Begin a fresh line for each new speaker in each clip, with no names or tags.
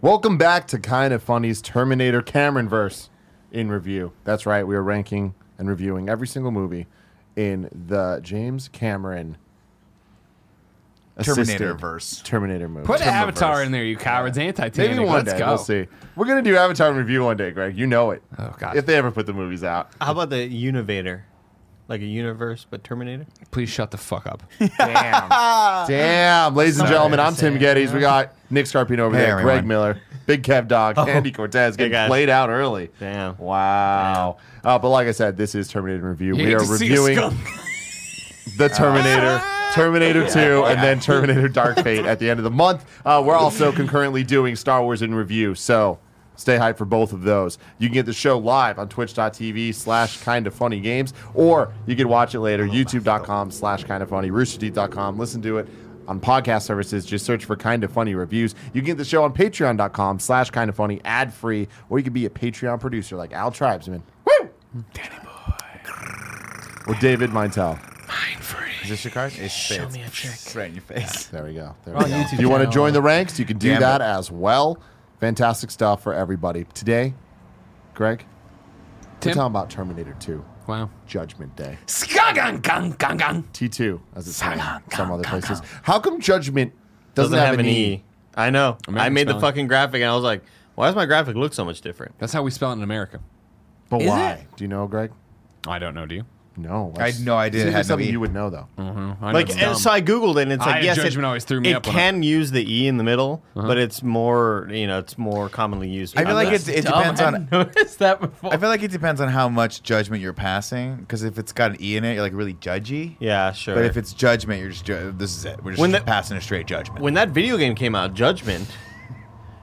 Welcome back to Kind of Funny's Terminator Cameron verse in review. That's right, we are ranking and reviewing every single movie in the James Cameron assisted
Terminator verse.
Terminator movie.
Put
Terminator
Avatar
verse.
in there, you cowards. Anti-Titanic.
Maybe one
Let's
day.
go.
We'll see. We're gonna do Avatar in review one day, Greg. You know it.
Oh, God.
If they ever put the movies out.
How about the Univator? Like a universe, but Terminator?
Please shut the fuck up.
Damn. Damn. Ladies and gentlemen, I'm Tim Geddes. We got Nick Scarpino over
Hey,
there,
everyone.
Greg Miller, Big Kev Dog, Andy Cortez getting
guys.
played out early.
Damn.
Wow. Uh, but like I said, this is Terminator in Review.
You
we
get
are
to see a
reviewing
skunk.
the Terminator, Terminator 2, and then Terminator Dark Fate at the end of the month. Uh, we're also concurrently doing Star Wars in Review. So stay hyped for both of those. You can get the show live on twitch.tv slash kind of funny games, or you can watch it
Oh,
later, youtube.com slash kind of funny, roosterteeth.com. Listen to it on podcast services. Just search for Kind of Funny Reviews. You can get the show on patreon.com slash kind of funny ad free, or you can be a Patreon producer like Al Tribesman. Woo! Danny Boy. Or David Mintel.
Is this your card? It's Show
me a trick.
Right in your face.
There we go. There
We're
we go.
on
If
YouTube
you want to
channel.
join the ranks, you can do
Damn
that
it.
as well. Fantastic stuff for everybody. Today, Greg, we're
Tim?
talking about Terminator 2,
Wow.
Judgment Day.
Skagang gang gang gang.
T2, as it's
Silent
known in some
gun,
other
gun,
places.
gun.
How come Judgment doesn't, have, an E?
I know. I
American
made the
spelling.
fucking graphic and I was like, why does my graphic look so much different?
That's how we spell it in America.
But
Is
why?
it?
Do you know, Greg?
I don't know. Do you?
No.
I had no idea it
Seems like
had no
something
E.
you would know, though.
I know
Like,
it's
and
dumb.
so I Googled it and it's
Eye
like,
of
yes, it,
judgment always threw me
it
up on
can use the E in the middle, but it's more, you know, it's more commonly used.
I feel like it, it
dumb.
depends
I
on.
noticed that before.
I feel like it depends on how much judgment you're passing. Because if it's got an E in it, you're like really judgy.
Yeah, sure.
But if it's judgment, you're just ju- this is it. We're just
When the-
passing a straight judgment.
when that video game came out, Judgment.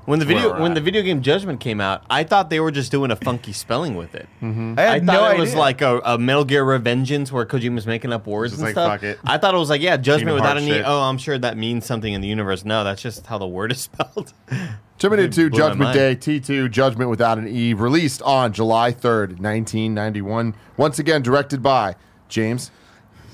When the
where
video
we're
when
at.
the video game Judgment came out, I thought they were just doing a funky spelling with it.
I
I
had
thought
no
it
idea.
was like a, a Metal Gear Revengeance where Kojima's making up words
Just
and
like,
stuff.
fuck it.
I thought it was like yeah, Judgment
Kingdom
without
Hearts
any.
shit.
Oh, I'm sure that means something in the universe. No, that's just how the word is spelled.
Terminator 2
blew my
Judgment
mind.
Day T2 Judgment Without an E released on July 3rd, 1991. Once again, directed by James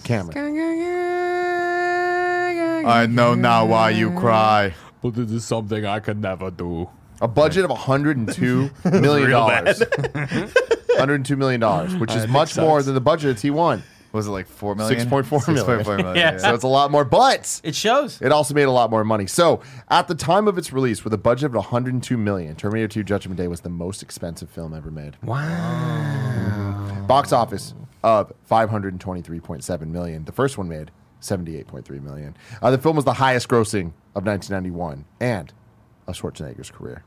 Cameron.
I know now why you cry.
But this is something I could never do.
A budget of 102 million dollars. 102 million dollars, which
Uh,
is much more than the budget of T1.
Was it like four million?
6.4 million.
6.4 million.
Yeah.
yeah.
So it's a lot more, but
It shows.
it also made a lot more money. So, at the time of its release with a budget of 102 million, Terminator 2 Judgment Day was the most expensive film ever made.
Wow.
Box office of 523.7 million. The first one made 78.3 million. Uh, the film was the highest grossing of 1991 and of Schwarzenegger's career.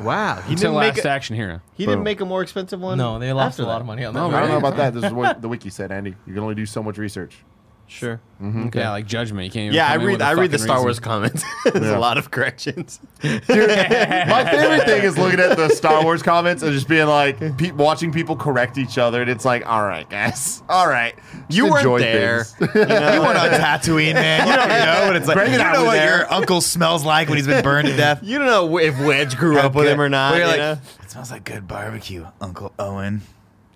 wow, he
Until
didn't make
last
a,
action hero. Oh,
he
Boom.
didn't make a more expensive one.
No, they lost
after
a lot
that.
of money on that.
No,
I
right?
don't know about that. This is what the wiki said, Andy. You can only do so much research.
Sure.
Yeah, like judgment. You can't. Even
Yeah, I
come in
read
with a
I read the
fucking
Star
reason.
Wars comments. There's
Yeah.
a lot of corrections.
My favorite thing is looking at the Star Wars comments and just being like, pe- watching people correct each other, and it's like, all right, guys, all right,
You
Just
weren't
enjoy
there.
things.
You went on Tatooine, man. You don't know what it's like. you don't know what your uncle smells like when he's been burned to death.
You don't know if Wedge grew up with him or not.
Where
you
you're like,
know?
It smells like good barbecue, Uncle Owen.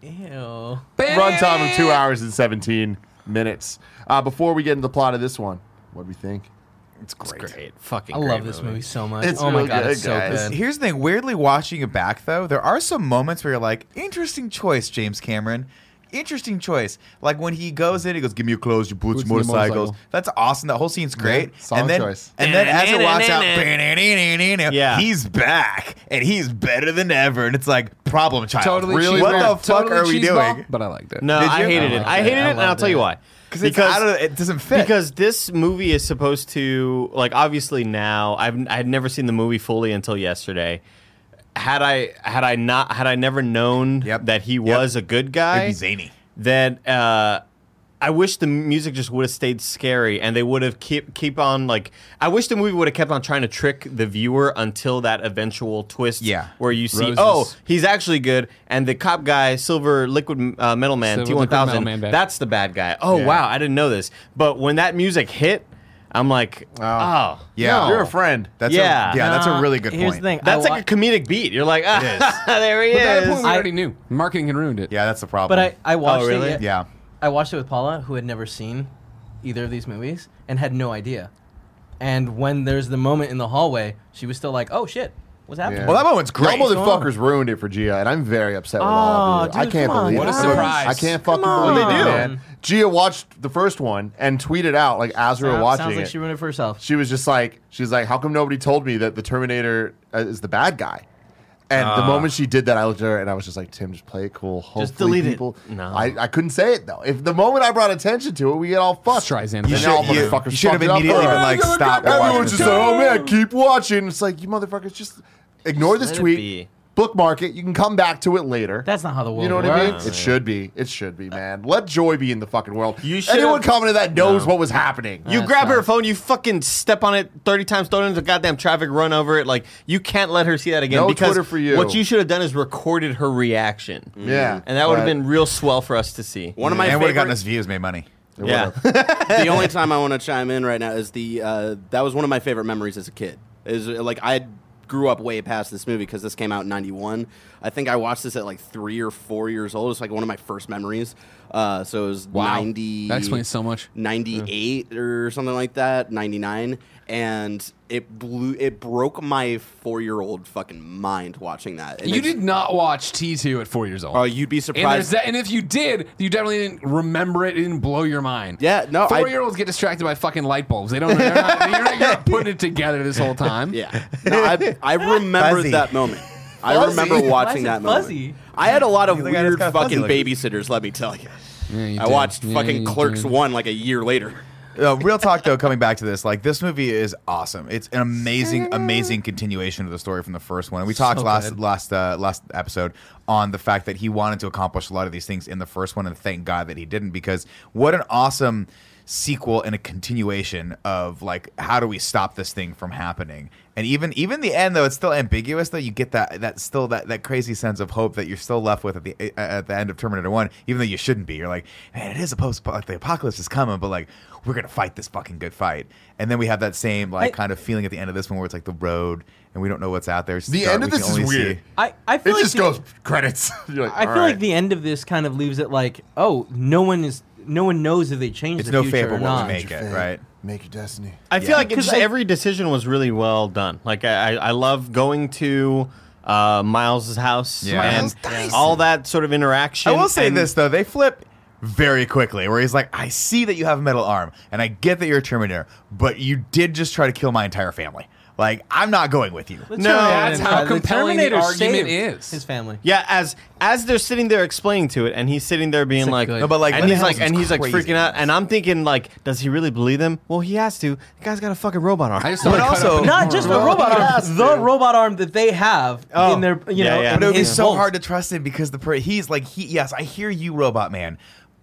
Ew.
Runtime of two hours and seventeen minutes. Uh, before we get into the plot of this one, what do we think?
It's great.
Great, fucking.
I
great
love this movie so much.
It's
oh my
really
god,
good,
it's so
guys.
good.
Here's the thing. Weirdly, watching it back though, there are some moments where you're like, "Interesting choice, James Cameron. Interesting choice." Like when he goes in, he goes, "Give me your clothes, your boots,
Boots and your
motorcycles."
motorcycle.
That's awesome. That whole scene's great.
song
and then,
choice.
and then as it walks out,
Yeah.
he's back and he's better than ever. And it's like, problem child.
Totally.
Really?
cheese
What
ball.
the fuck
Totally
are we
cheese ball,
doing?
But I liked it.
No,
Did
I
you?
hated
I
it.
liked
I
it.
hated it,
I
and I'll
loved
tell you
it.
why.
Because it's out of it doesn't fit.
because this movie is supposed to like obviously now I've I had never seen the movie fully until yesterday. Had I had I not had I never known
Yep.
that he
Yep.
was a good guy,
It'd be zany.
then uh, I wish the music just would have stayed scary and they would have keep keep on like I wish the movie would have kept on trying to trick the viewer until that eventual twist
Yeah.
where you see
Roses.
oh he's actually good and the cop guy silver liquid uh, metal man
Silver Liquid Metal Man
T1000
bad.
that's that's the bad guy. Oh
Yeah.
wow, I didn't know this. But when that music hit, I'm like,
Oh.
oh,
Yeah.
no.
You're a friend.
That's
Yeah.
a, yeah, that's a
Nah,
really good
Here's
point.
the thing.
That's
I
like a comedic beat. You're like, ah, there he
But at that
is.
point, we
I-
already knew marketing had ruined it.
Yeah, that's the
But
problem.
I, I watched
really?
it.
yeah.
I watched it with Paula, who had never seen either of these movies and had no idea. And when there's the moment in the hallway, she was still like, "Oh shit, what's happening?"
Yeah.
Well, that moment's great.
Y'all motherfuckers ruined it for Gia, and I'm very upset with
Aw,
all of you. I
dude,
can't
come on,
believe
What
it.
a
surprise.
I can't fucking
Come on.
believe it,
They do.
man. Gia watched the first one and tweeted out like as we were
Sounds-
watching
Sounds like
it.
she ruined it for herself.
she was just like, she's like, how come nobody told me that the Terminator uh, is the bad guy? And
Ah.
the moment she did that, I looked at her and I was just like, Tim, just play it cool. Hopefully
Just delete it.
people,
No.
I, I couldn't say it though. If the moment I brought attention to it, we get all fucked.
Streisand.
And
You
you
now
should,
all
you- you
motherfuckers
should have
fucked it up
immediately
for her.
been like, stop. we're watching
Everyone's
this
just like, oh man, keep watching. It's like you motherfuckers just ignore this
let it
tweet,
be.
bookmark it. You can come back to it later.
That's not how the world
you know what
works.
I mean? It should be. It should be, man. Let joy be in the fucking world.
You should've-
Anyone commenting that knows
No.
what was happening.
You
That's
grab her
not-
phone, you fucking step on it 30 times, throw it into goddamn traffic, run over it. Like, you can't let her see that again.
No
because
Twitter for you.
What you should have done is recorded her reaction.
yeah,
And that would have
But-
been real swell for us to see.
One of my
and would have gotten
favorite.
us views, made money.
yeah.
the only time I want to chime in right now is the uh, that was one of my favorite memories as a kid. Is uh, like I grew up way past this movie because this came out in '91. I think I watched this at like three or four years old. It's like one of my first memories. Uh, so it was
Wow.
ninety.
That explains so much.
98 or something like that, 99, and it blew it broke my 4-year-old fucking mind watching that. And
You
it's-
did not watch T2 at four years old.
Oh, you'd be
and, there's
surprised.
that, and if you did, you definitely didn't remember it. It didn't blow your mind.
Yeah, no, I-
Four-year-olds get distracted by fucking light bulbs. They don't. They're not, you're, not, you're not putting it together this whole time.
Yeah. No, I, I remember
Fuzzy.
that moment. I remember
Why
watching
is it
that
fuzzy?
moment. I had a lot of
He's like, "I just
weird
got fuzzy
fucking
looking."
babysitters, let me tell you.
Yeah, you
I
did.
watched
Yeah,
fucking
you
Clerks
did.
1 like a year later.
Uh, real talk though, coming back to this, like this movie is awesome. It's an amazing, amazing continuation of the story from the first one. And we talked last
good.
last uh, last episode on the fact that he wanted to accomplish a lot of these things in the first one, and thank God that he didn't because what an awesome sequel and a continuation of like how do we stop this thing from happening and even even the end though it's still ambiguous though you get that that still that that crazy sense of hope that you're still left with at the at the end of terminator 1 even though you shouldn't be you're like man it is a post like the apocalypse is coming but like we're gonna fight this fucking good fight and then we have that same like
I-
kind of feeling at the end of this one where it's like the road and we don't know what's out there It's
The
dark,
end of
we can
this is
only see-
weird.
I, I
It
feel like
just
the-
goes credits. You're like,
I feel
"All
like
right."
the end of this kind of leaves it like, oh, no one is, no one knows if they changed
it's
the
no
future
favor
or
what
not.
we make it right
Make your destiny.
I feel like it
'Cause
just
I-
every decision was really well done. Like I, I, I love going to uh, Miles's house
Yeah.
and
Miles
all that sort of interaction.
I will say
and-
this though, they flip very quickly, where he's like, "I see that you have a metal arm, and I get that you're a Terminator, but you did just try to kill my entire family. Like, I'm not going with you."
The
No,
Terminator-
that's
how
the
compelling the
Terminator
argument
saved
is.
His family.
Yeah, as as they're sitting there explaining to it, and he's sitting there being
It's a
like,
good-
No, but, like,
and
Van
he's like,
Helsing's
and he's like
crazy.
freaking out, and I'm thinking like, does he really believe them? Well, he has to. The guy's got a fucking robot arm.
I just thought
But
I cut
also-
up in
Not
horror.
just the Oh, robot arm, the robot arm that they have
Oh,
in their,
yeah,
you know,
yeah.
in
But it would be
his
so
vault.
hard to trust him because the per- he's like, he yes, I hear you, Robot Man,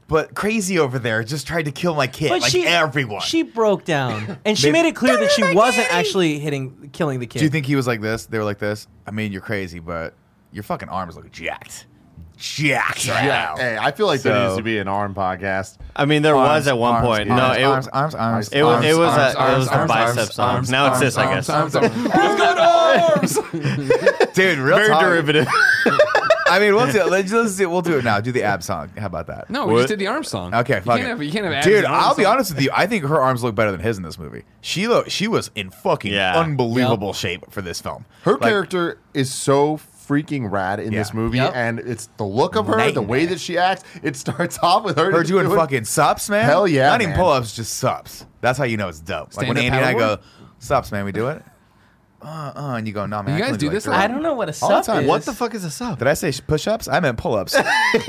but crazy over there just tried to kill my kid, like everyone.
She broke down, and she
Maybe-
made it clear that she wasn't actually hitting, killing the kid.
Do you think he was like this? They were like this. I mean, you're crazy, but your fucking arms look jacked, jacked right
Yeah.
now.
Hey, I feel like there
So-
needs to be an arm podcast.
I mean, there was at one
Arms,
point.
arms,
no, it,
arms, arms, arms,
it was it was
Arms,
a
arms,
it was the
arms, arms,
biceps arm.
arms,
now it's
arms,
this, I
arms,
guess.
arms, arms. Who's got arms?
dude. Real
Very
talk.
derivative.
I mean, we'll do it. Let's, let's do, we'll do it now. Do the ab song. How about that?
No, we
What?
just did the arm song.
Okay,
you
fuck
can't
it.
have you can't have abs
Dude,
and arms
I'll be
on.
honest with you. I think her arms look better than his in this movie. She lo- she was in fucking
Yeah.
unbelievable shape for this film.
Her
Like,
character is so freaking rad in
Yeah.
this movie,
Yep.
and it's the look of her, the
Nightmare.
way that she acts. It starts off with her,
her
just
doing fucking sups, man.
Hell yeah,
Not even
man.
pull ups, just sups. That's how you know it's dope. like when
Stand-up
Andy and I
paddleboard?
go sups, man, we do it. Uh, uh, and you go, nah, man.
You
I
guys
can only
do
like
this a
three."
lot?
I don't know what a
All the
sub
time.
is.
What the fuck is a sub?
Did I say push ups? I meant pull ups. How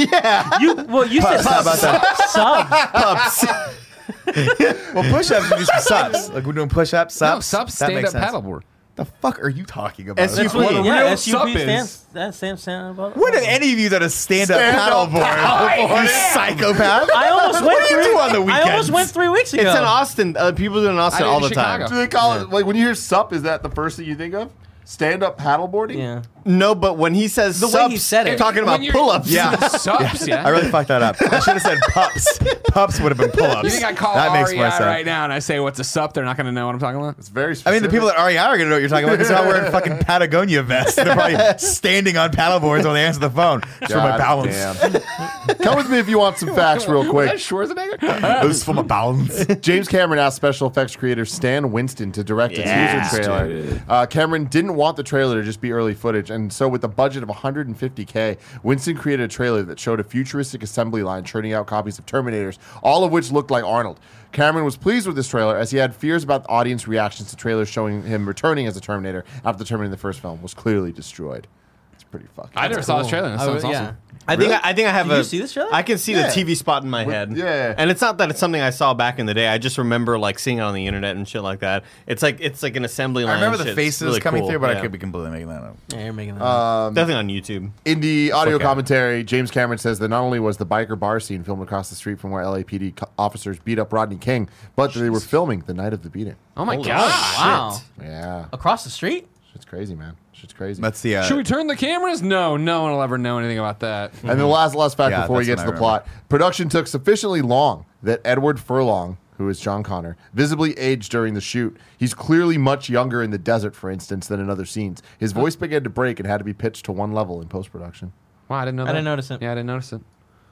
You well, you said sub.
about that?
sub.
Well, push ups, we do some sups. Like we're doing push ups,
No,
sups.
sub
That
stand
makes
up
sense.
paddleboard.
The fuck are you talking about?
That's
That's
what a
what
real
yeah, SUP
sup is.
stands. That stands stand about.
When have any of you done a stand up
Stand-up
paddleboard? You psychopath.
I almost went
do you
three.
do on the
I almost
weekends?
went three weeks ago.
It's in Austin. Uh, people do it in Austin
did
all
it
the
in Chicago.
time.
Do they call it like when you hear "sup"? Is that the first thing you think of? Stand up paddleboarding.
Yeah.
No, but when he says
The way
subs,
he said it.
talking about
When you're-
pull-ups.
Yeah.
Subs, yeah.
I really fucked that up. I should have said pups. pups would have been pull-ups.
You think I call
that
REI
makes more sense.
right now and I say what's a sup? They're not going to know what I'm talking about.
It's very
I
specific.
mean, the people at REI are gonna know what you're talking about because they're all wearing fucking Patagonia vests. They're probably standing on paddleboards when they answer the phone. It's for
God
my balance.
damn. Come with me if you want some facts, real
Is
quick.
that Schwarzenegger.
It was for my balance.
James Cameron asked special effects creator Stan Winston to direct
Yeah.
a teaser trailer. Uh, Cameron didn't want the trailer to just be early footage, and so with a budget of 150k, Winston created a trailer that showed a futuristic assembly line churning out copies of Terminators, all of which looked like Arnold. Cameron was pleased with this trailer as he had fears about the audience reactions to trailers showing him returning as a Terminator after Terminator the first film was clearly destroyed. It's pretty fucking.
I never saw this trailer. That
I
sounds
would- yeah.
awesome.
I think I, I think I have
Did
a.
you see this trailer?
I can see
Yeah.
the TV spot in my head.
yeah.
and it's not that it's something I saw back in the day. I just remember like seeing it on the internet and shit like that. It's like it's like an assembly line.
I remember
and
the
shit. It's
faces
really
coming
cool.
through, but I
Yeah. Um,
could be completely making that up.
Yeah, you're making that.
Uh,
definitely on YouTube.
In the audio
Okay.
commentary, James Cameron says that not only was the biker bar scene filmed across the street from where LAPD co- officers beat up Rodney King, but that they were filming the night of the beating.
Oh my
Holy
god.
wow.
Yeah,
Across the street?
shit's crazy, man. Shit's crazy.
Oh. That's the. Uh,
Should we turn the cameras? No, no one will ever know anything about that.
and the last last fact
Yeah,
before we
that's
get to
what
the
I
plot: production took sufficiently long that Edward Furlong, who is John Connor, visibly aged during the shoot. He's clearly much younger in the desert, for instance, than in other scenes. His voice began to break and had to be pitched to one level in post production.
Wow, I didn't know that.
didn't notice it.
Yeah, I didn't notice it.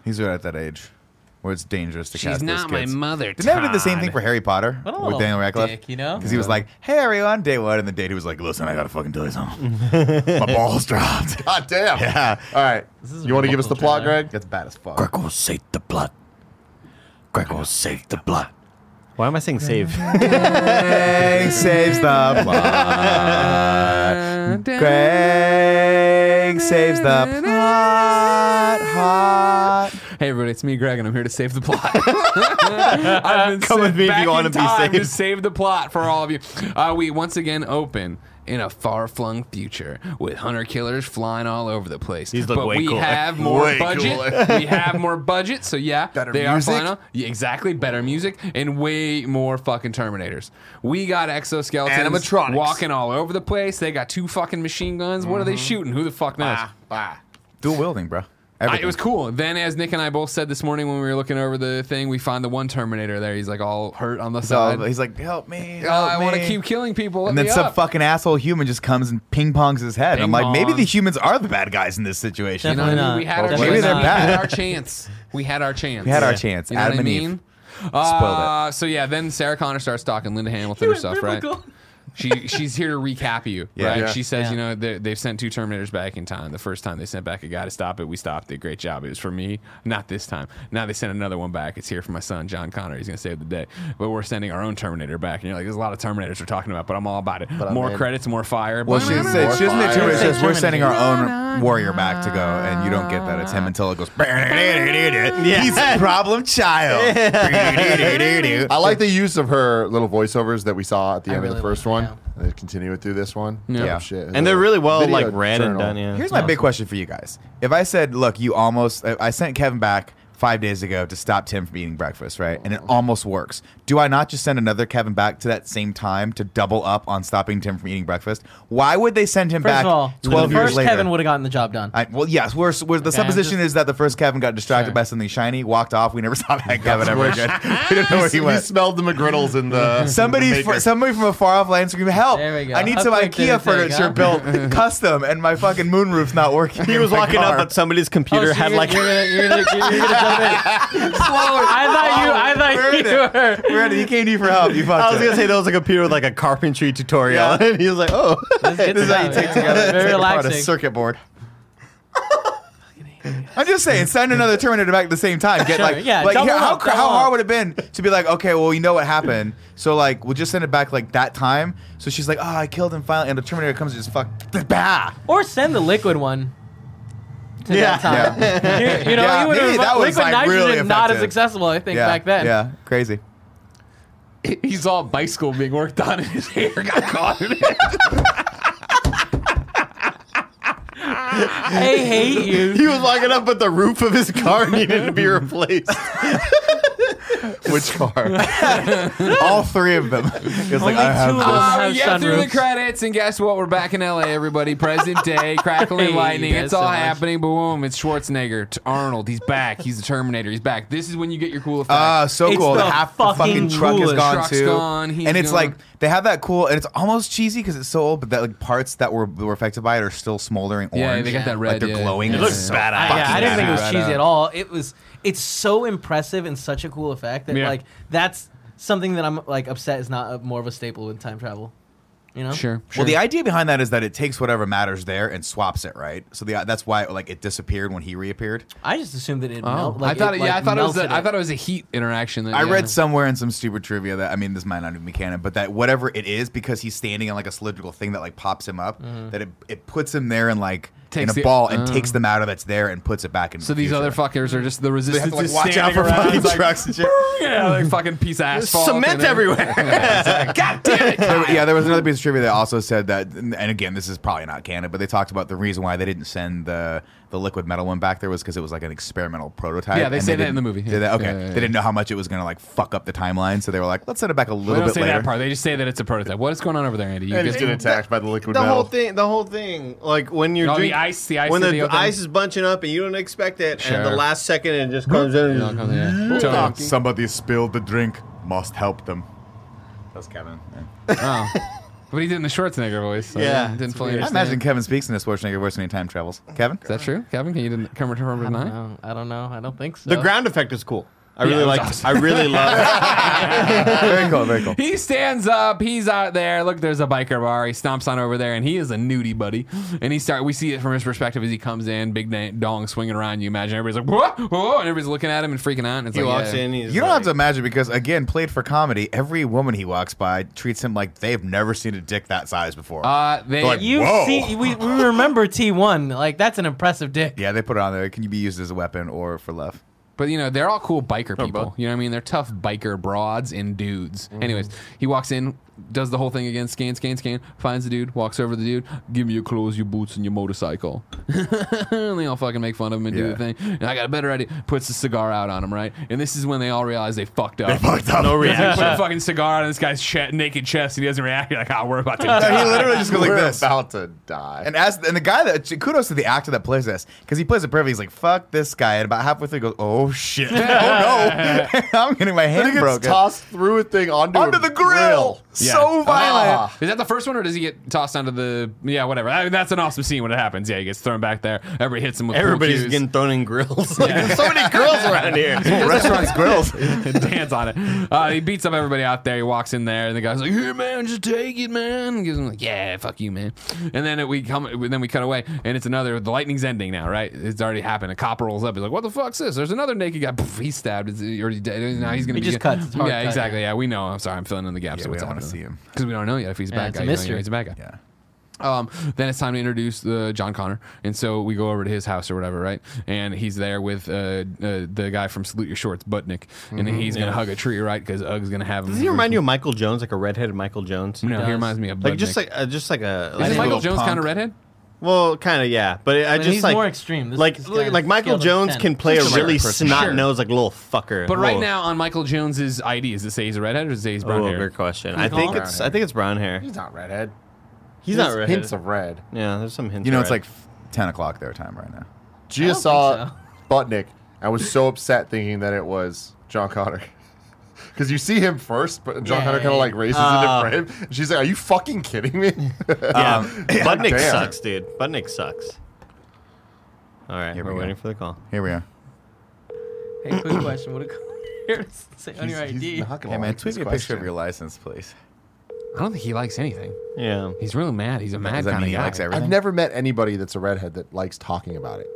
he's right at that age where it's dangerous to
She's
cast those
not my
kids.
mother.
Didn't they ever do the same thing for Harry Potter
What a
with
little
Daniel Radcliffe?
dick, you know?
Because he was like, "Hey everyone, day one," and the date he was like, "Listen, I gotta fucking tell you something. my balls dropped.
God Ah, damn.
yeah,
All right.
is a
You want to give us the
remarkable
plot,
trailer.
Greg? That's bad as fuck.
Greco saved the blood. Greco saved the blood.
Why am I saying save?
Greg saves the blood. Greg saves the plot. Hot.
Hey everybody, it's me, Greg, and I'm here to save the plot. I've been
Come with me if
back
you wanna
in
be
time to
saved.
save the plot for all of you. Uh, we once again open in a far-flung future with hunter killers flying all over the place.
These look
but
way
we
cooler.
have more
Way
budget.
cooler.
we have more budget, so yeah,
Better
they
music.
are flying. on- Yeah, exactly, better music and way more fucking Terminators. We got exoskeletons,
Animatronics.
walking all over the place. They got two fucking machine guns. What are
Mm-hmm.
they shooting? Who the fuck knows?
Ah.
Dual wielding, bro.
I,
Everything.
it was cool. Then, as Nick and I both said this morning when we were looking over the thing, we find the one Terminator there. He's like all hurt on the
So
side.
he's like, "Help me!
"Oh,
help
I want to
me."
keep killing people. Let
And then
me
some
up."
fucking asshole human just comes and ping pongs his head. I'm like, maybe
Ping-pong.
the humans are the bad guys in this situation.
You know what I mean?
Definitely
We
not.
had our
Definitely
chance.
not.
We had our chance. We
We had
had our chance.
our chance.
You know what
Adam
I
and Eve.
mean?
Spoiled
Uh, so yeah, then Sarah Connor starts talking Linda Hamilton
You
herself,
went
right?
biblical.
She she's here to recap you,
Yeah.
right?
Yeah.
She says,
Yeah.
you know, they, they've sent two Terminators back in time. The first time they sent back a guy to stop it, we stopped it. Great job. It was for me, not this time. Now they sent another one back. It's here for my son, John Connor. He's gonna save the day. But we're sending our own Terminator back, and you're like, there's a lot of Terminators we're talking about, but I'm all about it.
I'm
more
in.
credits, more fire.
Well,
Blah,
she
blah, blah,
said,
more
she doesn't
fire.
it too? It says we're
Terminator.
sending our own warrior back to go, and you don't get that. It's him until it goes. He's a problem child.
I like the use of her little voiceovers that we saw at the
I
end of
really
the first
like
one.
it,
And they continue it through this one.
Yeah.
Oh, shit.
and they're really well like ran and done. Yeah.
Here's my big question for you guys. If I said, look, you almost, I I sent Kevin back five days ago to stop Tim from eating breakfast, right? And it almost works. Do I not just send another Kevin back to that same time to double up on stopping Tim from eating breakfast? Why would they send him
First
back
of all,
12
the
years
first
later?
Kevin would have gotten the job done.
I, well, yes. We're, we're, the
Okay, I'm
supposition
just-
is that the first Kevin got distracted
Sure.
by something shiny, walked off. We never saw that Kevin ever again. We don't know where he
We
went.
smelled the McGriddles in the.
Somebody,
the
fr-
maker.
somebody from a far off land screamed, "Help!
There we go.
I need
How
some
quick did
IKEA
it take,
furniture
huh?"
built custom, and my fucking moonroof's not working."
He
in
was
my
walking
car."
up at somebody's computer,
Oh, so
had
you're
like
gonna- you're gonna, you're gonna, you're gonna jump in. I thought you. I thought
Burn
you
it.
were.
Brandon, he came to you for help. You
I
fucked
was
it.
gonna say there was like a computer with like a carpentry tutorial,
Yeah.
and he was like, "Oh,
Let's get
This
to
is how you
that,
take
yeah.
together
Very
take apart a
relaxing.
circuit board. I'm just saying, send another Terminator back at the same time. Get
Sure,
like,
yeah,
like
double
yeah, how,
up,
cr- how
double
hard
up.
would it have been to be like, okay, well, you know what happened, so like, we'll just send it back like that time. So she's like, oh, I killed him finally, and the Terminator comes and just fuck, bah.
Or send the liquid one. To
Yeah.
that time. You, you know,
Yeah,
you would
maybe
have,
that was,
liquid
like,
nitrogen
really
not as
effective.
accessible, I think,
yeah,
back then.
yeah, crazy.
He's all bicycle being worked on, and his hair got caught in it.
I hate you.
he was walking up, but the roof of his car needed to be replaced."
Which car?
All three of them. It's like I have
two of
this.
them.
Uh,
have
yeah, through the
sunroofs.
credits, and guess what? We're back in LA, everybody. Present day, crackling
Hey,
lightning.
that's
It's all
so much.
happening. Boom! It's Schwarzenegger, it's Arnold. He's back. He's the Terminator. He's back. This is when you get your cool effect.
Ah, so
It's
cool.
the
half the fucking
fucking
truck is
coolest.
gone
Truck's
too,
gone, he's
and it's
gone.
like they have that cool, and it's almost cheesy because it's so old, but that like parts that were, were affected by it are still smoldering orange.
Yeah, they got that
Like
red,
they're
yeah.
glowing.
It
It's
looks
so
badass.
I,
fucking
yeah, I didn't think it was
badass.
cheesy at all. It was. It's so impressive and such a cool effect that
Yeah.
like that's something that I'm like upset is not a, more of a staple in time travel. You know.
sure, sure.
Well, the idea behind that is that it takes whatever matters there and swaps it, right? So the, that's why like it disappeared when he reappeared.
I just assumed that it.
Oh.
Melt, like,
I thought,
it,
it,
like,
yeah, I thought it was, a,
melted
I thought it was a heat interaction. That,
I
yeah.
read somewhere in some stupid trivia that I mean this might not even be canon, but that whatever it is, because he's standing on like a cylindrical thing that like pops him up, that it, it puts him there and like
Takes
in
the-
a ball and
Oh.
Mm-hmm. takes the uh. matter that's there and puts it back in.
So these other fuckers are just the
they
resistance.
have to like
is
watch out
standing
for
around,
fucking
like,
trucks and shit.
Yeah, like fucking piece of asphalt. in
Cement
it.
everywhere.
God damn it! yeah, there was another piece of trivia that also said that, and again, this is probably not canon, but they talked about the reason why they didn't send the the liquid metal one back there was because it was like an experimental prototype.
Yeah, they
and
say that in
didn't-
the movie.
did
Yeah.
they- okay,
Yeah, yeah, yeah.
they didn't know how much it was gonna like fuck up the timeline, so they were like, let's send it back a
They
little
don't
bit
say
later.
that part. They just say that it's a prototype. What is going on over there, Andy? You
And
guys
he's getting attacked by the liquid
the
metal.
whole thing, the whole thing, like when you're
No, the
drink-
ice- the ice
when
of
the,
the open-
ice is bunching up and you don't expect it, and the
Sure.
last second it just comes in. And just,
Yeah. Totally.
Somebody spilled the drink. Must help them. That's Kevin.
Oh. But he did it in the Schwarzenegger voice. So
Yeah.
I didn't fully
I
understand.
imagine Kevin speaks in a Schwarzenegger voice when he time travels. Kevin?
Is that true, Kevin? Can you didn't come to
I
remember
don't
tonight?
know. I don't know. I don't think so.
the ground effect is cool. I
Yeah,
really
it was
like.
awesome.
I really love.
very cool, very cool.
He stands up. He's out there. Look, there's a biker bar. He stomps on over there, and he is a nudie buddy. And he start. We see it from his perspective as he comes in, big na- dong swinging around. You imagine everybody's like, whoa, whoa, and everybody's looking at him and freaking out. And it's
He
like,
walks
yeah.
in. He's
You don't
like,
have to imagine because, again, played for comedy, every woman he walks by treats him like they've never seen a dick that size before.
Uh, they,
Like,
You
Whoa.
see, we, we remember T one. Like that's an impressive dick.
yeah, they put it on there. Can you be used as a weapon or for love?
But you know, they're all cool biker people. You know what I mean? They're tough biker broads and dudes. Anyways, he walks in, does the whole thing again, scan, scan, scan, finds the dude, walks over to the dude, give me your clothes, your boots, and your motorcycle. and they all fucking make fun of him and do
Yeah.
the thing. And I got a better idea. Puts the cigar out on him, right? And this is when they all realize they fucked up.
no reaction.
Put a fucking cigar on this guy's che- naked chest and he doesn't react. You're like, oh, we're about to die.
he literally just goes like
We're
this.
about to die.
And as and the guy that kudos to the actor that plays this because he plays it perfectly. He's like, "Fuck this guy," and about halfway through he goes, "Oh shit, oh no, I'm getting my
then
hand
he gets
broken."
tossed through a thing onto
Under
a
the grill,
Yeah.
so violent.
Ah.
Is that the first one, or does he get tossed onto the? Yeah, whatever. I mean, that's an awesome scene when it happens. Yeah, he gets thrown back there. Everybody hits him with pool
Everybody's
cues.
getting thrown in grills. Like, there's so many grills around here.
Well, restaurants grills.
and dance on it. Uh, he beats up everybody out there. He walks in there, and the guy's like, "Here, man, just take it, man." And gives him like, "Yeah, fuck you, man." And then it, we come, then we cut away, and it's another. The lightning's ending now, right? It's already happened. A cop rolls up. He's like, "What the fuck's this?" There's another naked guy. Poof, he's stabbed. Is he already dead? Now he's gonna.
It
be
just cuts. It's hard
yeah,
cut.
exactly. Yeah, we know. I'm sorry, I'm filling in the gaps.
Yeah,
of
we
what's
don't wanna
happening.
see him.
because we don't know yet if he's a
Yeah,
bad
it's
guy.
a
You don't know
mystery.
He's a bad guy.
Yeah.
Um, then it's time to introduce uh, John Connor, and so we go over to his house or whatever, right? And he's there with uh, uh, the guy from Salute Your Shorts, Butnick, and he's gonna hug a tree, right? Because Ugg's gonna have him.
Does he remind you of Michael Jones, like a redheaded Michael Jones?
No, he
does.
reminds me of Butnick.
Like just like uh, just like a.
is
like a
Michael
little-
Jones
punk.
kind of redhead?
Well, kind of yeah, but I
I mean,
just
he's
like
more extreme. This-
like
this guy
like, like
is
Michael
scaled up
Jones
10.
can play a
Sure.
really
Person.
snot nose like little fucker.
But right
Whoa.
now on Michael Jones's ID, does it say he's a redhead or does it say he's brown
oh,
hair?
good question. I
He's
think
not
it's I think it's brown hair.
He's not redhead.
He's
There's
not redheaded.
Hints of red.
Yeah, there's some hints.
You know,
of
it's like
red.
f- 10 o'clock their time right now.
Gia
think
saw
so.
Butnick and was so upset thinking that it was John Connor. Because you see him first, but John
Yeah,
Connor
yeah,
kind of
yeah.
like races
Uh,
into frame. And she's like, "Are you fucking kidding me?"
yeah. um, Budnick
damn.
sucks, dude. Budnick sucks. All right,
Here we
we're
go.
waiting for the call.
Here we are.
Hey, quick question. What a say on your
He's- he's
ID.
not gonna
Hey, man,
like
tweet
this
me a picture
question.
of your license, please.
I don't think he likes anything.
Yeah.
He's really mad. He's a
Does
mad
that mean
kind of
he
guy.
likes everything?
I've never met anybody that's a redhead that likes talking about it.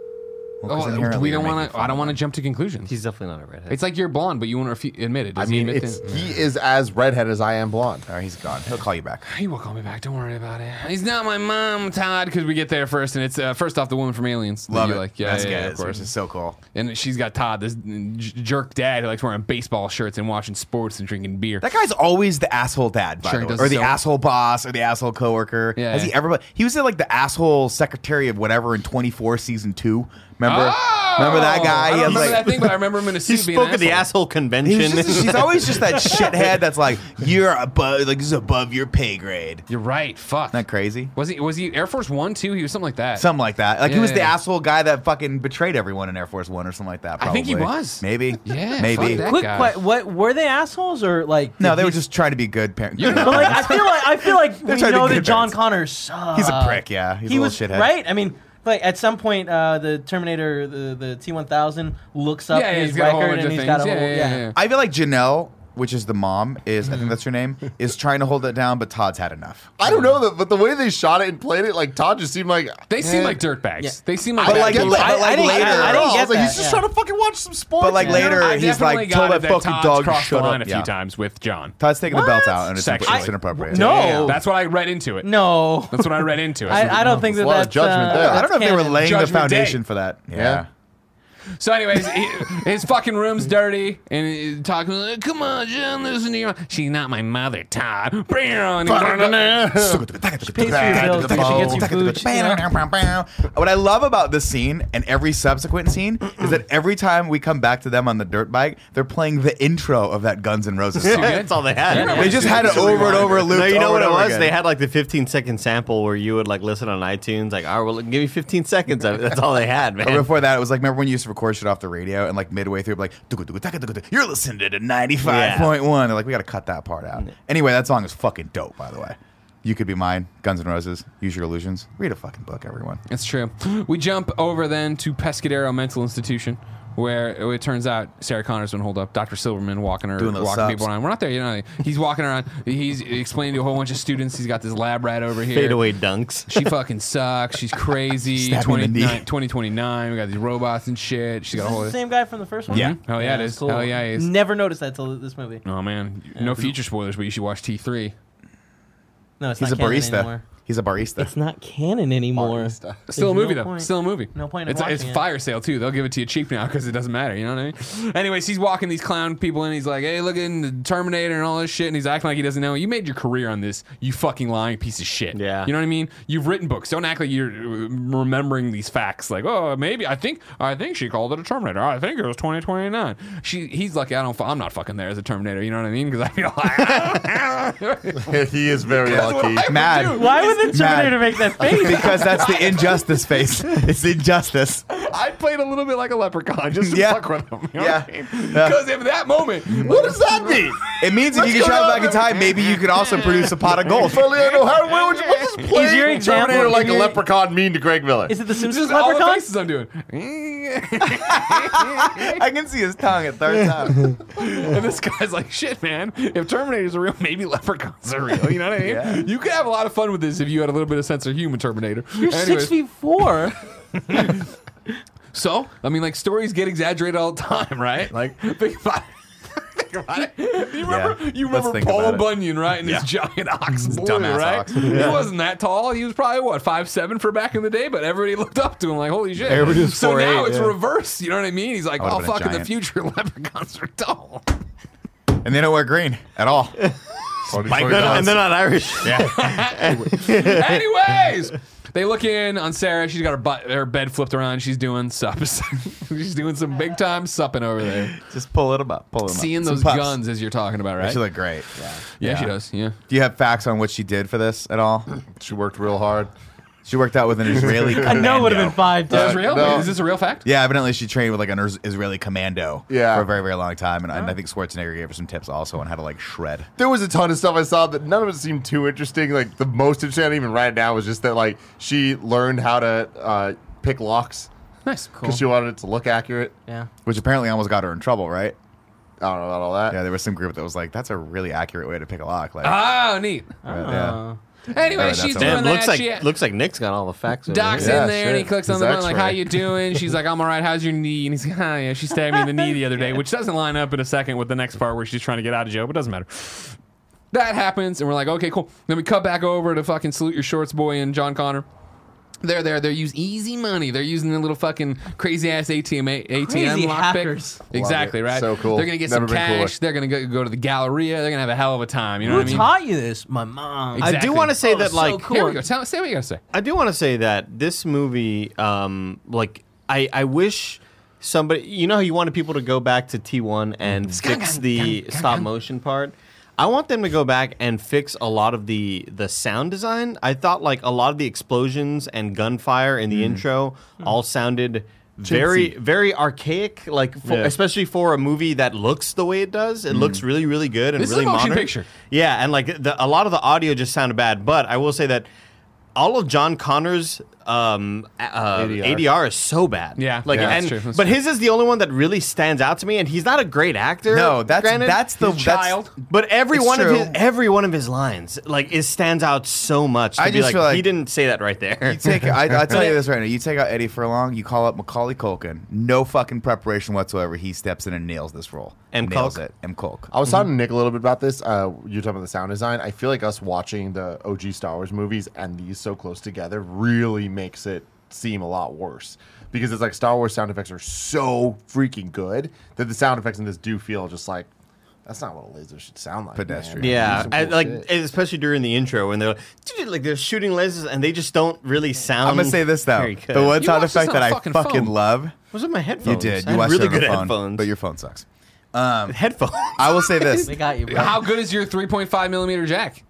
Well, 'cause
Oh,
inherently
we
you're
don't
making
want to.
fun
I
of
don't want to
them.
jump to conclusions.
He's definitely not a redhead.
it's like you're blonde, but you won't refu- admit it. Does
I mean,
he admit
it's,
that?
he is as redhead as I am blonde.
All right, he's gone. He'll call you back.
He will call me back. Don't worry about it. He's not my mom, Todd, because we get there first, and it's uh, first off the woman from Aliens. that
Love
you
it.
Like. Yeah,
That's
yeah,
good.
yeah, of
This is
course.
so cool.
And she's got Todd, this mm, j- jerk dad who likes wearing baseball shirts and watching sports and drinking beer.
That guy's always the asshole dad, by
Sure,
the
he
way,
does
or the
so-
asshole boss, or the asshole coworker.
Yeah,
Has he
yeah.
ever? He was like the asshole secretary of whatever in Twenty Four season two. Remember?
Oh,
Remember that guy? He
I don't
has,
remember
like-
that thing, but I remember him in a
He
suit. being
spoke
an
at the
asshole.
asshole
He
convention.
was just- she's always just that shithead that's like you're above, like this is above your pay grade.
You're right. Fuck.
Isn't that crazy?
Was he? Was he Air Force One too? He was something like that.
Something like that. Like he was the
Yeah.
asshole guy that fucking betrayed everyone in Air Force One or something like that.
I think he
probably.
was.
Maybe.
Yeah,
Maybe.
fuck that.
Quick,
guy.
que- what were they assholes or like?
No,
did
they were
he-
just trying to be good parents.
You
But like, I feel like I feel like we
trying to be
know that
good
John
parents.
Connor sucks.
He's a prick, yeah. He's a
he
little
was
shithead.
right. I mean, like at some point, uh, the Terminator, the the T one thousand looks
Yeah,
up
yeah,
his
he's got a whole
record
bunch
and
of
he's
things.
got a whole
yeah, yeah, yeah.
I feel like Janelle, which is the mom, is I think that's her name, is trying to hold it down, but Todd's had enough.
I don't know, that, but the way they shot it and played it, like Todd just seemed like
They seem
Eh.
like dirtbags.
Yeah.
They seem like.
But
bad
like-
people.
but
I,
like
I didn't,
later-
I, I
I
didn't
was like,
get that.
he's just
yeah.
trying to fucking watch some sports.
But like
man.
later,
I
he's
definitely
like,
got
"Tell
it
that fucking
Todd's
dog to
crossed
shut
the line
up."
a few
Yeah.
times with John.
Todd's taking the belt out, and it's,
Sexually.
it's inappropriate.
No.
Yeah.
That's what I read into it.
No,
That's what I read into it.
I, I don't think that
There's a lot of
that's
judgment
uh,
there.
I don't know if they were
canon.
laying the
Judgment
foundation
Day.
for that. Yeah.
So, anyways, he, his fucking room's dirty, and he- talking. like, Come on, John, listen to your. She's not my mother, Todd. Bring her on.
pays for your bills, but she gets you food, you
What I love about this scene and every subsequent scene is that every time we come back to them on the dirt bike, they're playing the intro of that Guns N' Roses song.
That's all they had.
They just had it
Just a
over and
reminder.
over looped.
No, you know
over
what
and
it
over
was?
again.
They had like the 15 second sample where you would like listen on iTunes, like, all right, well, give me 15 seconds. of it." That's all they had,
Or
man.
before that, it was like, remember when you used to record shit off the radio and like midway through, it'd be like, "Dugu, dugu, taka, dugu, dugu, you're listening to the 95.1. They're like, we got to cut that part out. Anyway, that song is fucking dope, by the way. You Could Be Mine, Guns N' Roses, Use Your Illusions. Read a fucking book, everyone.
That's true. We jump over then to Pescadero Mental Institution, where it turns out Sarah Connor's been holed up. Dr. Silverman walking her,
Doing
walking
little subs.
people around. We're not there, you know. He's walking around. He's explaining to a whole bunch of students. He's got this lab rat over here.
Fadeaway dunks.
She fucking sucks. She's crazy.
Stab me in the knee.
29 2029. We got these robots and shit. She's got a
Is this
whole.
the same guy from the first one?
Yeah.
Hell yeah, it
that's
is. Hell yeah, it is.
Never noticed that till this movie.
Oh man, no future spoilers, but you should watch T three.
No, it's
He's a
not canon
barista.
anymore.
He's a barista.
It's not canon anymore.
Still a
There's
movie
no
though.
point-
Still a movie.
no point in
It's, it's
watching it.
fire sale too. They'll give it to you cheap now because it doesn't matter. You know what I mean? Anyways, he's walking these clown people in. He's like, "Hey, look at the Terminator and all this shit," and he's acting like he doesn't know. You made your career on this. You fucking lying piece of shit.
Yeah.
You know what I mean? You've written books. Don't act like you're uh, remembering these facts. Like, oh, maybe I think I think she called it a Terminator. I think it was 2029. She he's like, I don't. fu- I'm not fucking there as a Terminator. You know what I mean? Because I feel like
he is very lucky.
Mad.
Why would the
Mad.
Terminator make that face?
because that's the injustice face. It's the injustice.
I played a little bit like a leprechaun just to
Yeah.
fuck with him. You know
Yeah.
what I mean?
Yeah.
because of that moment.
What does that mean?
It means if
Let's
you could
go
travel
out
back in
there.
time, maybe you could also produce a pot of gold.
If only I know how. Where would you put this play?
your example-
Terminator like
is
a
your-
leprechaun mean to Greg Miller?
Is it the
This
Simpsons
is all the
leprechaun?
faces I'm doing.
I can see his tongue at third time.
And this guy's like, shit, man. If Terminators are real, maybe leprechauns are real. You know what I mean? You could have a lot of fun with this if you had a little bit of sense of humor, Terminator.
You're six feet four.
So, I mean, like, stories get exaggerated all the time, right? Like, think about it. Think about it. You remember,
Yeah,
you
let's
remember
think
Paul
about it.
Bunyan, right? And his giant ox boy,
dumbass
right?
ox.
He wasn't that tall. He was probably what five seven for back in the day, but everybody looked up to him like, "Holy shit!"
Everybody was
so
4'8",,
now it's
yeah.
reverse. You know what I mean? He's like,
would've
"Oh
been a
fuck!" In the
giant.
future, leprechauns are tall.
And they don't wear green at all.
Like, they're not- and they're not Irish.
Anyways, they look in on Sarah. She's got her butt, her bed flipped around. She's doing sups. she's doing some big time supping over there.
Just pull it up. Pull it up.
Seeing
uh, Some
those
puffs.
guns as you're talking about, right?
She looked great. Yeah.
yeah, she does. Yeah.
Do you have facts on what she did for this at all?
She worked real hard.
She worked out with an Israeli.
I know
commando.
it would have been five.
Is
Dude.
this real?
no.
Is this a real fact?
Uh, Yeah, evidently she trained with like an Is- Israeli commando.
Yeah.
for a very very long time, and, and I think Schwarzenegger gave her some tips also on how to like shred.
There was a ton of stuff I saw that none of it seemed too interesting. Like the most interesting I even right now was just that like she learned how to uh, pick locks
Nice. Cool.
because she wanted it to look accurate.
yeah.
Which apparently almost got her in trouble, right?
I don't know about all that.
Yeah, there was some group that was like, "That's a really accurate way to pick a lock." Like,
Oh, neat.
right, yeah.
Anyway,
Alright,
she's
that's
doing
Damn,
Damn,
that.
looks like
she,
looks like Nick's got all the facts. over
Doc's
here.
Yeah,
in there and he
shit.
clicks
His
on the button like,
x-ray.
"How you doing?" She's like, "I'm all right. How's your knee?" And he's like, "Ah, yeah, she stabbed me in the knee the other day," which doesn't line up in a second with the next part where she's trying to get out of jail, but doesn't matter. That happens, and we're like, "Okay, cool." Then we cut back over to fucking salute your shorts boy and John Connor. They're there. They're using easy money. They're using the little fucking crazy ass ATM ATM
Crazy hackers.
lockpick. Exactly
it.
right.
So cool.
They're gonna get
Never
some
been
cash.
cooler.
They're gonna go, go to the Galleria. They're gonna have a hell of a time. You know
Who
what I mean?
taught you this? My mom.
Exactly.
I do want to say
Oh,
that
so
like
cool.
Here we go. Tell, say what you gotta say.
I do want to say that this movie, um, like I, I wish somebody, you know, how you wanted people to go back to T1 and
Mm-hmm.
fix the stop motion part. I want them to go back and fix a lot of the the sound design. I thought like a lot of the explosions and gunfire in the
Mm-hmm.
intro all sounded very very archaic like for,
Yeah.
especially for a movie that looks the way it does it looks really really good
Mm.
and
This is a
really
motion
modern.
picture.
Yeah, and like the, a lot of the audio just sounded bad, but I will say that all of John Connor's um, uh,
ADR.
ADR. is so bad.
Yeah,
like
yeah, that's
and
true, that's
but
true.
his is the only one that really stands out to me, and he's not a great actor.
No, that's
granted,
that's the
His
that's-
child.
But every
It's
one
true.
of his every one of his lines like it stands out so much. To
I
be
just
like,
feel like-
he didn't say that right there.
You take I, I tell you this right now. You take out Eddie Furlong, you call up Macaulay Culkin. No fucking preparation whatsoever. He steps in and nails this role.
M.
nails
Culk?
it. M. Culk.
I was talking to Nick a little bit about this. Uh, you're talking about the sound design. I feel like us watching the OG Star Wars movies and these so close together really makes it seem a lot worse because it's like Star Wars sound effects are so freaking good that the sound effects in this do feel just like that's not what a laser should sound like. man.
Pedestrian.
Do
yeah,
some
I,
cool
like
shit.
especially during the intro when they're like, like they're shooting lasers and they just don't really sound.
I'm gonna say this though.
Um, very good.
The one
You
sound
watched this
effect
on
that
a
I
fucking
fucking,
phone.
love.
was it my headphones?
You did.
I
You
had
watched
really
it on the
good
phone,
headphones,
but your phone sucks.
headphones.
I will say this.
They got you, bro.
How good is your 3.5 millimeter jack?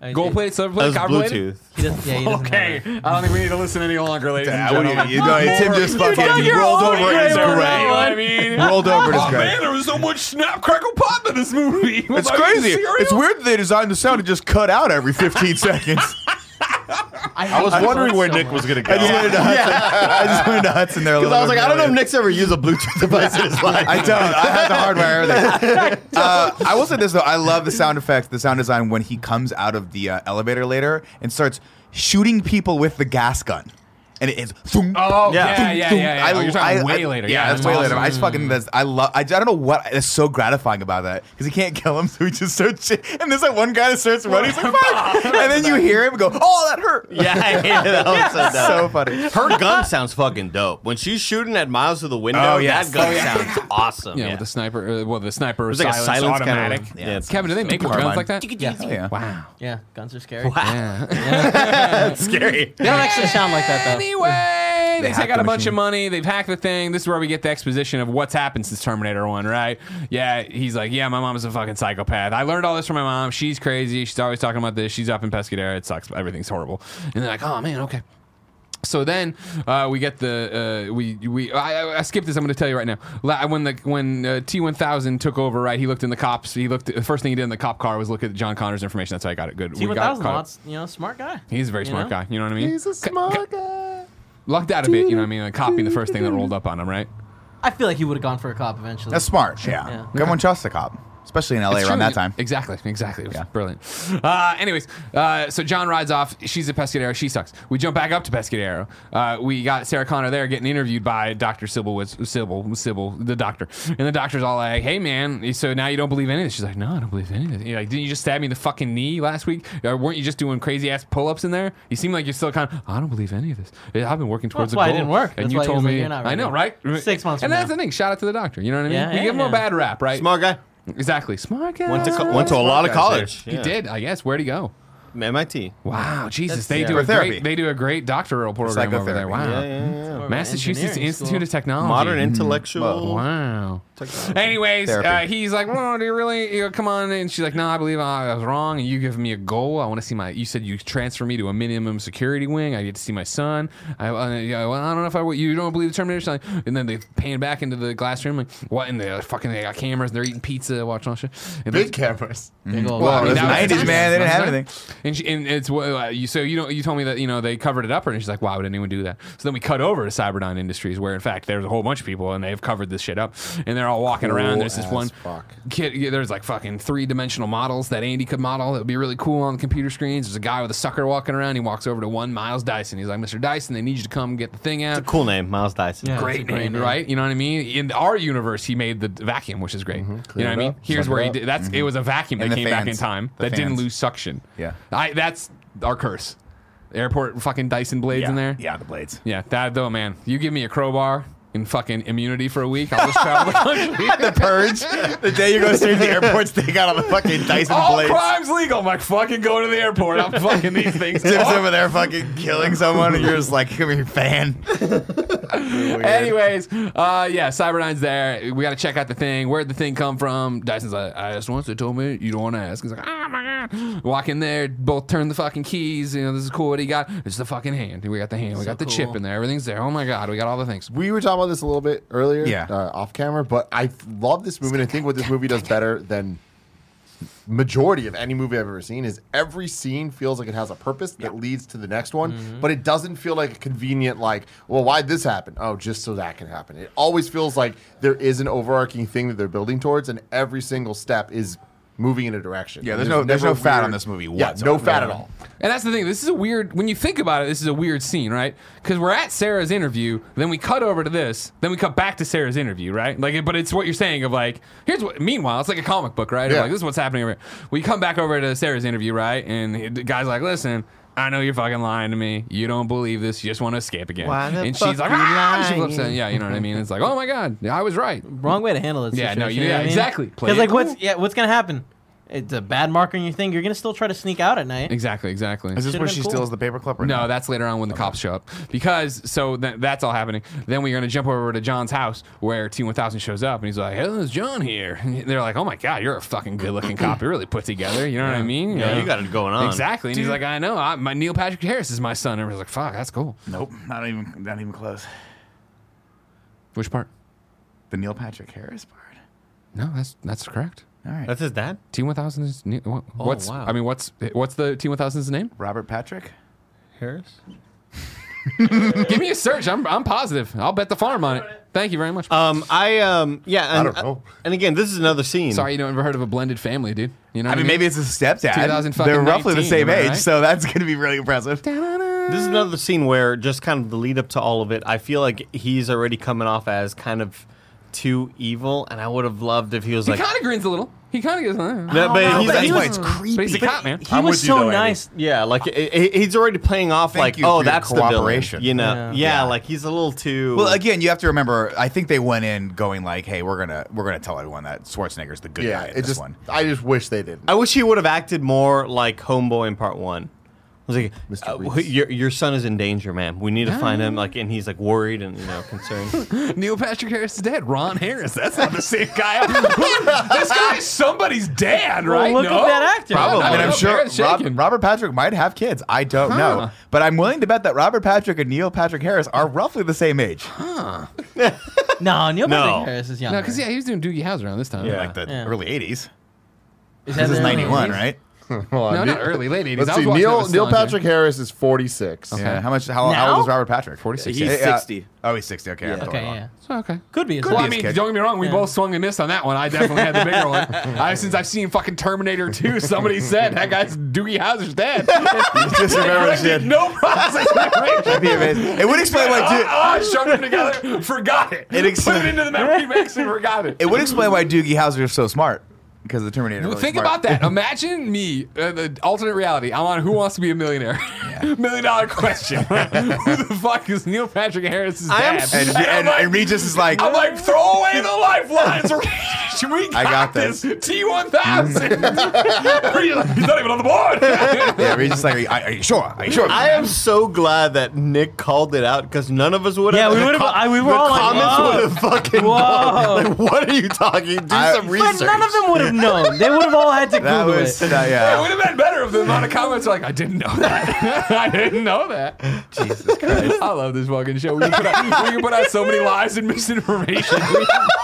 I-
Gold plated, silver plated,
That was
copper plated.
Bluetooth.
He doesn't, yeah, he doesn't
Okay,
Have
I don't think we need to listen any longer, ladies
Yeah,
and
what do
gentlemen.
you, you know, Tim just fucking
You're
rolled
all
over
right,
his
you know
grave.
what I mean?
Rolled over his
Oh man,
grave.
there was so much snap, crackle, pop in this movie. Was
It's
I
crazy.
serious?
It's weird that they designed the sound to just cut out every 15 seconds.
that. I,
I was
hate
wondering
phones
where
so
Nick
much.
was gonna go.
I just went into Hudson. I just went into Hudson there a little
Because I was
bit
like, I don't know if
earlier.
Nick's ever used a Bluetooth device in his life.
I don't. I have the hardware. Everything. Uh, I will say this though. I love the sound effects, the sound design when he comes out of the uh, elevator later and starts shooting people with the gas gun, and it is. thunk,
Oh yeah, yeah,
Yeah.
yeah,
thunk.
yeah. yeah. Oh, you're talking way later.
Yeah, that's way later. I just fucking. That's, I love. I, I don't know what. It's so gratifying about that because he can't kill him, so he just starts. Shit. And there's that one guy that starts running. He's like, fuck. and then you hear him go, "Oh, that hurt."
yeah, I hated that. one so dumb.
So funny.
Her gun sounds fucking dope. When she's shooting at Miles through the window,
Oh, yes.
that gun
Oh, yeah.
sounds awesome.
Yeah,
Yeah,
with the sniper. uh, Well, the sniper was
was like a
silence,
silence kind of
automatic.
one. Yeah, it's-
Kevin, do they make more guns
Carbine.
like that?
Yeah. Oh, yeah.
Wow.
Yeah, guns are scary.
Yeah.
that's scary.
They don't actually sound like that though.
Anyway, they,
They
take
hacked
out
the
a bunch
machine.
of money. They've hacked the thing. This is where we get the exposition of what's happened since Terminator One, right? Yeah, he's like, yeah, my mom's a fucking psychopath. I learned all this from my mom. She's crazy. She's always talking about this. She's up in Pescadero. It sucks. Everything's horrible. And they're like, oh man, okay. So then uh, we get the uh, we we I, I- I skipped this. I'm going to tell you right now. La- When the when uh, T1000 took over, right? He looked in the cops. He looked. The first thing he did in the cop car was look at John Connor's information. That's how I got it. Good.
T
We
one
got
thousand
caught up.
lots, you know, smart guy.
He's a very
you
smart
know?
guy. You know what I mean?
He's a smart guy.
lucked out a bit, you know what I mean? Like copying the first thing that rolled up on him, right?
I feel like he would have gone for a cop eventually.
That's smart. Yeah.
Yeah.
Everyone trusts the cop, especially in LA
It's
around
true.
that time.
Exactly, exactly. It was
Yeah.
brilliant. Uh, anyways, uh, so John rides off. She's at Pescadero. She sucks. We jump back up to Pescadero. Uh, we got Sarah Connor there getting interviewed by Dr. Sybil, was, Sybil, Sybil, the doctor. And the doctor's all like, hey, man, so now you don't believe any of this? She's like, no, I don't believe any of this. You're like, didn't you just stab me in the fucking knee last week? Or weren't you just doing crazy ass pull ups in there? You seem like you're still kind of, I don't believe any of this. I've been working
Well,
towards
that's why
a
it
goal.
didn't work.
And
That's
you
why he
told
was like,
me,
"You're not
I
ready."
know, right?
Six months
And
from
that's
now.
the thing. Shout out to the doctor. You know what I mean?
Yeah,
we
yeah,
give him a
yeah.
bad rap, right?
Smart guy.
Exactly. Smart guy.
Went to co- went to a lot of college.
He
Yeah.
did, I guess. Where'd he go?
MIT.
Wow, Jesus, they
yeah.
do
For
a
therapy.
great they do a great doctoral program over there.
Psychotherapy.
Wow.
Yeah, yeah, yeah.
Or
Massachusetts
engineering
Institute
school.
of Technology.
Modern intellectual.
Wow.
technology.
Anyways,
Therapy.
uh, he's like, "Well, do you really? You know, come on." And she's like, "No, I believe I was wrong. And you give me a goal. I want to see my. You said you transfer me to a minimum security wing. I get to see my son. I, uh, yeah, well, I don't know if I. would- You don't believe the Terminator? She's like, And then they pan back into the glass room. Like, what? And they uh, fucking they got cameras. They're eating pizza, watching all shit. And they-
Big cameras.
Big old-
well,
Well,
I mean,
it was
that was
90s, Oh, man. They didn't have anything.
And, she, and it's well, uh, you. So you don't. You told me that you know they covered it up, and she's like, "Why would anyone do that?" So then we cut over to Cyberdyne Industries, where in fact there's a whole bunch of people, and they've covered this shit up, and they're all walking around. There's this
as
one
fuck.
kid. yeah, there's like fucking three dimensional models that Andy could model. That would be really cool on the computer screens. There's a guy with a sucker walking around. He walks over to one Miles Dyson. He's like, "Mr. Dyson, they need you to come get the thing out."
Cool name, Miles Dyson.
Yeah.
great
It's a great
name,
name.
right? You know what I mean? In our universe, he made the vacuum, which is great. You
Mm-hmm.
Clean
know what I
it
mean?
up,
Here's
suck
where
it
he
up.
did. That's it was a vacuum
And
that
the
came back in
fans.
time
The
that didn't
fans.
lose suction.
Yeah.
I, that's our curse. Airport fucking Dyson blades in there.
Yeah, the blades.
yeah. That though, man. You give me a crowbar and fucking immunity for a week, I'll just travel the country.
the purge. The day you go straight to the airports, they got all the fucking Dyson
All
blades.
crimes legal. I'm like, fucking go to the airport. I'm fucking these things.
Tim's
up.
over there fucking killing someone, and you're just like, "Come here, fan."
Anyways, uh, yeah, Cyberdyne's there. We got to check out the thing. Where'd the thing come from? Dyson's like, I asked once. They told me you don't want to ask. He's like, oh my god. Walk in there, both turn the fucking keys. You know, this is cool. What he got? It's the fucking hand. We got the hand. We
So
got the chip
cool.
in there. Everything's there. Oh my god, we got all the things.
We were talking about this a little bit earlier,
Yeah.
uh, off camera, but I love this movie. And I think what this movie does better than majority of any movie I've ever seen is every scene feels like it has a purpose that leads to the next one,
Mm-hmm.
but it doesn't feel like a convenient like, well, why'd this happen? Oh, just so that can happen. It always feels like there is an overarching thing that they're building towards, and every single step is moving in a direction.
Yeah,
And
there's no- there's no
never
fat on this movie
Yeah, no
whatsoever.
fat at
Yeah.
all.
And that's the thing. This is a weird. When you think about it, this is a weird scene, right? Because we're at Sarah's interview, then we cut over to this, then we cut back to Sarah's interview, right? Like, but it's what you're saying of like, here's what. Meanwhile, it's like a comic book, right? Of
Yeah.
Like this is what's happening. Over here. We come back over to Sarah's interview, right? And the guy's like, listen. I know you're fucking lying to me. You don't believe this. You just want to escape again.
Why the
and
fuck
she's like,
you
"Ah!" she
lying?
flips out. Yeah, you know what I mean. It's like, oh my god, I was right.
Wrong way to handle this.
Yeah, no,
situation,
you-
know
yeah,
what I mean?
exactly. Play
'Cause,
it
like,
cool.
what's yeah, what's gonna happen? It's a bad mark on your thing. You're gonna still try to sneak out at night.
Exactly, exactly.
Is this
Should've
where
been
she
cool.
steals the paperclip? Or
No, that's later on when the cops show up. Because so tha- that's all happening. Then we're gonna jump over to John's house where T one thousand shows up and he's like, "Hey, is John here?" And they're like, "Oh my god, you're a fucking good looking cop. You're really put together. You know what I mean?"
Yeah, you got it going on.
exactly. And he's like, "I know. I, my Neil Patrick Harris is my son." And everyone's like, "Fuck, that's cool."
nope, not even not even close.
Which part?
The Neil Patrick Harris part.
No, that's that's correct.
All right,
That's his dad.
T one thousand is Neil- what- what's
Oh, wow.
I mean, what's what's the T one thousand's name?
Robert Patrick.
Harris.
Give me a search. I'm I'm positive. I'll bet the farm on it. Thank you very much.
Um, I um, yeah, and,
don't know.
and again, this is another scene.
Sorry, you never heard of a blended family, dude. You know,
I
what
mean, maybe it's his stepdad.
2019,
They're roughly the same
am I
age,
right?
so that's going to be really impressive.
This is another scene where just kind of the lead up to all of it, I feel like he's already coming off as kind of too evil, and I would have loved if he was
He
like.
kind of grins a little. He kind of goes, "Uh."
No, but
Oh, No, but
he's like,
that's why it's
he's-
creepy.
but he's a cop, man.
He
I'm
was
with you,
so
though, Andy.
nice.
yeah, like he- he- he's already playing off
Thank
like,
you for
oh,
your
that's the
cooperation.
villain, you know?
Yeah.
Yeah. like he's a little too.
Well, again, you have to remember. I think they went in going like, "Hey, we're gonna we're gonna tell everyone that Schwarzenegger's the good
Yeah,
guy in
it
this
just,
one."
I just wish they didn't.
I wish he would have acted more like Homeboy in Part One. I was like,
Mr.
uh, wh-
Reese.
your your son is in danger, ma'am. We need to find him. Like, and he's like worried and you know concerned.
Neil Patrick Harris is dead. Ron Harris. That's not the same guy. this guy's somebody's dad,
Well,
right?
look
no?
at that actor.
Probably.
I mean, I'm
No,
sure
Barrett's
Rob-
shaking.
Robert Patrick might have kids. I don't know, but I'm willing to bet that Robert Patrick and Neil Patrick Harris are roughly the same age.
No, Neil
No.
Patrick Harris is young.
No, because yeah, he was doing Doogie Howser around this time.
like the
Yeah.
early '80s.
Is
This is
the-
'91, right?
Hold on,
No,
Ne-
not early, late 80s.
Let's
I was
see.
watching
Neil
that with
Neil
Sanjay.
Patrick Harris is 46.
Yeah. How much? How, how
Now?
old is Robert Patrick?
46.
He's
Yeah.
60.
Oh, he's 60. Okay. I thought
Okay,
wrong.
yeah.
So, okay.
Could be.
Well, I
be his
mean,
kid.
don't get me wrong. We
Yeah.
both swung and missed on that one. I definitely had the bigger one. I, since I've seen fucking Terminator 2, somebody said that guy's Doogie Howser's dad.
Just remember this shit.
no process.
That'd be amazing. It would explain why. Dude,
Uh, I shoved them together, forgot it.
It ex-
Put it into the memory mix and forgot it.
It would explain why Doogie Howser is so smart because the Terminator.
Well,
really
think
smart.
about that. Imagine me, uh, the alternate reality. I'm on Who Wants to Be a Millionaire? Million dollar question. Who the fuck is Neil Patrick Harris's
I am
dad?
And, and,
I'm,
and
like,
Regis is like,
I'm like, throw away the lifelines. we got
I got this.
T1000. Regis, He's not even on the board.
yeah, Regis is like, are, are you sure? Are you sure?
I am so glad that Nick called it out because none of us would
Yeah,
have.
we would have. I we were all like,
comments
"Whoa."
would have fucking.
Whoa.
Like, what are you talking? Do
I-
some
But
But
research.
none of them would have known. They would have all had to
that
Google
was,
it.
that-
It
yeah.
would have been better if the amount of comments were like, I didn't know that. I didn't know that.
Jesus Christ.
I love this fucking show. We can put out, we can put out so many lies and misinformation.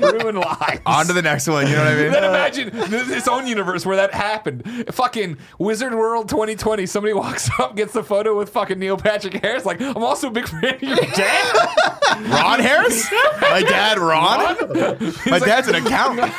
Ruin lies.
On to the next one. You know what I mean?
Then imagine th- this own universe where that happened. Fucking Wizard World 2020. Somebody walks up, gets the photo with fucking Neil Patrick Harris. Like, I'm also a big fan of your dad.
Ron Harris? My dad, Ron? My dad's an accountant.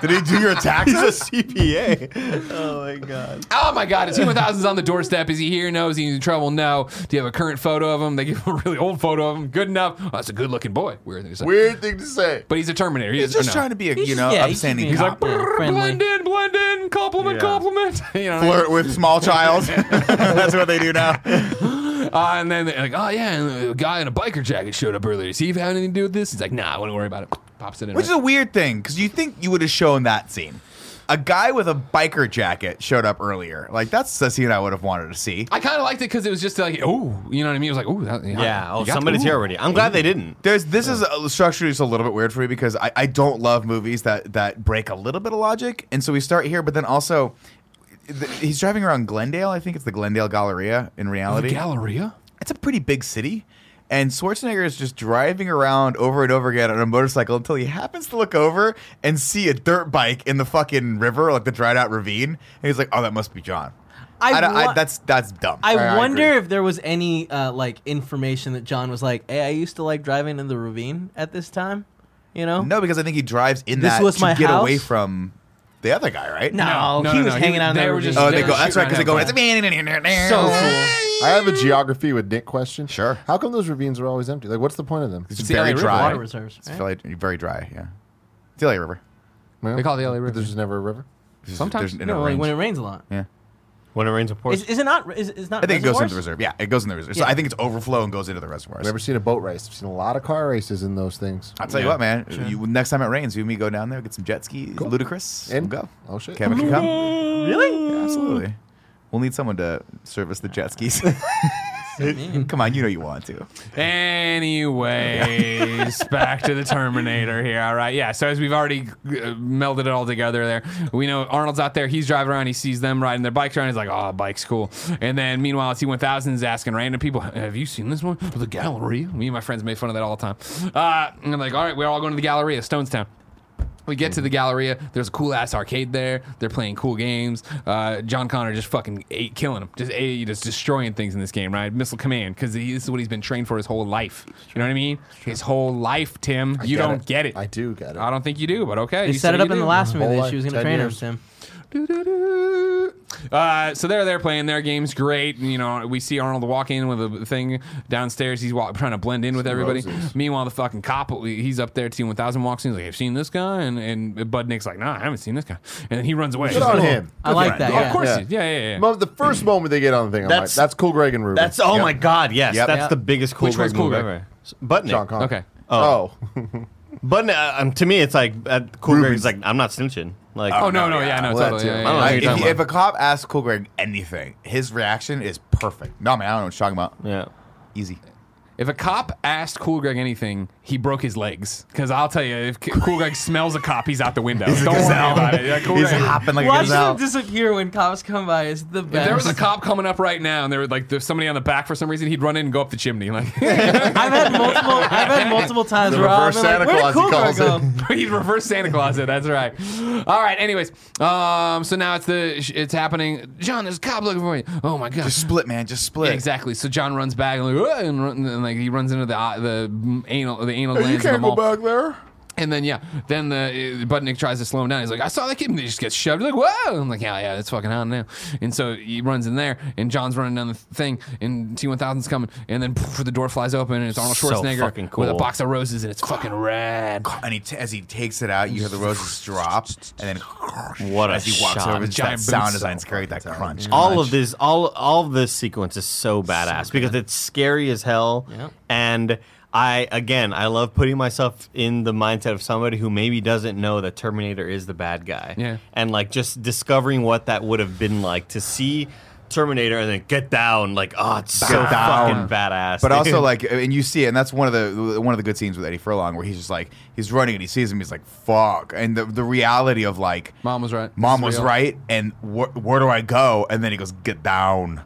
Did he do your taxes?
He's a CPA. Oh my god.
oh my god, is he 1000's on the doorstep? Is he here? No. Is he in trouble? No. Do you have a current photo of him? They give him a really old photo of him. Good enough. Oh, that's a good looking boy. Weird thing to say.
Weird thing to say.
But he's a Terminator. He
He's
is, or
just
no.
trying to be a,
He's
you know,
just- yeah, he's just
upstanding
being-
cop.
Yeah, friendly.
Blend in, blend in, compliment,
Yeah.
compliment. You know, what I mean?
Flirt with small child. That's what they do now.
Uh, and then they're like, oh yeah, and a guy in a biker jacket showed up earlier. Does he even have anything to do with this? He's like, nah, I wouldn't worry about it. Pops it in.
Which is
right?
a weird thing because you think you would have shown that scene. a guy with a biker jacket showed up earlier. Like that's the scene I would have wanted to see.
I kind of liked it because it was just like, oh, you know what I mean? It was like, oh, that,
Yeah. Oh,
you got-
somebody's
ooh.
here already. I'm glad they didn't.
There's this is uh, structurally just a little bit weird for me because I, I don't love movies that that break a little bit of logic, and so we start here, but then also. th- He's driving around Glendale. I think it's the Glendale Galleria. In
The
reality,
Galleria.
it's a pretty big city. And Schwarzenegger is just driving around over and over again on a motorcycle until he happens to look over and see a dirt bike in the fucking river, like the dried out ravine. And he's like, "Oh, that must be John." I,
I
don't, I
wa-
that's that's dumb.
I, wonder
agree.
if there was any uh, like information that John was like, "Hey, I used to like driving in the ravine at this time," you know?
No, because I think he drives in
This
that
was
to
my
get
house?
away from the other guy, right?
no,
No,
he
no,
was
no, he-
hanging out in
they
the
were
ravine.
just-
Oh, they
They're
go. That's right, because they
shooting
go.
on
It's
so
a
cool.
I have a geography with Nick question.
Sure.
How come those ravines are always empty? Like, what's the point of them?
It's
the LA
very
River.
dry.
Water
It's
reserves. right?
very, very dry. Yeah, it's the LA River.
Well,
They call it the LA
but
River.
There's just never a river.
There's-
Sometimes-
there's an
No,
inner
like
range.
when it rains a lot.
yeah.
When it rains, of course.
Is, is it not? Is, is not?
I think it goes into the
reservoirs?
reserve. Yeah, it goes in the reserve. So
Yeah.
I think it's overflow and goes into the reservoir.
I've never seen a boat race. I've seen a lot of car races in those things.
I'll tell you what, man. You, next time it rains, you and me go down there, get some jet skis, ludicrous, and
And-
we'll go.
Oh shit.
Kevin can come. Yeah,
Really?
absolutely. We'll need someone to service the jet skis. come on, you know you want to.
Anyways, back to the Terminator here. All right, yeah. So as we've already uh, melded it all together, there we know Arnold's out there. He's driving around. He sees them riding their bikes around. He's like, "Oh, bike's cool." And then meanwhile, E T1000 is asking random people, "Have you seen this one? "Oh, The Galleria?" Me and my friends made fun of that all the time. Uh, and I'm like, "All right, we're all going to the Galleria, Stonestown." We get
Mm-hmm.
to the Galleria. There's a cool ass arcade there. They're playing cool games. Uh, John Connor just fucking ate, killing them, just ate, just destroying things in this game, right? Missile Command, because this is what he's been trained for his whole life. You know what I mean? His whole life, Tim. you
get
don't
it.
get it.
I do get it.
I don't think you do, but okay.
They
you
set
say
it up
you
in the
do.
last movie
Whole
that
life,
she was going
10
to train him,
years.
Tim.
Doo-doo-doo. Uh, so they're there playing their games, great. You know, we see Arnold walk in with a thing downstairs. He's walk, trying to blend in with everybody.
roses.
Meanwhile, the fucking cop, he's up there. T one thousand walks in. He's like, "I've seen this guy," and, and Bud Nick's like, "Nah, I haven't seen this guy." And then he runs away.
Good on him.
I like
Good
that.
for
Oh,
Yeah.
of course,
Yeah.
he- yeah, yeah, yeah.
Mo- the first moment they get on the thing, I'm
That's-
like, that's cool, Greg and Ruben.
That's oh
Yep.
my god, yes,
Yep.
that's
Yep.
the biggest cool
Which one's
Greg move
Cool Greg?
ever. Button
John Connor.
Okay.
Oh.
Button. Uh, um, to me, it's like uh, cool Greg
Ruben's-
is like I'm not snitching. Like
Oh no, no, yeah, no,
Well, that
totally.
too.
Yeah, yeah,
I
don't
yeah.
know.
I-
you're
if,
talking
if
about-
a cop asks Cool Greg anything, his reaction is perfect. No, man, I don't know what you're talking about.
yeah.
Easy.
If a cop asked Cool Greg anything, he broke his legs. Because I'll tell you, if C- Cool Greg smells a cop, he's out the window. Don't worry about it. Yeah,
Oh.
Cool
He's
Greg-
hopping like a
Watch
gazelle.
them disappear when cops come by is the best.
If there was a cop coming up right now, and there was like there's somebody on the back for some reason, he'd run in and go up the chimney. Like
I've had multiple. I've had multiple times
The
where I've
reverse
been like,
Santa
"Where did cool
Claus,
Girl
he
go?"
calls
he'd reverse Santa Claus it. That's right. All right. Anyways, um, so now it's the it's happening. John, there's a cop looking for you. Oh my god.
Just split, man. Just split.
Yeah, exactly. So John runs back and like, "Ugh," and, run, and like he runs into the eye- the anal the anal glands of the mall.
there.
And then yeah, then the uh, Budnick tries to slow him down. He's like, "I saw that kid," and he just gets shoved. He's like, "Whoa!" I'm like, "Yeah, yeah, that's fucking out now." And so he runs in there, and John's running down the thing, and T1000's coming, and then poof, the door flies open, and it's Arnold
So
Schwarzenegger
fucking
with a
cool.
box of roses, and it's fucking rad.
And he t- as he takes it out, you hear the roses drop, and then
What a
as he walks
shot.
over, it's
Giant
that
boots.
sound design's great, that crunch.
all
crunch.
of this all all of this sequence is so badass because it's scary as hell
Yeah.
and i again i love putting myself in the mindset of somebody who maybe doesn't know that terminator is the bad guy
Yeah.
and like just discovering what that would have been like to see terminator and then get down like oh it's so
Get down.
fucking badass
But also
dude.
like, and you see it, and that's one of the one of the good scenes with Eddie Furlong, where he's just like he's running and he sees him, he's like, "Fuck!" And the, the reality of like,
Mom was right.
mom
This is
was
real.
right, and wh- where do I go? And then he goes, "Get down."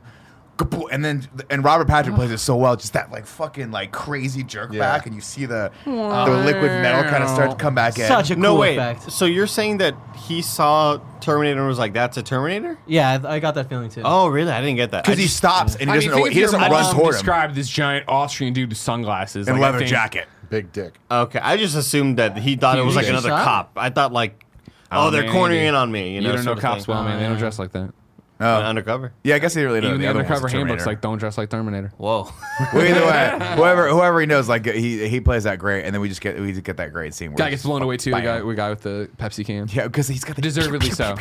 Kapoo- And then and Robert Patrick plays it so well, just that like fucking like crazy jerk back, and you see the the liquid metal kind of start to come back in.
Such a cool
no wait
effect.
so you're saying that he saw terminator and was like that's a terminator
Yeah, I, I got that feeling too.
oh really i didn't get that I
because he
just-
stops and he
I
doesn't
mean, think
know,
if
he
your
doesn't
mom
run toward him
Described this giant Austrian dude with sunglasses
in
like, I
leather
think-
jacket.
Big dick.
Okay, I just assumed that he thought it was like
Huge
another
shot.
cop. I thought like, oh,
Oh,
they're
man,
cornering
dude.
in on me. You,
You,
know,
don't know
sort of
cops
thing. Uh-huh.
well, man. They don't dress like that.
Oh.
undercover.
Yeah, I guess he really does.
Even the,
Uh-huh. other one's
undercover handbook's
Terminator.
like, "Don't dress like Terminator."
Whoa.
Well, either way, whoever whoever he knows, like he he plays that great, and then we just get we just get that great scene. Where
Guy
he's
gets blown away too. The
bam.
guy, the guy with the Pepsi can.
Yeah, because he's got the
Deservedly so.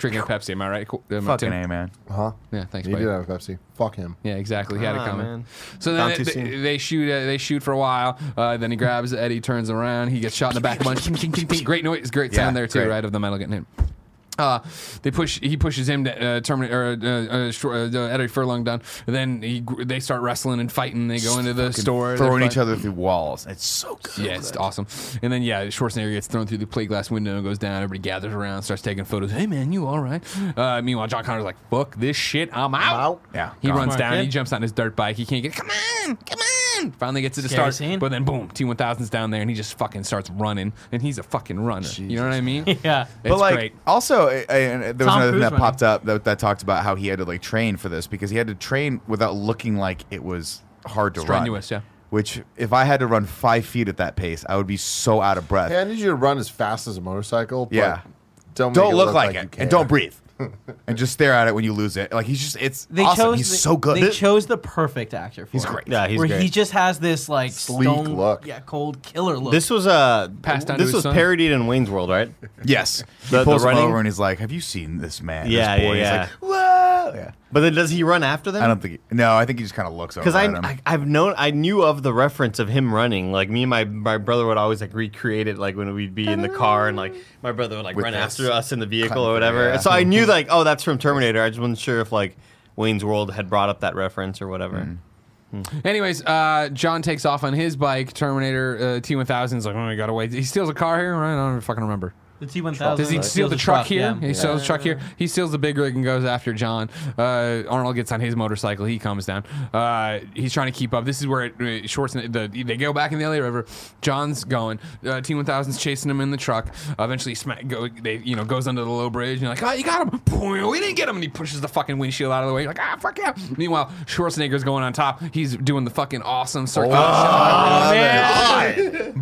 Drinking Pepsi. Am I right? Cool. Am I
Fucking
Tim?
a man.
Huh?
Yeah, thanks,
He
buddy.
did have a Pepsi. Fuck him.
Yeah, exactly. He had
Ah,
it coming.
man.
So then
Found
they,
too
they,
soon.
they shoot. Uh, they shoot for a while. Uh, then he grabs Eddie, turns around. He gets shot in the back a bunch. Ting, ting, ting, ting. Great noise. Great
Yeah,
sound there too,
great.
right? Of the metal getting hit. Uh, they push. He pushes him to uh, Terminator. Uh, uh, uh, Shor- uh, uh, Eddie Furlong down. And then he, gr- they start wrestling and fighting. They go into the store. they're
throwing
fight-
each other through walls. It's so good.
Yeah, it's awesome. And then yeah, Schwarzenegger gets thrown through the plate glass window and goes down. Everybody gathers around, starts taking photos. Hey man, you all right? Uh, meanwhile, John Connor's like, "Fuck this shit, I'm out."
Yeah,
He
gone.
runs
Smart
down.
kid.
He jumps on his dirt bike. He can't get. Come on, come on. Finally gets to the
Scary
start,
scene.
but then boom, T1000's down there, and he just fucking starts running, and he's a fucking runner. You know what I mean? It's
Yeah.
but like
great.
also I, I, and there was
Tom
another thing that
Cruise
popped up that, that talked about how he had to like train for this because he had to train without looking like it was hard to
Strenuous,
run
yeah.
which if i had to run five feet at that pace i would be so out of breath
Hey, I need you to run as fast as a motorcycle. but
Yeah.
Don't, make
don't look, like,
you
it
care.
and don't breathe and just stare at it when you lose it like he's just it's
They
awesome
chose
he's
the-
so good
They chose the perfect actor for
he's
it.
great
Yeah, he's
where
great.
he just has this like
Sleek
stone,
look.
yeah, cold killer look.
this was uh,
Passed down to
this
his
was
son.
parodied in Wayne's World, right?
yes he
The- the
pulls him
running-
over and he's like have you seen this man this
Yeah, yeah,
boy?" He's
yeah.
like, whoa yeah
But then does he run after them?
i don't think he, no i think he just kind of looks over
because I,
at him.
I I've known I knew of the reference of him running. Like me and my my brother would always like recreate it like when we'd be in the car and like my brother would like
With
run
this.
after us in the vehicle
Kind of,
or whatever.
yeah.
So I knew like oh that's from Terminator. I just wasn't sure if like Wayne's World had brought up that reference or whatever.
Mm.
Anyways, uh, John takes off on his bike. Terminator uh, T1000's like, oh, I gotta wait. He steals a car here. I don't fucking remember.
the T one thousand.
Does he steal the truck, here? He steals the truck here. He steals the big rig and goes after John. Uh, Arnold gets on his motorcycle. He comes down. Uh, he's trying to keep up. This is where it, uh, Schwarzenegger. The, they go back in the LA River. John's going. Uh, T1000's chasing him in the truck. Uh, eventually, smack, go, they you know goes under the low bridge. And you're like, oh, you got him. Boing, We didn't get him. And he pushes the fucking windshield out of the way. You're like, ah, fuck yeah. Meanwhile, Schwarzenegger's going on top. He's doing the fucking awesome circle.
Oh,
shot.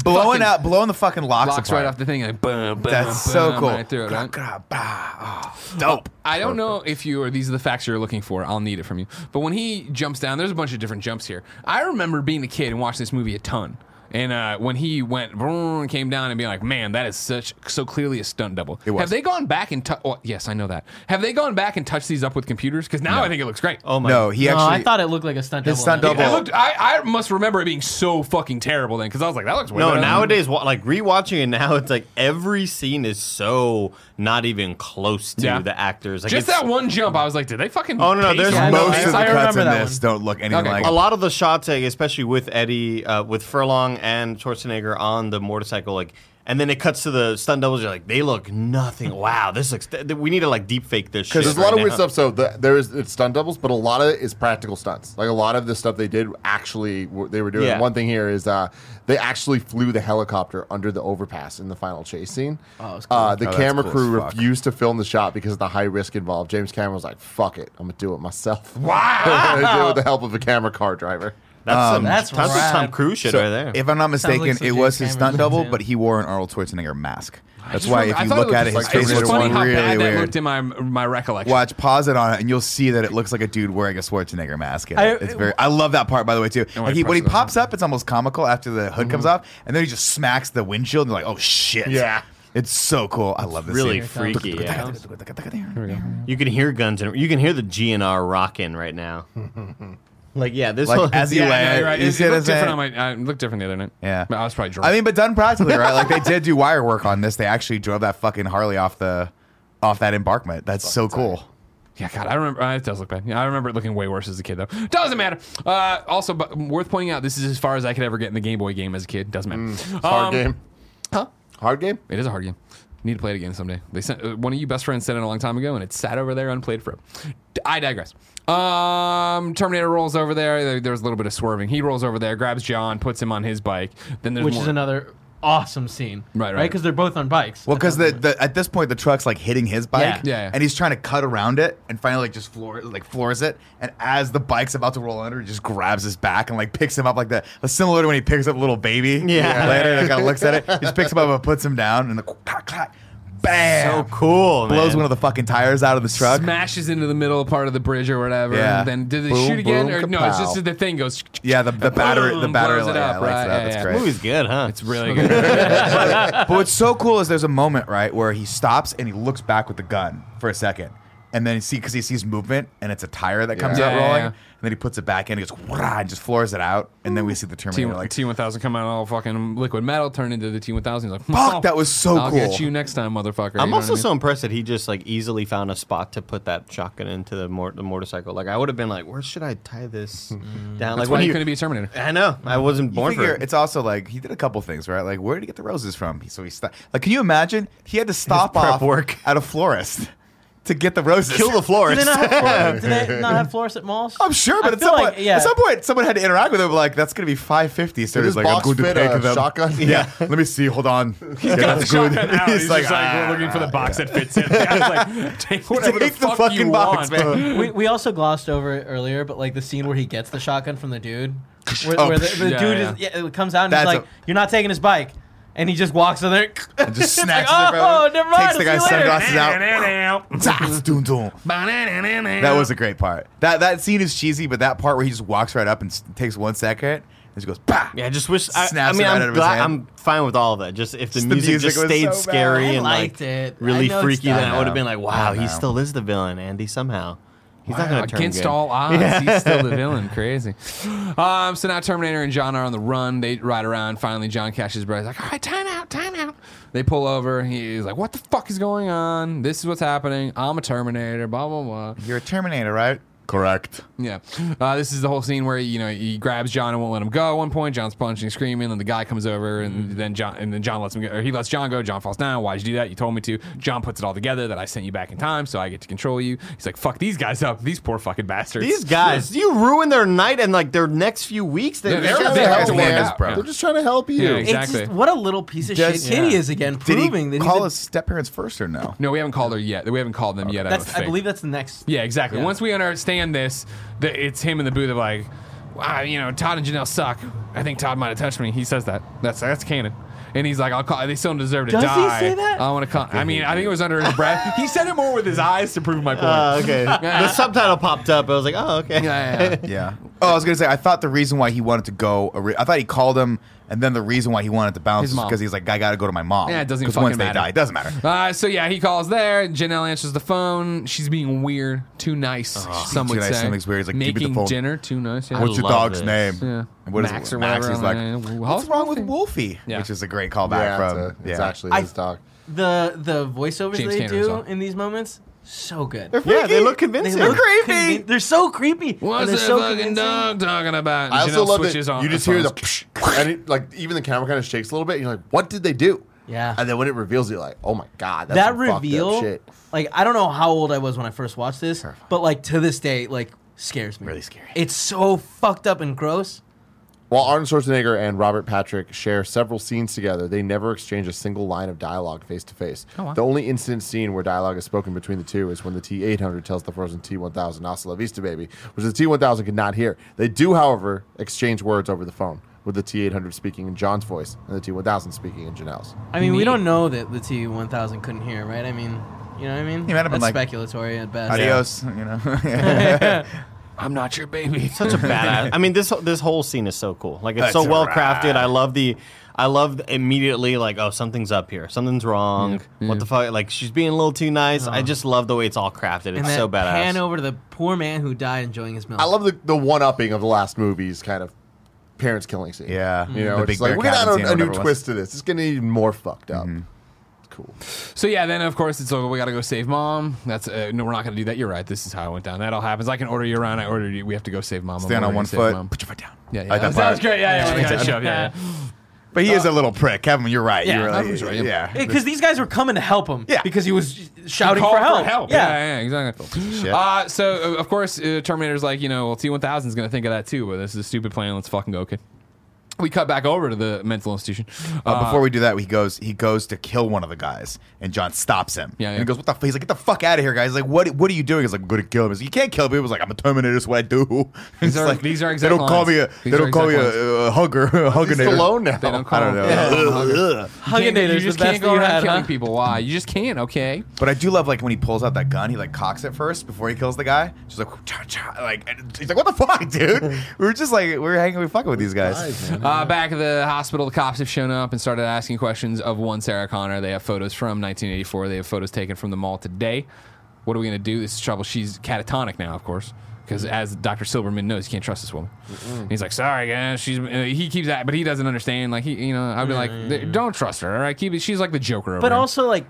blowing out blowing the fucking locks,
Locks
apart.
right off the thing. Like, boom, boom,
That's so
boom,
cool.
Right through it, right?
Gra- bah. Oh, dope.
I don't know if you or these are the facts you're looking for. I'll need it from you. But when he jumps down, there's a bunch of different jumps here. I remember being a kid and watching this movie a ton. And uh, when he went vroom, and came down and being like, man, that is such so clearly a stunt double.
was.
Have they gone back and touched? Oh, yes, I know that. Have they gone back and touched these up with computers? Because now I think it looks great.
Oh my!
No, he
No,
actually.
I thought it looked like a stunt double.
His stunt
now.
double-
It looked, I, I must remember it being so fucking terrible then because I was like, that looks way
No,
better than-
nowadays, wa- like rewatching it now, it's like every scene is so not even close to
Yeah.
the actors. Like
Just
it's-
that one jump, I was like, did they fucking.
Oh, no, no,
pace
there's
on
no-
most
that?
of the
I
cuts
remember
in
that
this don't look anything
Okay,
like.
a lot of the shots, like, especially with Eddie, uh, with Furlong and Schwarzenegger on the motorcycle, like, and then it cuts to the stunt doubles. You're like, they look nothing. Wow, this looks. Th- th- we need to like deep fake this shit.
Because there's a lot of
right
weird
now.
stuff. So the, there is it's stunt doubles, but a lot of it is practical stunts. Like a lot of the stuff they did actually were- they were doing.
Yeah.
One thing here is uh, they actually flew the helicopter under the overpass in the final chase scene.
Oh, that's cool.
uh, the
Oh, that's
camera
cool
crew
as fuck.
refused to film the shot because of the high risk involved. James Cameron was like, "Fuck it, I'm gonna do it myself." Wow! I did it with the help of a camera car driver.
That's some,
That's
that's, some Tom
rad.
Cruise shit right there.
If I'm not
like
mistaken,
some
it
James
was his
Cameron
stunt
shit,
double,
yeah.
but he wore an Arnold Schwarzenegger mask. That's
Just
why
remember-
if
I
you
thought
look
looked
at it,
just
his
like-
face
It's
is
just funny how
really
bad that
weird.
looked in my my recollection.
Watch, pause it on it, and you'll see that it looks like a dude wearing a Schwarzenegger mask. in it.
I-
it's very. I love that part, by the way, too.
when
Like
he
he, when he
presses on
pops up, it's almost comical after the hood comes off, and then he just smacks the windshield, and you're like, oh shit.
Yeah.
It's so cool. I love this.
really
scene.
freaky. yeah.
Here we go.
You can hear guns and you can hear the GNR rocking right now. like yeah, this
Like
whole,
as he
Yeah, I know,
lands,
you're right.
you
It,
see
it
what I'm
looked different
saying?
on my. I it looked different the other night.
Yeah.
but I was probably drunk.
I mean, but done practically, right? Like they did do wire work on this. They actually drove that fucking Harley off the off that embankment. That's so cool.
yeah, God, I remember. Uh, it does look bad. Yeah, I remember it looking way worse as a kid, though. Doesn't matter. Uh, also, but worth pointing out, this is as far as I could ever get in the Game Boy game as a kid. Doesn't
Mm,
matter.
Hard
Um,
game. Huh? Hard game.
It is a hard game. Need to play it again someday. They sent uh, one of you best friends sent it a long time ago, and it sat over there unplayed forever. D- I digress. Um, Terminator rolls over there. There- There's a little bit of swerving. He rolls over there, grabs John, puts him on his bike. Then there's
which
more.
is another awesome scene.
Right, right.
Because they're both on bikes.
Well,
at
because the,
that
the at this point the truck's like hitting his bike,
Yeah. Yeah.
and he's trying to cut around it, and finally like just floor like floors it, and as the bike's about to roll under, he just grabs his back and like picks him up like that, similar to when he picks up a little baby.
Yeah.
later and kind of looks at it, he just picks him up and puts him down, and the clack clack, bam,
so cool.
blows
man.
one of the fucking tires out of the truck.
smashes into the middle part of the bridge or whatever.
Yeah.
And then did they
Boom,
shoot again?
boom,
or no, it's just
kapow.
that the thing goes.
Yeah, the, the battery, the
Boom,
battery,
blows it
yeah,
up,
lights
right,
it up.
yeah,
That's
yeah.
great.
Movie's good, huh?
It's really good.
but what's so cool is there's a moment right where he stops and he looks back with the gun for a second and then see because he sees movement and it's a tire that comes
Yeah.
out
Yeah, yeah,
rolling,
yeah.
and then he puts it back in and goes "Wah," and just floors it out, and then we see the
T
Terminator like
T one thousand come out all fucking liquid metal, turn into the T one thousand. Like
Fuck, that was so
I'll
cool."
get you next time, motherfucker. You
I'm
know
also
what I
so impressed that he just like easily found a spot to put that shotgun into the, mor- the motorcycle. Like I would have been like, where should I tie this down?
That's
Like
why
when
he
you-
couldn't be a Terminator.
I know I wasn't
Mm. You
born for
figure
it.
it's also like he did a couple things, right? Like where did he get the roses from? So he stopped. Like, can you imagine? He had to stop
prep
off
work.
at a florist to get the roses.
Kill the
Do they
florist.
not have florist? Do they not have florist at malls?
I'm sure, but
I
at
feel
some
like-
point,
yeah.
at some point, someone had to interact with him. Like that's gonna be five fifty. So
Did
he's
his
like,
box
I'm going
fit
to
a
take them.
shotgun?
Yeah. Let me see. Hold on. yeah, that's good.
He's, like,
"Ah."
looking for the box that fits him. like, take whatever
Take
the, fuck
fucking
you
box,
want,
man.
we, we also glossed over it earlier, but like the scene where he gets the shotgun from the dude, where,
Oh,
where the, the
yeah,
dude
yeah.
Is, yeah, it comes out and
That's
he's like,
a-
"You're not taking his bike," and he just walks in there.
And just
It's
snatches
like,
it from
"Oh,
him,
never mind,
Takes the
I'll
guy's
see you later."
sunglasses out. Zas, dun, dun. That was a great part. That that scene is cheesy, but that part where he just walks right up and s- takes one second and just goes, bah.
yeah, I just wish. I, I
Snaps it
mean,
right out
I'm
of his
glad.
hand.
I'm fine with all of that. Just if the,
Just the
music,
music
just
was
stayed
so bad.
scary
I
and
liked
like
it. I
really
know it's
freaky,
done.
then I would have been like, wow,
know.
he still is the villain, Andy. Somehow, he's not
Wow,
gonna turn
against
good.
all odds. He's still the villain. Crazy. Um, so now Terminator and John are on the run. They ride around. Finally, John catches his breath. He's like, all right, time out, time out. They pull over. He's like, what the fuck is going on? This is what's happening. I'm a Terminator. Blah blah blah.
You're a Terminator, right? Correct.
Yeah. Uh, this is the whole scene where you know he grabs John and won't let him go. At one point, John's punching, screaming, and the guy comes over, and
Mm-hmm.
then John and then John lets him go. Or he lets John go. John falls down. Why'd you do that? You told me to. John puts it all together that I sent you back in time, so I get to control you. He's like, fuck these guys up. These poor fucking bastards.
These guys, you ruin their night and like their next few weeks. They,
Yeah,
They're
they're-
trying
they
to
have
help,
to work
man.
out, bro.
They're just trying to help you.
Yeah,
It's
exactly.
just what a little piece of
Does-
shit Kitty is again,
Did he
proving that
call
he's.
his stepparents first or no?
No, we haven't called her yet. We haven't called them yet.
A,
I,
that's,
don't
I
think.
believe that's the next.
Yeah, exactly.
Yeah.
Once we understand this, that it's him in the booth of like, wow, you know, Todd and Janelle suck. I think Todd might have touched me. He says that. That's that's canon. And he's like, I'll call. They still don't deserve to
Does he
die.
say that?
I want to call. I mean, I think it was under his breath. He said it more with his eyes to prove my point.
Ah,
Uh, okay. the subtitle popped up. I was like, oh, okay.
yeah, yeah, yeah.
Yeah. Oh, I was gonna say. I thought the reason why he wanted to go. ori- I thought he called him, and then the reason why he wanted to bounce
His
is
mom.
because he's like, I gotta go to my mom.
Yeah, it doesn't
'Cause
fucking
once they
matter.
die, it doesn't matter.
Uh, so yeah, he calls there. Janelle answers the phone. She's being weird, too nice. some
Ah, too
would
nice,
say
something's weird. He's like, "Give me
making
the phone."
dinner too nice. Yeah.
What's your
love
dog's
this.
name?
Yeah.
And what is
Max
it?
or
Max
whatever.
is
I'm like,
like, what's
"How's
wrong with
Wolfie?"
Wolfie?
Yeah.
Which is a great callback
Yeah,
from.
it's, a-
yeah.
it's actually
I-
his dog.
The the voiceovers
James
they
Cameron
do
song.
in these moments, so good.
Yeah, they look
They
convincing.
look conven- they're so creepy. and
What's
they're
that
so
fucking
convincing.
dog talking about?
I also
Janelle
love
switches
that
on
you just
her
hear the
phones.
psh, and it, like even the camera kind of shakes a little bit. And you're like, what did they do?
Yeah.
And then when it reveals, you're like, oh my god, that's
that
some fucked up
reveal,
shit.
like I don't know how old I was when I first watched this, but like to this day, like scares me.
Really scary.
It's so fucked up and gross.
While Arnold Schwarzenegger and Robert Patrick share several scenes together, they never exchange a single line of dialogue face to face.
Oh,
The only incident scene where dialogue is spoken between the two is when the T 800 tells the frozen T 1000, Hasta la vista, baby, which the T 1000 could not hear. They do, however, exchange words over the phone, with the T 800 speaking in John's voice and the T 1000 speaking in Janelle's.
I mean, we
Neat.
don't know that the T one thousand couldn't hear, right? I mean, you know what I mean?
He might have been
That's
like,
speculatory at best.
Adios. You know.
I'm not your baby.
Such a badass. I mean, this this whole scene is so cool. Like
That's
it's so well crafted.
right.
I love the. I love immediately like oh something's up here something's wrong what the fuck like she's being a little too nice I just love the way it's all crafted
And
it's
then
so badass
pan over to the poor man who died enjoying his milk.
I love the, the one upping of the last movie's kind of parents killing scene.
Yeah.
You know,
The
it's
Big
like,
Bear
we're going to
Cabin
add a- a,
scene or whatever
new
it was. Mm-hmm.
twist to this. It's going to be even more fucked up. It's cool.
So yeah, then of course it's over. We gotta go save mom. That's uh, no, we're not gonna do that. You're right. This is how it went down. That all happens. I can order you around. I ordered you. We have to go save mom. I'm
Stand on
ordering
one
to save
foot.
Mom.
Put your foot down.
Yeah, yeah.
Like
that,
that
that was
part.
great. Yeah, yeah.
Yeah.
we gotta
Yeah.
shove, yeah, yeah.
But he is a little prick, Kevin. You're right.
Yeah,
You're
Kevin's right, yeah.
right. Uh, Yeah.
because these guys were coming to help him.
Yeah.
Because he was shouting
Call
for help.
Yeah, yeah, yeah, exactly.
Shit.
Uh, so uh, of course uh, Terminator's like, you know, well, T1000 is gonna think of that too. But this is a stupid plan. Let's fucking go, okay. We cut back over to the mental institution. Uh,
Uh, before we do that, he goes. He goes to kill one of the guys, and John stops him.
Yeah, yeah.
And he goes, "What the? F-? He's like, get the fuck out of here, guys! Like, what? What are you doing? He's like, I'm gonna kill him. He's like, you can't kill me. He was like, I'm a Terminator. It's what I do. It's
are-
like,
these are
They
exact
don't call
lines.
me a.
These
they
are
don't call me
exact
a, a hugger. A
He's
hugginator.
alone now.
they don't call.
I don't know. Ugh, ugh.
You, can't, you
Hugginator's the
just
best
can't
thing
go
you
around
had,
killing
huh?
people. Why? You just can't. Okay.
But I do love like when he pulls out that gun, he like cocks it first before he kills the guy. She's like, cha cha, like and he's like, what the fuck, dude? we were just like, we were hanging, we were fucking with these guys.
Uh, back at the hospital, the cops have shown up and started asking questions of one Sarah Connor. They have photos from 1984. They have photos taken from the mall today. What are we going to do? This is trouble. She's catatonic now, of course. Because as Dr. Silberman knows, you can't trust this woman. And He's like, sorry, guys. She's. uh, he keeps that, but he doesn't understand. Like he, you know, I'd be like, don't trust her. All right, keep it. She's like the Joker. Over
Mm. But
here.
also, like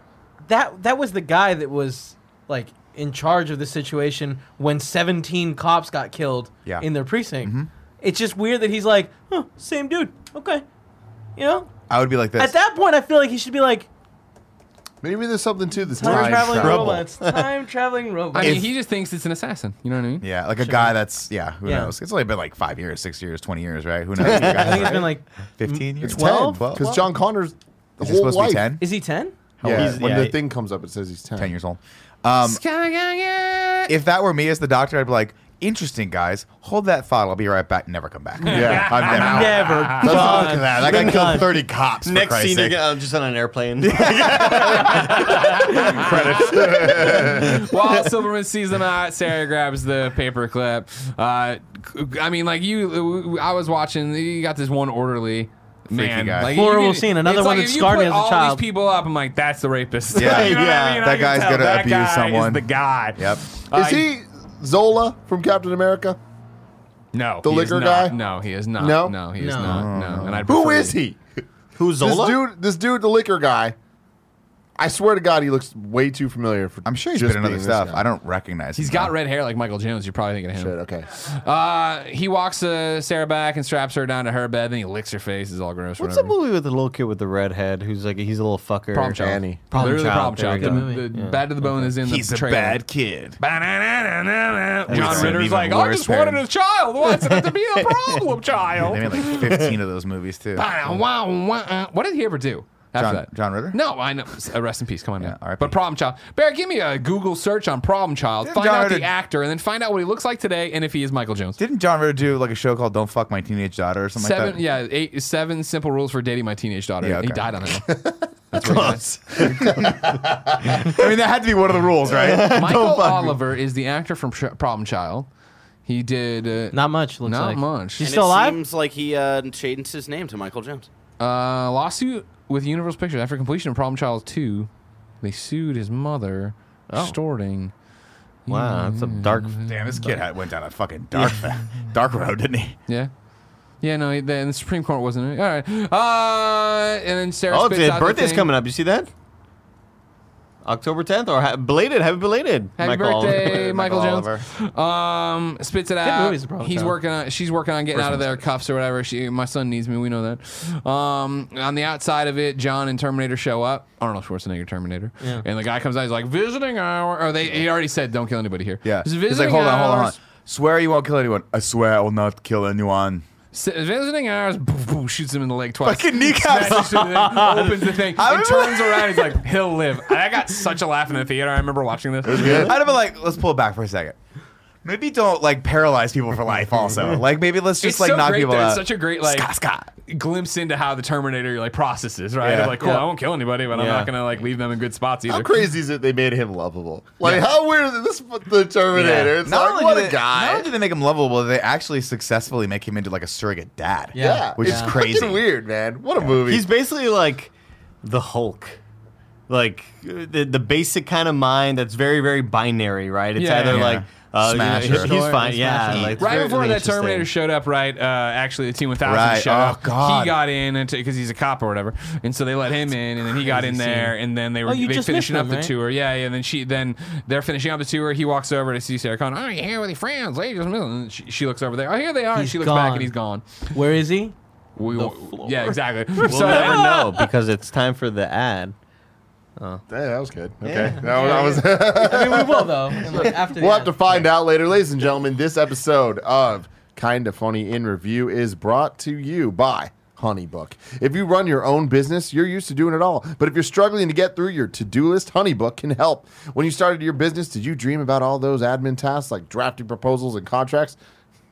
that—that was the guy that was like in charge of the situation when 17 cops got killed
Yeah.
in their precinct.
Mm-hmm.
It's just weird that he's like, huh, same dude. Okay, you know.
I would be like this.
At that point, I feel like he should be like
Maybe there's something to this.
time
Time
traveling
travel.
robots. Time traveling robots.
I mean, he just thinks it's an assassin. You know what I mean?
yeah, like a guy that's yeah. Who
Yeah.
knows? It's only been like five years, six years, twenty years, right? Who knows? You guys,
I think it's
right?
been like,
fifteen years,
12?
12?
Because John Connor's the
Is he
whole
supposed
life.
to be ten? Oh,
is he 10?
Yeah,
He's-
when
yeah,
the
he-
thing comes up, it says he's 10.
Ten years old. Um, if that were me as the doctor, I'd be like, interesting, guys. Hold that thought. I'll be right back. Never come back.
Yeah,
I'm never.
Never.
Let's
done.
look at that. That guy killed 30 cops. for
Next
Christ's
scene, you
sake.
get, I'm just on an airplane.
While Silverman sees them out, Sarah grabs the paperclip. Uh, c- I mean, like you, I was watching. You got this one orderly. Man,
guy.
like
Horrible
you could-
scene, another
it's
one
like
that
if you
scarred me
put
as a
all
child.
These people up, I'm like, that's the rapist.
Yeah.
You know what I
Yeah.
mean? I
That
can
guy's
tell
gonna
that
abuse
guy is
someone.
the guy.
Yep.
Uh,
Is he Zola from Captain America?
No,
the
he is
liquor
not.
guy?
No, he is not.
No?
no, he is
No.
not. No, and I'd
Who
prefer
is
to-
he?
Who's Zola?
This dude, this dude, the liquor guy. I swear to God, he looks way too familiar. For
I'm sure he's
just
been in other
being this
stuff.
guy.
I don't recognize
He's
him.
got red hair like Michael Jones. You're probably thinking of him.
Shit, okay.
Uh, he walks uh, Sarah back and straps her down to her bed. Then he licks her face. It's all gross.
What's
whatever.
that movie with the little kid with the red head who's like, he's a little fucker?
Problem child.
Annie.
Problem
Literally
child.
problem
There we
child.
go.
The, the bad to the bone is in
He's
the
a
trailer.
bad kid.
Ba-na-na-na-na-na. John
Listen,
Ritter's
even
like, I
worse
just wanted a
parents.
child. Why does it have to be a problem
They made
child?
like 15 of those movies too.
Wow, wow, wow. What did he ever do? After
John-
that?
John Ritter?
No, I know. Uh, rest in peace. Come on now.
RIP.
But Problem Child. Barrett, give me a Google search on Problem Child.
Didn't
Find
John
out the
Ritter-
actor and then find out what he looks like today and if he is Michael Jones.
Didn't John Ritter do like a show called "Don't Fuck My Teenage Daughter" or something
Seven,
like that?
yeah, eight, seven simple rules for dating my teenage daughter.
Yeah,
He
okay.
died on that. one. That's what he died.
I mean, that had to be one of the rules, right?
Michael Oliver is the actor from Sh- Problem Child. He did uh,
Not much. Looks
Not
like.
much.
He's
And
still
it
alive.
Seems like he uh, changed his name to Michael Jones.
Uh, lawsuit with Universal Pictures after completion of Problem Child 2. They sued his mother,
Oh.
extorting.
Wow, that's a dark.
Damn, this kid had, went down a fucking dark, dark road, didn't he?
Yeah. Yeah, no, he- the, and the Supreme Court wasn't. All right. Uh, and then Sarah.
Oh,
spits
the
out the
birthday's
thing.
coming up. You see that? October 10th or ha- belated. Happy belated.
Happy
Michael Oliver.
birthday, Michael,
Michael
Jones. Um, spits it out.
movies, Problem
He's
Child.
working on. She's working on getting out of their cuffs or whatever. She, my son needs me. We know that. Um, on the outside of it, John and Terminator show up. Arnold Schwarzenegger, Terminator.
Yeah.
And the guy comes out. He's like, "Visiting hour." Or they. He already said, "Don't kill anybody here."
Yeah.
It's
He's like,
visiting uh,
hold on, hold on, hold on.
hours."
Swear you won't kill anyone. I swear I will not kill anyone.
S- visiting hours, boom, boom, shoots him in the leg twice.
Fucking kneecaps.
Smashes through the thing, opens the thing,
I
and
remember-
turns around. He's like, "He'll live." And I got such a laugh in the theater. I remember watching this.
I'd have been like, let's pull it back for a second. Maybe don't like paralyze people for life. Also, like maybe let's just
It's
like
so
knock
great
people
though.
out.
It's such a great like
Scott, Scott.
glimpse into how the Terminator like processes, right?
Yeah.
Of, Like, cool, I won't kill anybody, but I'm
Yeah.
not gonna like leave them in good spots either.
How crazy is it they made him lovable? Like, how weird is this? The Terminator. It's
Not
like,
only
what
do
a
they, Not
guy.
only do they make him lovable, they actually successfully make him into like a surrogate dad.
Yeah.
Which is
it's
crazy.
fucking weird, man. What a movie.
He's basically like the Hulk. Like uh, the, the basic kind of mind that's very, very binary, right? It's
Yeah,
either
yeah.
like, uh, you know,
Smash
he-
her.
he's fine.
Smash
Yeah.
her.
like, it's
Right
very-
before
really
that
interesting.
Terminator showed up, right? Uh, actually, the T1000
Right.
showed
Oh,
up.
God.
He got in because he's a cop or whatever, and so they let him in, and then he got in there, and then they were
Oh, you
they
just
finishing
missed
up
them,
the
right?
tour. Yeah, yeah, and then she then they're finishing up the tour. He walks over to see Sarah Connor. Oh, you're here with your friends, ladies. and gentlemen." And she, she looks over there. Oh, here they are. and
He's
she looks back,
gone.
and he's gone.
Where is he?
We, yeah, exactly.
We'll never know because it's time for the ad.
Yeah, that was good. Okay. That one- that was.
I mean, we will though. And, like, after
We'll
the
have to
ad.
find out later, ladies and gentlemen. This episode of Kinda Funny in Review is brought to you by Honeybook. If you run your own business, you're used to doing it all. But if you're struggling to get through your to-do list, Honeybook can help. When you started your business, did you dream about all those admin tasks like drafting proposals and contracts?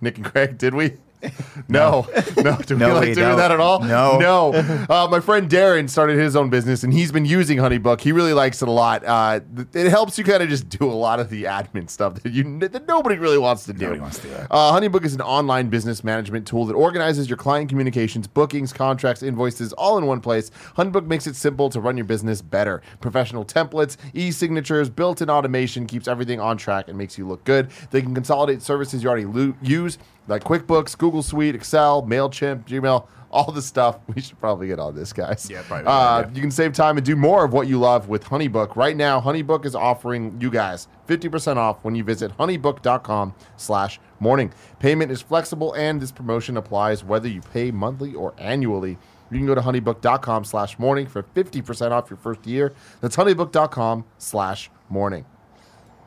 Nick and Craig, did we? No, no. Do we
No,
like
we
doing
don't.
that at all?
No.
no. Uh, my friend Darren started his own business, and he's been using HoneyBook. He really likes it a lot. Uh, th- it helps you kind of just do a lot of the admin stuff that you that nobody really wants to do.
Nobody wants to do that.
Uh, HoneyBook is an online business management tool that organizes your client communications, bookings, contracts, invoices, all in one place. HoneyBook makes it simple to run your business better. Professional templates, e-signatures, built-in automation keeps everything on track and makes you look good. They can consolidate services you already lo- use like QuickBooks, Google Suite, Excel, Mailchimp, Gmail. All the stuff we should probably get on this, guys.
Yeah, probably.
Uh, you can save time and do more of what you love with HoneyBook. Right now, HoneyBook is offering you guys 50% off when you visit honeybook.com slash morning. Payment is flexible and this promotion applies whether you pay monthly or annually. You can go to honeybook.com slash morning for 50% off your first year. That's honeybook.com slash morning.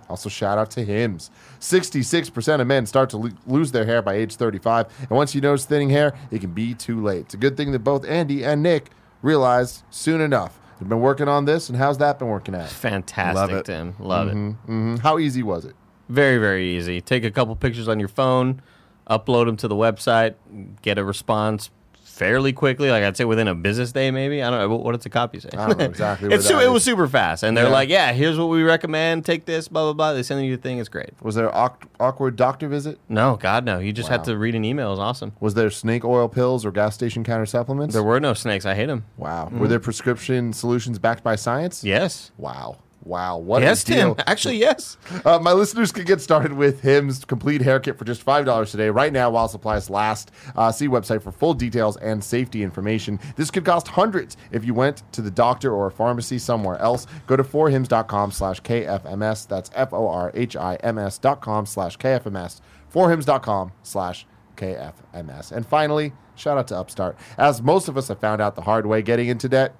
Also, shout out to Hims. 66% of men start to lo- lose their hair by age 35, and once you notice thinning hair, it can be too late. It's a good thing that both Andy and Nick realized soon enough. They've been working on this, and how's that been working out?
Fantastic,
Love it.
Tim. Love
Mm-hmm.
it.
hmm How easy was it?
Very, very easy. Take a couple pictures on your phone, upload them to the website, get a response fairly quickly. Like I'd say within a business day, maybe. I don't know. What what does the copy say?
I don't know exactly what
it's su-
that
it
is.
was super fast, and they're
Yeah.
like, "Yeah, here's what we recommend. Take this, blah blah blah." They send you the thing. It's great.
Was there an awk- awkward doctor visit?
No, God, no. You just
Wow.
had to read an email. It was awesome.
Was there snake oil pills or gas station counter supplements?
There Mm. were no snakes. I hate them.
wow. Were there prescription solutions backed by science?
Yes.
Wow. Wow. What
yes,
a deal.
Tim. Actually, yes.
Uh, my listeners can get started with Hims complete hair kit for just five dollars today, right now while supplies last. Uh, see website for full details and safety information. This could cost hundreds if you went to the doctor or a pharmacy somewhere else. Go to forhims.com slash kfms. That's f o r h i m s dot com slash kfms. Forhims.com slash kfms. And finally, shout out to Upstart. As most of us have found out the hard way, getting into debt,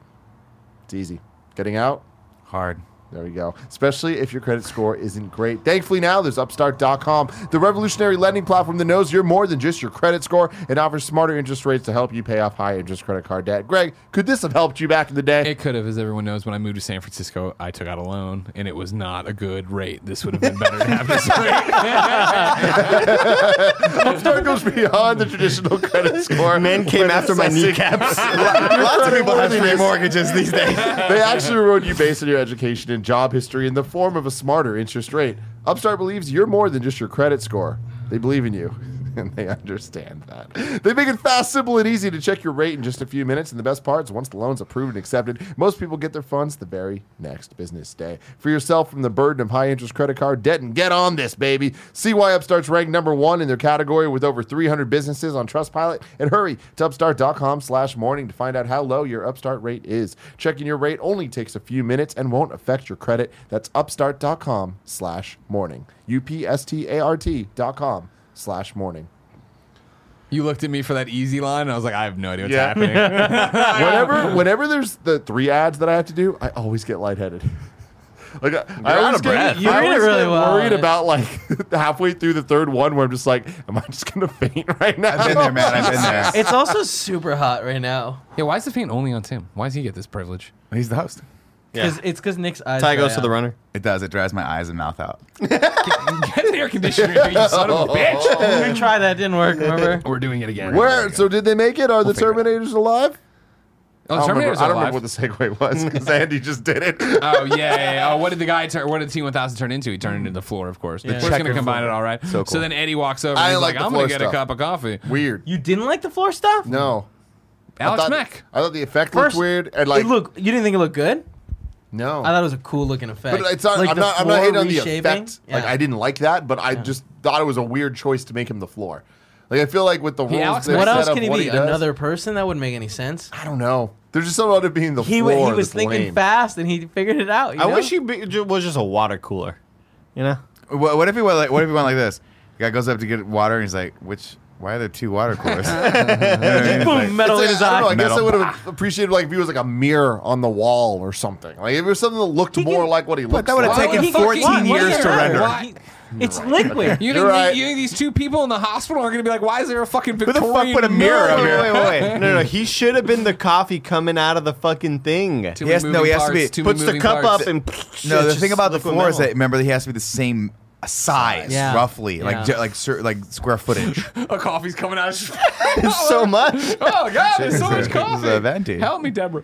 it's easy. Getting out.
Hard.
There we go. Especially if your credit score isn't great. Thankfully, now there's Upstart.com, the revolutionary lending platform that knows you're more than just your credit score and offers smarter interest rates to help you pay off high interest credit card debt. Greg, could this have helped you back in the day?
It could have, as everyone knows, when I moved to San Francisco, I took out a loan and it was not a good rate. This would have been better to have this rate.
Upstart goes beyond the traditional credit score.
Men came after my kneecaps.
Lots of people have
Three mortgages these days.
they actually reward you based on your education and job history in the form of a smarter interest rate. Upstart believes you're more than just your credit score. They believe in you. And they understand that. They make it fast, simple, and easy to check your rate in just a few minutes. And the best part is, once the loan's approved and accepted, most people get their funds the very next business day. Free yourself from the burden of high interest credit card debt and get on this, baby. See why Upstart's ranked number one in their category with over 300 businesses on Trustpilot. And hurry to upstart.com slash morning to find out how low your Upstart rate is. Checking your rate only takes a few minutes and won't affect your credit. That's upstart.com slash morning. U-P-S-T-A-R-T dot com slash morning.
you looked at me for that easy line, and I was like, I have no idea what's
Yeah.
happening.
Whenever, whenever there's the three ads that I have to do, I always get lightheaded. Like I, I
out
always
of
get,
breath.
I
You read it
always
really
get
well,
worried
yeah.
about like halfway through the third one where I'm just like, am I just gonna faint right now?
I've been there, man. I've been there.
It's also super hot right now.
yeah, why is the faint only on Tim? Why does he get this privilege?
He's the host.
Cause It's because Nick's eyes.
Ty goes
dry
to the
out.
runner.
It does. It dries my eyes and mouth out.
Get an air conditioner, you son of a bitch.
We tried that, didn't work. Remember?
We're doing it again.
Where? So did they make it? Are the
figure it
Terminators alive?
Oh,
I don't, remember,
Terminator's
I don't
alive.
remember what the segue was because Andy just did it.
Oh yeah, yeah, yeah. Oh, what did the guy turn? What did T one thousand turn into? He turned into the floor, of course. We're just gonna
checkered
combine it all right. So,
cool.
then Eddie walks over.
I
And
didn't
he's
like
like,
the
I'm gonna
floor
get a
stuff.
cup of coffee.
Weird.
You didn't like the floor stuff?
No,
Alex
I thought,
Mack.
I thought the effect
First,
looked weird and like
it look, you didn't think it looked good.
no.
I thought it was a cool looking effect.
but it's not,
Like
I'm
the
not. I'm not
floor
hating on the
reshaping.
effect. Like
Yeah.
I didn't like that, but I just thought it was a weird choice to make him the floor. Like I feel like with the rules,
Alex
they've
Mack-
What
set
else
up
can he
what
be?
does-
Another person? That wouldn't make any sense.
I don't know. There's just something about it being the
He,
floor.
w- he was
that's
thinking
lame.
fast and he figured it out. you
I
know?
wish he be, ju- was just a water cooler. You know,
What, what if he went like? What if he went like this? The guy goes up to get water and he's like, "Which? Why are there two water coolers?" You know what I mean? It's
boom,
like-
metal in his
It's like, I,
eye.
don't know, I guess I
Metal.
would have appreciated like if he was like a mirror on the wall or something. Like if it was something that looked
He
more
can-
like what he looked.
that would've
like.
taken
He-
14
why- why
years
does it
to
matter?
render.
Why- It's liquid.
You
You're
think,
right.
you think these two people in the hospital are gonna be like, why is there a fucking
Who the
Victorian
fuck put a mirror up here? Wait, wait, wait.
no, no, no. He should have been the coffee coming out of the fucking thing.
He
Too many
has- no,
moving
he has to
parts,
be-
too many
Puts the
moving
cup
parts.
up and
No, the
it's
thing
just
about the
liquid
floor is
metal.
that remember he has to be the same a size,
Yeah.
roughly, like
Yeah.
ju- like cer- like square footage.
A coffee's coming out. of-
so much.
oh God, there's
This
so much
is
coffee.
venti.
Help me, Deborah.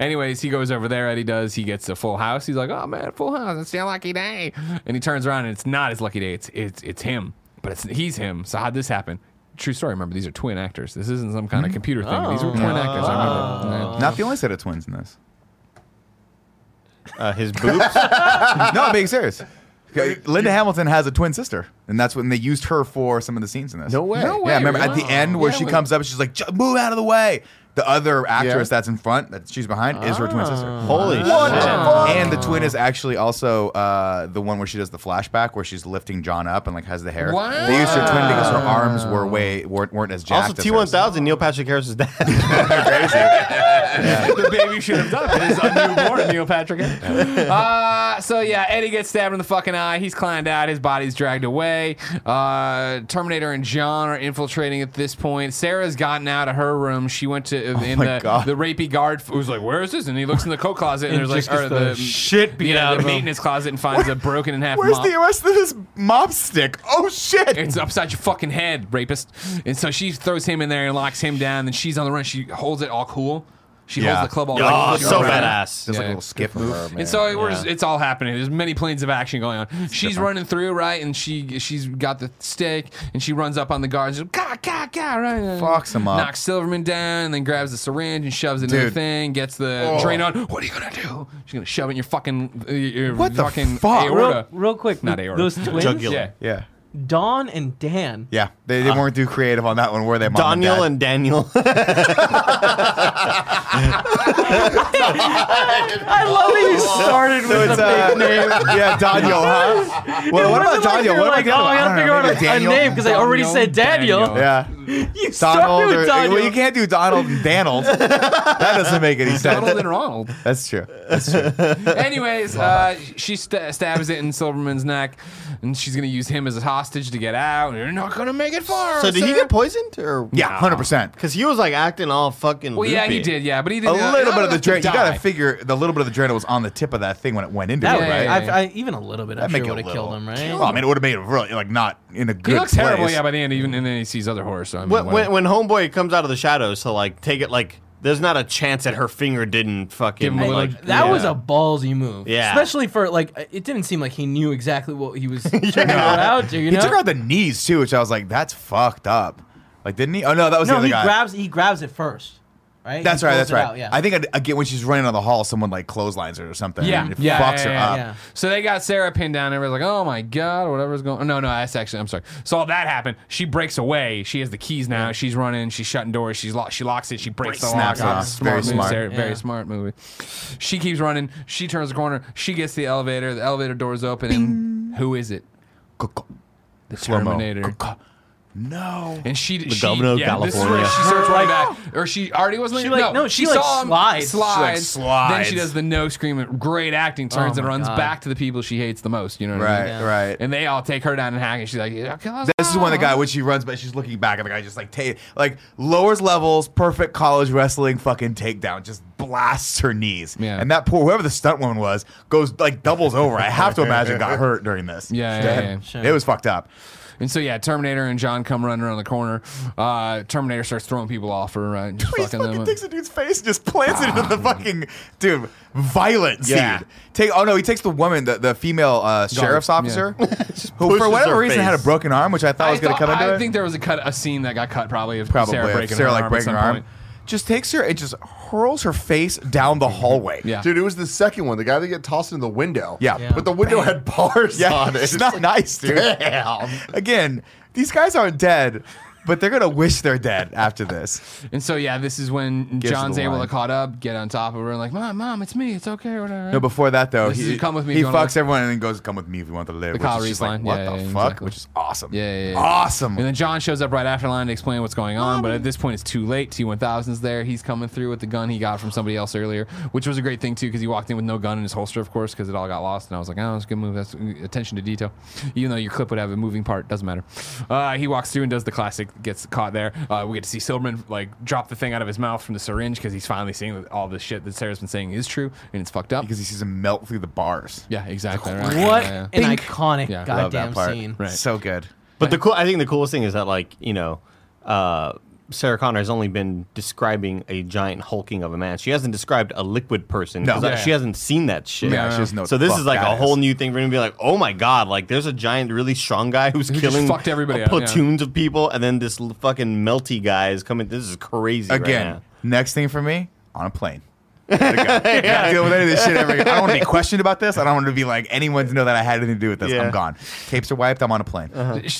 Anyways, he goes over there. Eddie does. He gets a full house. He's like, "Oh man, full house. It's your lucky day." And he turns around, and it's not his lucky day. It's it's it's him, but it's he's him. So how'd this happen? True story. Remember, these are twin actors. This isn't some kind of computer thing. These were twin actors. I remember.
Not the only set of twins in this.
Uh, his boobs.
no, I'm being serious. Okay, Linda Hamilton has a twin sister, and that's when they used her for some of the scenes in this.
No way.
No way,
Yeah, remember at the
really?
end where
Yeah,
she
we-
comes up, and she's like, "J- "Move out of the way." The other actress that's in front, that she's behind, is her twin sister.
Holy
What the
shit.
fuck? And the twin is actually also uh, the one where she does the flashback where she's lifting John up and like has the hair.
Wow.
They used her twin because her arms were way weren't, weren't as jacked.
Also,
as
T one
hers.
thousand. Neil Patrick Harris's dad.
the baby should have done it. It's a newborn Neil Patrick. Uh, so yeah, Eddie gets stabbed in the fucking eye. He's climbed out. His body's dragged away. Uh, Terminator and John are infiltrating at this point. Sarah's gotten out of her room. She went to in
my
the
God.
the rapey guard f- was like, "Where is this?" And he looks in the coat closet and,
And
there's
just
like or
gets the
the
shit beat
yeah,
out
the
of him.
maintenance closet and finds a broken in half.
Where's
mop.
the rest of this mop stick? Oh shit!
It's upside your fucking head, rapist. And so she throws him in there and locks him down. And she's on the run. She holds it all cool. She
Yeah.
holds the club all cool.
oh, so
Right.
badass.
Just like
Yeah.
a little skip move.
And so it was, it's all happening. There's many planes of action going on. She's running through, right? And she she's got the stick, and she runs up on the guards. She's like, "Ka, ka, ka," right?
Fucks 'em up.
Knocks Silverman down, and then grabs the syringe and shoves it into the
Dude.
thing. Gets the
Oh.
drain on. What are you gonna do? She's gonna shove it in your fucking uh, your
What the
fucking
fuck?
aorta.
Real, real quick,
Not
th-
aorta.
those twins,
Jugular.
yeah.
yeah,
Dawn and Dan.
yeah. They, they weren't too creative on that one, were they? Mom
Daniel
dad?
and Daniel.
I love that you started
So
with
it's
the
uh,
big name.
yeah, Daniel, huh? Well, what about Daniel?
You're
What
like,
about
oh, I gotta figure out a, a name because I already
Daniel,
said Daniel.
Daniel.
Yeah,
You started
Donald. Or,
with Daniel.
Well, you can't do Donald and Donald. that doesn't make any
Donald
sense.
and Ronald.
That's true.
Anyways, uh, she st- stabs it in Silverman's neck, and she's gonna use him as a hostage to get out. You're not gonna make it far.
so did he
sir."
get poisoned or?
Yeah, hundred percent.
Because he was like acting all fucking.
Well, yeah,
loopy.
he did. Yeah, but he did
A little bit of the
drain.
adrenaline. You gotta figure the little bit of the adrenaline was on the tip of that thing when it went into
That
it,
would-
Yeah,
right?
yeah,
I, I, even a little bit, I'm
That'd
sure
a
would have
little-
killed him,
Well, I
right?
mean, it would have made it really like not in a good
He looks
place.
terrible, yeah, by the end, even and then he sees other horror. So I mean,
When, when,
whatever.
when homeboy comes out of the shadows to like take it, like there's not a chance that her finger didn't fucking.
Give him a little-
like,
Like, that
Yeah.
was a ballsy move,
Yeah.
Especially for like, it didn't seem like he knew exactly what he was trying to out. to, You
he
know,
took out the knees too, which I was like, that's fucked up. Like, didn't he? Oh no, that was the
no,
other
he
guy.
grabs he grabs it first, right?
That's
He
right.
pulls
That's
it
right.
out, yeah.
I think again when she's running on the hall, someone like clotheslines her or something.
Yeah,
and it
yeah,
fucks
yeah, yeah,
her
yeah.
up.
so they got Sarah pinned down. Everybody's like, "Oh my god, whatever's going." No, no, that's actually. I'm sorry. So all that happened. She breaks away. She has the keys now. She's running. She's shutting doors. She's lo- she locks it. She breaks the lock.
snaps it off. Very
move,
smart.
Sarah. Very
Yeah.
smart movie. She keeps running. She turns the corner. She gets the elevator. The elevator doors open. And who is it? The
Slow-mo.
Terminator.
No.
And she, the
governor of
yeah, This is where
California.
she starts running back, or she already wasn't.
She
leaving-
like-
no,
no,
she,
she like
saw him
slides. She
like
slides. Then she
slides.
does the no screaming. Great acting. Turns
Oh
and
my
runs
God.
back to the people she hates the most. You know what I
Right.
mean?
Yeah.
Right.
And they all take her down and hack, and she's like, "Yeah, kill us
this is
all."
when
uh-huh.
the guy when she runs, but she's looking back, and the guy just like take like lowers levels, perfect college wrestling fucking takedown, just blasts her knees,
Yeah.
and that poor whoever the stunt woman was goes like doubles over. I have to imagine got hurt during this.
Yeah, yeah, yeah.
Sure.
It was fucked up.
And so yeah, Terminator and John come running around the corner. Uh, Terminator starts throwing people off her, right? and Just
He
fucking Ah. them
fucking
up.
takes a dude's face and just plants it into the fucking dude. Violent scene.
Yeah.
Take oh no, he takes the woman, the, the female uh, sheriff's
yeah.
officer, who for
pushes
whatever
her
reason had a
face.
broken arm, which I thought was going to
thought-
come into
I
it.
think there was a cut, a scene that got cut, probably of
Probably
Sarah breaking her
like
arm
breaking
at
her
some
arm.
point.
Just takes her and just hurls her face down the hallway.
Yeah.
Dude, it was the second one, the guy that got tossed in the window.
Yeah. Yeah.
But the window had bars
yeah,
on it.
it's not nice, dude.
Damn.
Again, these guys aren't dead, but they're gonna wish they're dead after this.
And so yeah, this is when
Gives her
John's
the
able
line.
to caught up, get on top of her, and like, mom, mom, it's me, it's okay, whatever.
No, before that though,
This
he,
is come with me
he
if you wanna
fucks
live.
everyone and then goes, "Come with me if you want to live."
The
which
Kyle
is
Reese
just like,
line.
what
Yeah,
the
yeah,
fuck?
exactly.
Which is awesome.
Yeah, yeah, yeah.
awesome.
And then John shows up right after line to explain what's going on, but at this point it's too late. T1000's there. He's coming through with the gun he got from somebody else earlier, which was a great thing too because he walked in with no gun in his holster, of course, because it all got lost. And I was like, oh, that's a good move. That's attention to detail. Even though your clip would have a moving part, doesn't matter. Uh, he Uh, walks through and does the classic gets caught there. Uh, we get to see Silverman like drop the thing out of his mouth from the syringe because he's finally seeing that all the shit that Sarah's been saying is true and it's fucked up.
because he sees him melt through the bars.
yeah, exactly. right.
What
Yeah, yeah.
an iconic
Yeah,
I love
goddamn
that part.
scene.
Right.
So good.
But the cool, I think the coolest thing is that like you know, uh, Sarah Connor has only been describing a giant hulking of a man. She hasn't described a liquid person.
No.
'cause,
Yeah.
like, she hasn't seen that shit.
Yeah, she doesn't know what
So
the
this
fuck
is like
that
a
is.
whole new thing for him to be like, oh my god, like there's a giant, really strong guy who's
Who just
killing
fucked everybody
a
up, yeah.
platoons of people, and then this l- fucking melty guy is coming. This is crazy.
Again,
right
next thing for me on a plane. Not dealing with any of this shit ever. again. I don't want to be questioned about this. I don't want to be like anyone to know that I had anything to do with this.
Yeah. Uh-huh.
I'm gone. Tapes are wiped. I'm on a plane.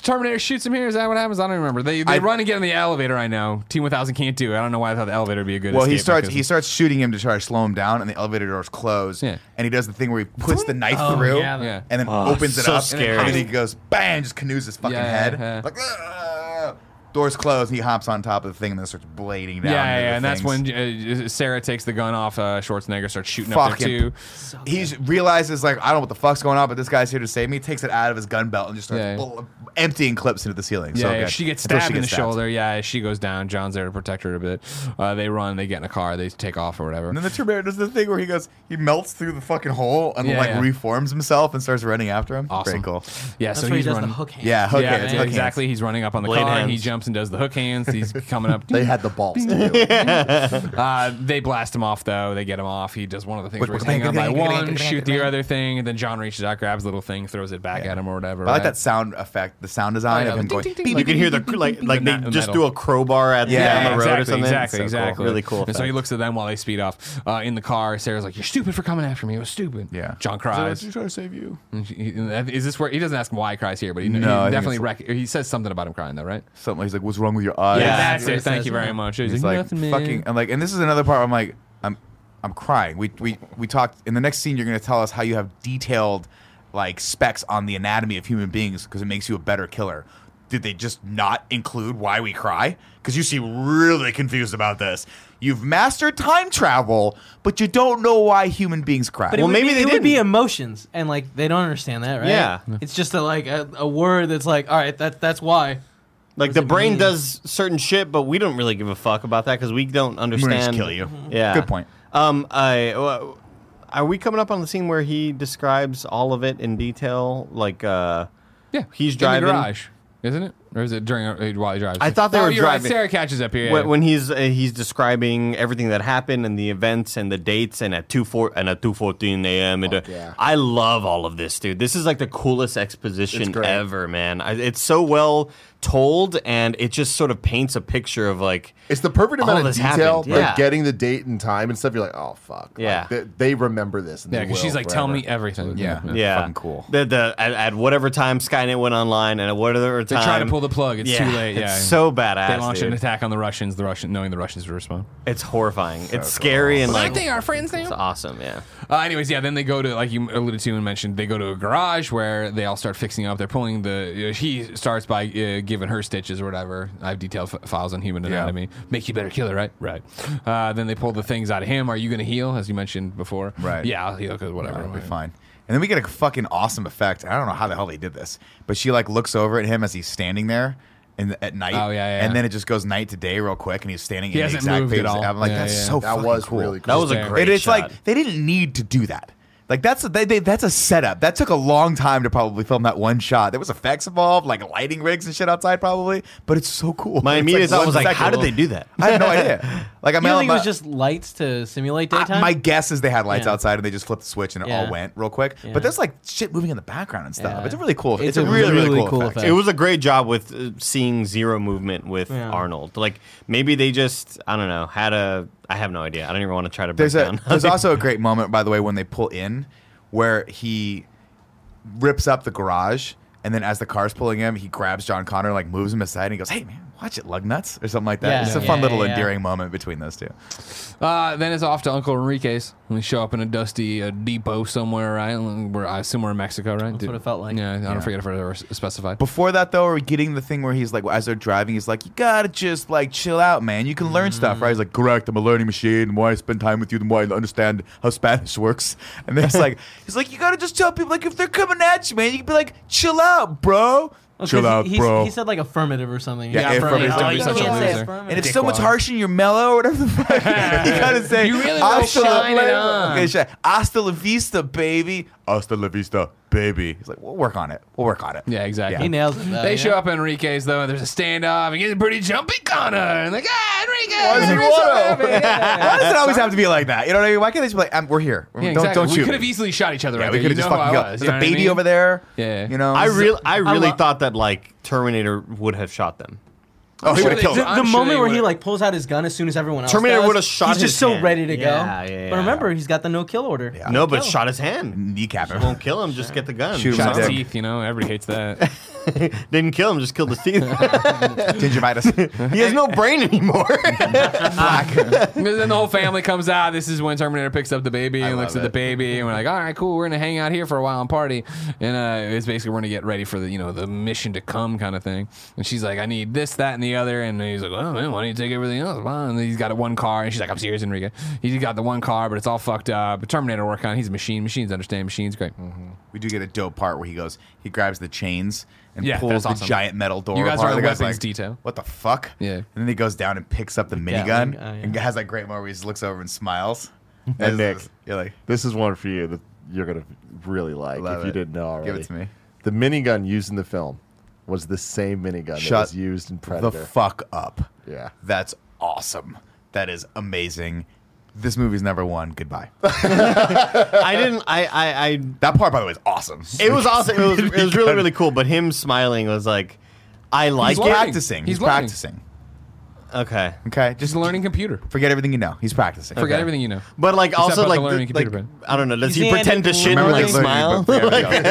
Terminator shoots him here. Is that what happens? I don't remember. They, they
I-
run and get in the elevator. I know T one thousand can't do. it. I don't know why I thought the elevator would be a good.
Well, he
escape
starts he
mechanism.
starts shooting him to try to slow him down, and the elevator doors close.
Yeah.
And he does the thing where he puts the knife
Oh,
through,
yeah.
Yeah.
and then
Oh,
opens it
so
up,
scary.
and then he goes bang, just canoes his fucking
Yeah,
head.
yeah.
Like "Ah!" doors close, and he hops on top of the thing, and then starts blading down.
Yeah, yeah,
into the
yeah, and that's
things.
when uh, Sarah takes the gun off uh, Schwarzenegger, starts shooting up there
fucking
too.
he realizes like I don't know what the fuck's going on, but this guy's here to save me. Takes it out of his gun belt and just starts
Yeah.
bl- emptying clips into the ceiling.
Yeah,
so
yeah,
good.
she gets
Until
stabbed in the
gets
shoulder. Yeah, she goes down. John's there to protect her a bit. Uh, they run, they get in a car, they take off or whatever.
And then the Terminator does the thing where he goes, he melts through the fucking hole and
Yeah,
like
yeah.
reforms himself and starts running after him.
Awesome.
Pretty cool.
Yeah,
That's
so
where he
he's
does
running.
the hook hand.
Yeah, hook
yeah,
hands,
yeah,
hook
exactly. He's running up on the
Blade
car. He
hands.
jumps and does the hook hands. He's coming up.
They had the balls to do it.
Uh, they blast him off though. They get him off. He does one of the things
Quick,
where he's
quick,
hanging on by
quick, quick,
one,
quick,
shoot
quick,
the
quick.
other thing, and then John reaches out, hands the little thing, throws it back at him or whatever.
But I like
right?
that sound effect, the sound design
Oh, yeah,
of him
the ding,
going.
ding, ding,
"Beep,
now. You
like-
can hear the cr- like like they
Metal.
just threw a crowbar at
Yeah,
yeah, down the road
exactly,
or something.
Exactly,
So cool.
exactly.
Really cool.
And so he
effect.
looks at them while they speed off uh, in the car. Sarah's like, "You're stupid for coming after me. It was stupid."
Yeah.
John cries.
trying to save you.
And she- and Is this where he doesn't ask him why he cries here, but he,
No,
he
I think
definitely
it's-
rec- he says something about him crying though, right?
Something he's like, "What's wrong with your eyes?"
Yeah.
that's,
that's what
it.
it
Thank
says,
you very
yeah.
much.
And
He's,
He's
like,
like,
"Nothing, man."
uh,
fucking, and like, and this is another part. where I'm like, I'm, I'm crying. We we we talked in the next scene. You're gonna tell us how you have detailed, like, specs on the anatomy of human beings because it makes you a better killer. Did they just not include why we cry? Because you seem really confused about this. You've mastered time travel, but you don't know why human beings cry.
But it
Well,
would
maybe
be,
they
it would be
didn't.
emotions, and like they don't understand that, right?
Yeah.
it's just a, like a, a word that's like, all right, that that's why.
Like
does
the
it
brain
mean?
does certain shit, but we don't really give a fuck about that because we don't
I'm gonna
understand. Mm-hmm.
just kill you.
Yeah.
Good point.
Um, I uh, are we coming up on the scene where he describes all of it in detail? Like, uh,
yeah,
he's
in
driving.
the garage, isn't it? Or is it during uh, while he drives?
I thought they
Oh,
were
you're right.
driving.
Sarah catches up here. yeah.
when, when he's uh, he's describing everything that happened and the events and the dates and at two four and at two fourteen a.m. and uh,
yeah.
I love all of this, dude. This is like the coolest exposition
great.
ever, man. I, it's so well told and it just sort of paints a picture of like
It's the perfect
All
amount of
this
detail,
happened,
but
yeah.
getting the date and time and stuff, you're like, oh, fuck. Like,
Yeah.
they, they remember this. And
yeah,
they
because she's
will
like, "Tell
forever."
me everything."
Yeah.
yeah,
Fucking cool.
The, the at, at whatever time Skynet went online and at whatever
they
time
try to pull the plug. It's
yeah,
too late. Yeah,
it's so badass.
they launch an
dude.
attack on the Russians. The Russian, knowing the Russians would respond.
It's horrifying. it's scary and like
our friends now?
it's awesome. Yeah.
Uh, anyways, yeah, then they go to like you alluded to and mentioned they go to a garage where they all start fixing up. They're pulling the uh, he starts by uh, giving her stitches or whatever. I have detailed f- files on human anatomy. Make you better killer, right? Right. Uh, then they pull the things out of him. Are you going to heal? As you mentioned before,
Right.
Yeah, I'll heal because whatever.
It'll be fine. And then we get a fucking awesome effect. I don't know how the hell they did this, but she like looks over at him as he's standing there. In the, at night,
Oh, yeah, yeah.
and then it just goes night to day real quick, and he's standing in
hasn't
the exact
moved
page.
at all.
I'm like,
Yeah,
that's
yeah.
so
That
fucking
was
cool.
really
That
cool.
was a
It-
great
And it's
shot.
like they didn't need to do that. Like that's a, they, they, that's a setup. That took a long time to probably film that one shot. There was effects involved, like lighting rigs and shit outside, probably. But it's so cool.
My
It's
immediate thought
one
was like,
second.
how did they do that?
I had no idea. Like I'm
You don't
out-
think it was
my-
just lights to simulate
I-
daytime?
my guess is they had lights
Yeah.
outside and they just flipped the switch and it all
Yeah.
went real quick.
Yeah.
But there's like shit moving in the background and stuff.
Yeah.
It's a really cool. It's,
It's
a,
a
really really,
really
cool,
cool
effect.
effect.
It was a great job with uh, seeing zero movement with
Yeah.
Arnold. Like maybe they just I don't know had a I have no idea. I don't even want to try to break
There's a
down.
there's also a great moment by the way when they pull in where he rips up the garage and then as the car's pulling him he grabs John Connor and like moves him aside and he goes hey man watch it lug nuts or something like that.
Yeah.
It's a
Yeah,
fun
yeah,
little
yeah.
endearing moment between those two.
Uh, then it's off to Uncle Enrique's. We show up in a dusty uh, depot somewhere, right? We're, I assume we're in Mexico, right? That's
what it felt like.
Yeah, I don't forget if it ever s- specified.
Before that though, are we getting the thing where he's like as they're driving he's like you gotta just like chill out man. You can learn stuff right. He's like correct. I'm a learning machine. The more I spend time with you, the more I understand how Spanish works. And then he's like he's like you gotta just tell people like if they're coming at you man, you can be like chill out bro.
Well,
Chill
Oh, 'cause
out,
he,
bro.
He said like affirmative or something.
Yeah, Yeah, affirmative. affirmative.
Oh,
Don't be
you
such a
can't say
loser.
affirmative.
And it's so much
Dickwad.
harsh and you're mellow or whatever the fuck. you gotta say.
You really will
"Hasta la-
shine it on."
Okay, shine. Hasta la vista, baby. Hasta la vista, baby. He's like, we'll work on it. We'll work on it.
Yeah, exactly.
He nails it. Though,
They
you
show
know?
up at Enrique's though, and there's a standoff, and it gets pretty jumpy, Connor. And like, ah, Enrique,
Why does he
Enrique's so
wanna?
happy." Yeah.
Why does it always have to be like that? You know what I mean? Why can't they just be like, I'm, we're here.
Yeah,
don't
exactly.
don't
we
shoot.
could
me."
have easily shot each other.
yeah,
right
we
there.
could have
You
just
know
fucking
who I
killed.
was,
There's
you know
a
what I
baby
mean?
over there.
Yeah.
You know.
I really, I really
lo-
thought that like Terminator would have shot them.
Oh, he
sure
would have
they
killed.
did.
him.
The,
I'm
the
sure
moment
they
where he
would've-
like pulls out his gun as soon as everyone else.
Terminator
does,
would've shot
He's
his
just so
hand.
ready to go.
Yeah, yeah, yeah.
But remember, he's got the no kill order. Yeah.
No, but shot his hand.
Kneecap him.
Won't kill him. Just get the gun.
Shoot him
Shot
Dick.
his teeth. You know, everybody hates that.
Didn't kill him. Just killed his teeth.
Gingivitis.
he has no brain anymore.
And then the whole family comes out. This is when Terminator picks up the baby and looks
love
at the
it.
baby, and we're like, "All right, cool. We're gonna hang out here for a while and party." And uh, it's basically we're gonna get ready for the you know the mission to come kind of thing. And she's like, "I need this, that, and the other." And he's like, "Well, man, why don't you take everything else?" Well, and he's got one car, and she's like, "I'm serious, Enrique. He's got the one car, but it's all fucked up." Terminator work on. it. He's a machine. Machines understand. Machines great.
we do get a dope part where he goes, he grabs the chains and
Yeah,
pulls
that's
the
awesome.
giant metal door.
You guys
apart.
are in
The guy's
weapons detail.
What the fuck?
Yeah.
And then he goes down and picks up the minigun
Gatling, oh, yeah.
and has that great moment where he just looks over and smiles.
And Nick.
you're like,
This is one for you that you're gonna really like
Love
if you
it.
didn't know already.
Give it to me.
The minigun used in the film was the same minigun that
Shut
was used in Predator.
the fuck up.
Yeah.
That's awesome. That is amazing. This movie's number one. Goodbye.
I didn't. I, I, I.
that part, by the way, is awesome.
It was awesome. It was, it was really, really cool. But him smiling was like, I like
He's
it.
learning.
practicing.
He's
He's,
learning.
practicing.
Okay,
Okay.
Just
Just
a learning computer.
forget everything you know. He's practicing.
Forget
Okay.
everything you know.
but like also
about
like,
the learning
the-
computer
like,
brain.
I don't know. Does
He's
he
the
pretend to
Andy
shit and
Blue.
like
Remember,
smile?
like, learning,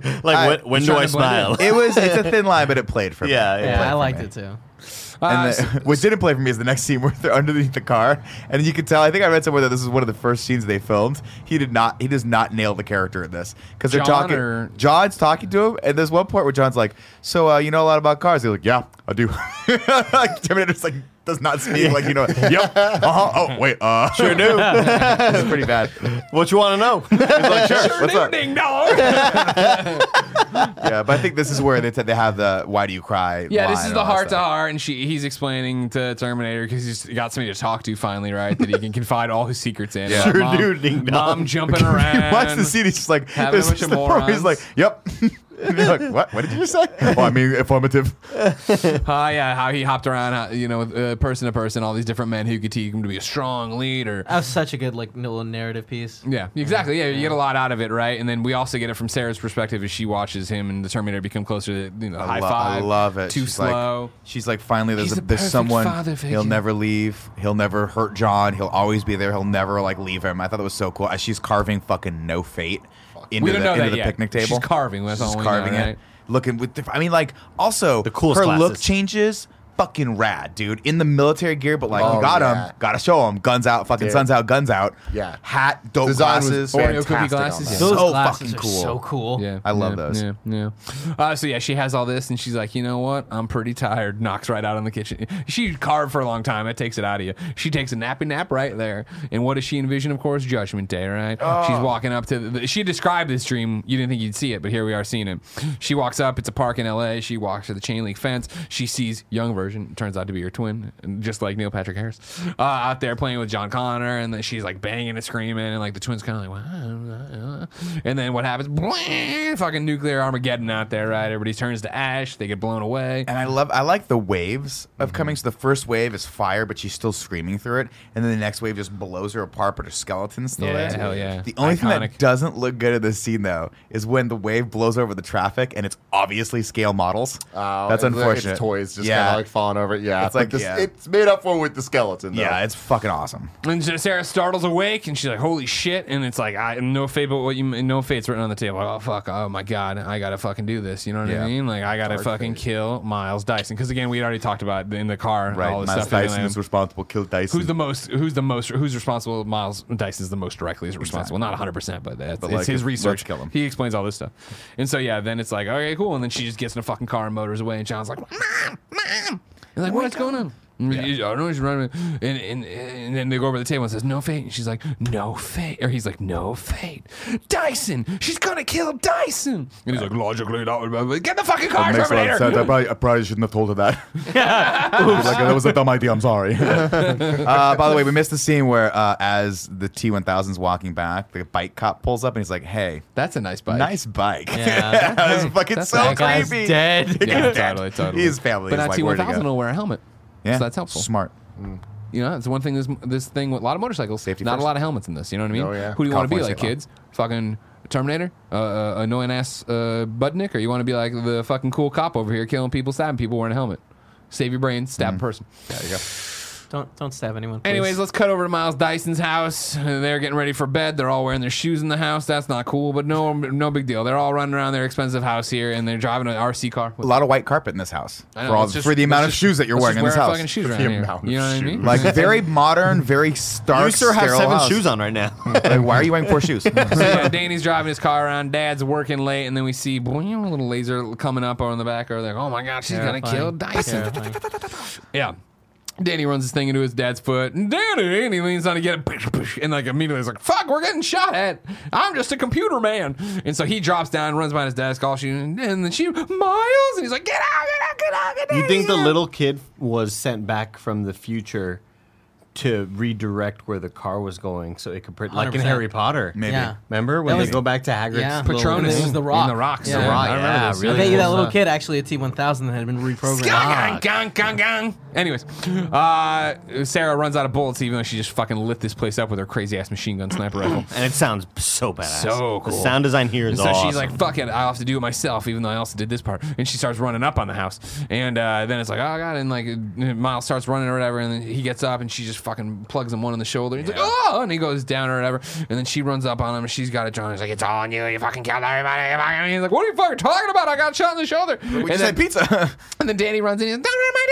but-
like
I-
when, when
he's
do
trying
I
to blend
smile?
It was. It's a thin line, but it played for me.
Yeah,
It
yeah.
played
I
for
liked
me.
it too.
Uh,
And
so-
the, what didn't play for me is the next scene where they're underneath the car, and you can tell. I think I read somewhere that this is one of the first scenes they filmed. He did not. He does not nail the character in this because they're
John
talking.
or-
John's talking to him, and there's one part where John's like, "So uh, you know a lot about cars?" He's like, "Yeah, I do." like, Terminator's like does not speak like you know. Yep. Uh-huh. Oh wait. Uh. Sure do. this is pretty bad.
What you want to know?
He's like, sure. What's up?
Ding dong.
Yeah, but I think this is where they said they have the "Why do you cry?"
Yeah,
line
this is
and
the
all that
heart to
stuff.
heart, and she he's explaining to Terminator because he's got somebody to talk to finally, right? That he can confide all his secrets in.
Yeah.
Like,
Sure
mom,
do, ding dong."
Mom jumping
You
around.
watch the scene, he's just like,
Having
there's
a bunch
just
of
the part where he's
morons.
like, yep. And you're like, what? What did you just say? well, I mean, affirmative.
Oh,
Ah, yeah, how he hopped around, how, you know, uh, person to person, all these different men who could teach him to be a strong leader.
That was such a good like little narrative piece.
Yeah, exactly. Yeah, you get a lot out of it, right? And then we also get it from Sarah's perspective as she watches him and the Terminator become closer to you know,
I
high
lo-
five.
I love it.
Too
she's
slow.
Like, she's like, finally, there's,
He's
a,
the
there's
perfect
someone.
father
He'll
figure.
never leave. He'll never hurt John. He'll always be there. He'll never like leave him. I thought that was so cool. Uh, She's carving fucking no fate into
We don't
the,
know
into
that
the
yet.
picnic
She's
table.
carving, that's all
She's
we know,
carving
right?
it. Looking with, diff- I mean, like also the
coolest
Her look
glasses.
changes. Fucking rad, dude. In the military gear, but like
Oh,
you got
yeah.
him. Got to show him. Guns out. Fucking
Dude.
suns out. Guns out.
Yeah.
Hat. Dope
Design was
glasses.
Oreo cookie
fantastic on
glasses,
that.
yeah.
Those
So
glasses
fucking
are
cool.
so cool.
Yeah,
I love
yeah,
those.
Yeah, yeah. Uh, so yeah, she has all this, and she's like, you know what? I'm pretty tired. Knocks right out in the kitchen. She carved for a long time. That takes it out of you. She takes a nappy nap right there. And what does she envision? Of course, Judgment Day. Right?
Oh.
She's walking up to. The, she described this dream. You didn't think you'd see it, but here we are seeing it. She walks up. It's a park in L.A. She walks to the chain link fence. She sees young version. It turns out to be her twin, just like Neil Patrick Harris, uh, out there playing with John Connor. And then she's like banging and screaming, and like the twins kind of like. "Wah, wah, wah." And then what happens? Bling! Fucking nuclear Armageddon out there, right? Everybody turns to ash. They get blown away.
And I love, I like the waves of coming. So the first wave is fire, but she's still screaming through it, and then the next wave just blows her apart, but her skeleton's still
Yeah,
there.
hell yeah.
The only thing
Iconic.
that doesn't look good in this scene though is when the wave blows over the traffic, and it's obviously scale models.
Oh, it's
That's
like it's
unfortunate.
toys just
yeah,
kind of like falling over. it. Yeah,
It's
it's
like,
like this,
yeah.
it's made up for with the skeleton. Though.
yeah, it's fucking awesome.
And so Sarah startles awake, and she's like, "Holy shit!" And it's like, "I no fate, but what you no fate's written on the table." Like, oh fuck! Oh my god! I gotta fucking do this. You know what
Yeah.
I mean? Like, I gotta fucking kill Miles Dyson because again, we had already talked about in the car
Right,
all this
Miles
stuff. And
Dyson
then-
is responsible. Kill Dyson.
Who's the most? Who's the most? Who's responsible? Miles Dyson's the most directly is responsible. Not 100, percent but that's it's
like, let's
his research.
kill him.
He explains all this stuff, and so yeah, then it's like, okay, cool. And then she just gets in a fucking car and motors away, and John's like, "Mom, mom," and like, what's going on? You- I don't know. She's running, and, and and then they go over the table and says, "No fate." And she's like, "No fate," or he's like, "No fate." Dyson, she's gonna kill Dyson, and he's like, "Logically, that would be- get the fucking car,
It makes a lot of sense. I
Terminator."
probably, I probably shouldn't have told her that. like, that was a dumb idea. I'm sorry. uh, by the way, we missed the scene where, uh, as the T1000's walking back, the bike cop pulls up and he's like, "Hey,
That's a nice bike.
nice bike."
Yeah.
that was fucking
That's
so
nice.
Guy's
creepy.
dead.
Yeah, totally, totally.
His family
but
is
not
like,
T one
"Where'd he
thousand
go?"
will wear a helmet.
Yeah,
so that's helpful.
Smart.
You know, it's one thing. This this thing with a lot of motorcycles,
Safety
not
first.
a lot of helmets in this. You know what I mean?
Oh, yeah.
Who do you want to be
California
like,
state law.
kids? Fucking Terminator, uh, uh, annoying ass uh, Budnick, or you want to be like the fucking cool cop over here, killing people, stabbing people, wearing a helmet. Save your brain,
Mm-hmm.
stab a person.
There you go.
Don't don't stab anyone. Please.
Anyways, let's cut over to Miles Dyson's house. Uh, They're getting ready for bed. They're all wearing their shoes in the house. That's not cool, but no, no big deal. They're all running around their expensive house here, and they're driving an RC car.
A lot of white carpet in this house
I know,
for, all,
let's just-
for the amount of
let's just-
shoes that you're wearing
let's just
in this
wear our
house.
fucking shoes
The
around here.
amount of
You know what I
shoes.
mean?
Like very modern, very stark.
You sir have
sterile
seven
house.
shoes on right now.
Like, why are you wearing four shoes?
So yeah, Danny's driving his car around. Dad's working late, and then we see boing, a little laser coming up on the back. Or like, oh my god, she's gonna
Terrifying.
kill Dyson. Yeah.
Terrifying.
Danny runs his thing into his dad's foot. and Danny, and he leans on to get it, push, push, and like immediately is like, "Fuck, we're getting shot at." I'm just a computer man, and so he drops down, runs behind his dad's car, she, and then she Miles, and he's like, "Get out, get out, get out, get out!"
you think
get
the
out."
little kid was sent back from the future to redirect where the car was going so it could, pre- like in
100%.
Harry Potter?
Maybe.
Yeah.
Remember when
That
they
was-
go back to Hagrid's?
Yeah.
little-
Patronus
It was the rock.
in the rocks.
Yeah.
Yeah,
The
rock,
I remember
yeah,
this.
really
I bet you
cool
that little
stuff.
kid actually a T1000 that had been reprogrammed.
Gang, gang, gang, gang. Anyways, uh, Sarah runs out of bullets, even though she just fucking lit this place up with her crazy ass machine gun sniper rifle.
And it sounds so badass.
So
The
cool.
sound design here
And
is
so
awesome.
she's like, "Fuck it, I have to do it myself," even though I also did this part. And she starts running up on the house, and uh, then it's like, "Oh god!" And like uh, Miles starts running or whatever, and then he gets up and she just fucking plugs him one in the shoulder. He's like, "Oh!" And he goes down or whatever, and then she runs up on him and she's got it drawn. He's like, "It's all on you. You fucking killed everybody." You fucking-" And he's like, "What are you fucking talking about? I got shot in the shoulder."
We
and
just
then,
had pizza.
and then Danny runs in. He's like, "Don't hurt my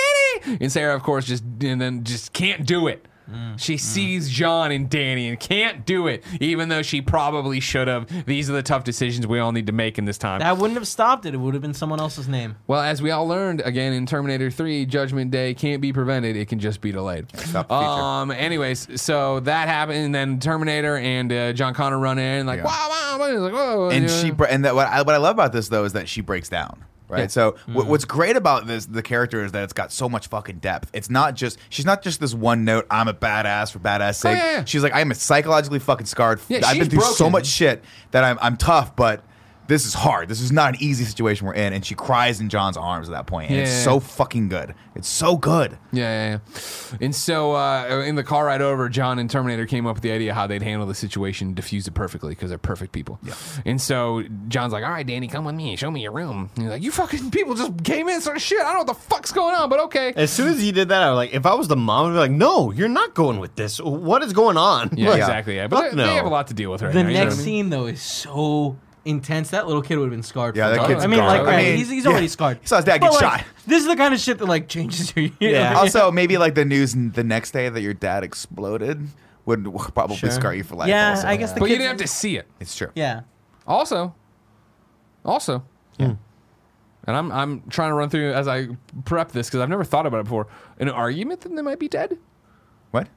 Danny!" And Sarah, of course, just and then just can't do it.
Mm,
She sees John and Danny and can't do it, even though she probably should have. These are the tough decisions we all need to make in this time.
That wouldn't have stopped it. It would have been someone else's name.
well, as we all learned again in Terminator 3, Judgment Day can't be prevented; it can just be delayed.
Stop the future.
Um. Anyways, so that happened, and then Terminator and uh, John Connor run in, like
Yeah.
wow, wow, wow, He's like, whoa,
and
you know.
she bre- and that what I, what I love about this though is that she breaks down right
Yeah. Mm-hmm.
so what what's great about this the character is that it's got so much fucking depth it's not just she's not just this one note i'm a badass for badass
Oh,
sake
yeah, yeah.
she's like i'm a psychologically fucking scarred
Yeah,
i've been
she's
through so
broken.
much shit that i'm, I'm tough but this is hard. This is not an easy situation we're in, and she cries in John's arms at that point, and
Yeah.
it's so fucking good. It's so good.
Yeah, yeah, yeah. And so uh, in the car ride over, John and Terminator came up with the idea how they'd handle the situation, diffuse it perfectly because they're perfect people. Yeah. And so John's like, "All right, Danny, come with me. Show me your room." And he's like, "You fucking people just came in, sort of shit. I don't know what the fuck's going on, but okay."
as soon as he did that, I was like, if I was the mom, I'd be like, no, you're not going with this. What is going on?
yeah,
Like,
exactly. Yeah, but
fuck
they,
no.
they have a lot to deal with right
The
now. you know
next
what I mean?
scene though is so intense. That little kid would have been scarred.
Yeah,
for
that
life.
kid's
I mean,
scarred.
like,
I
right,
mean,
he's, he's already
yeah.
scarred.
He saw his dad get
But, like,
shot.
This is the kind of shit that like changes your year.
Yeah.
Also, maybe like the news the next day that your dad exploded would probably scar you for life.
Yeah,
also.
I guess the
But you
kids-
didn't have to see it.
it's true.
Yeah.
Also, also, yeah. And I'm I'm trying to run through as I prep this because I've never thought about it before. An argument that they might be dead.
What?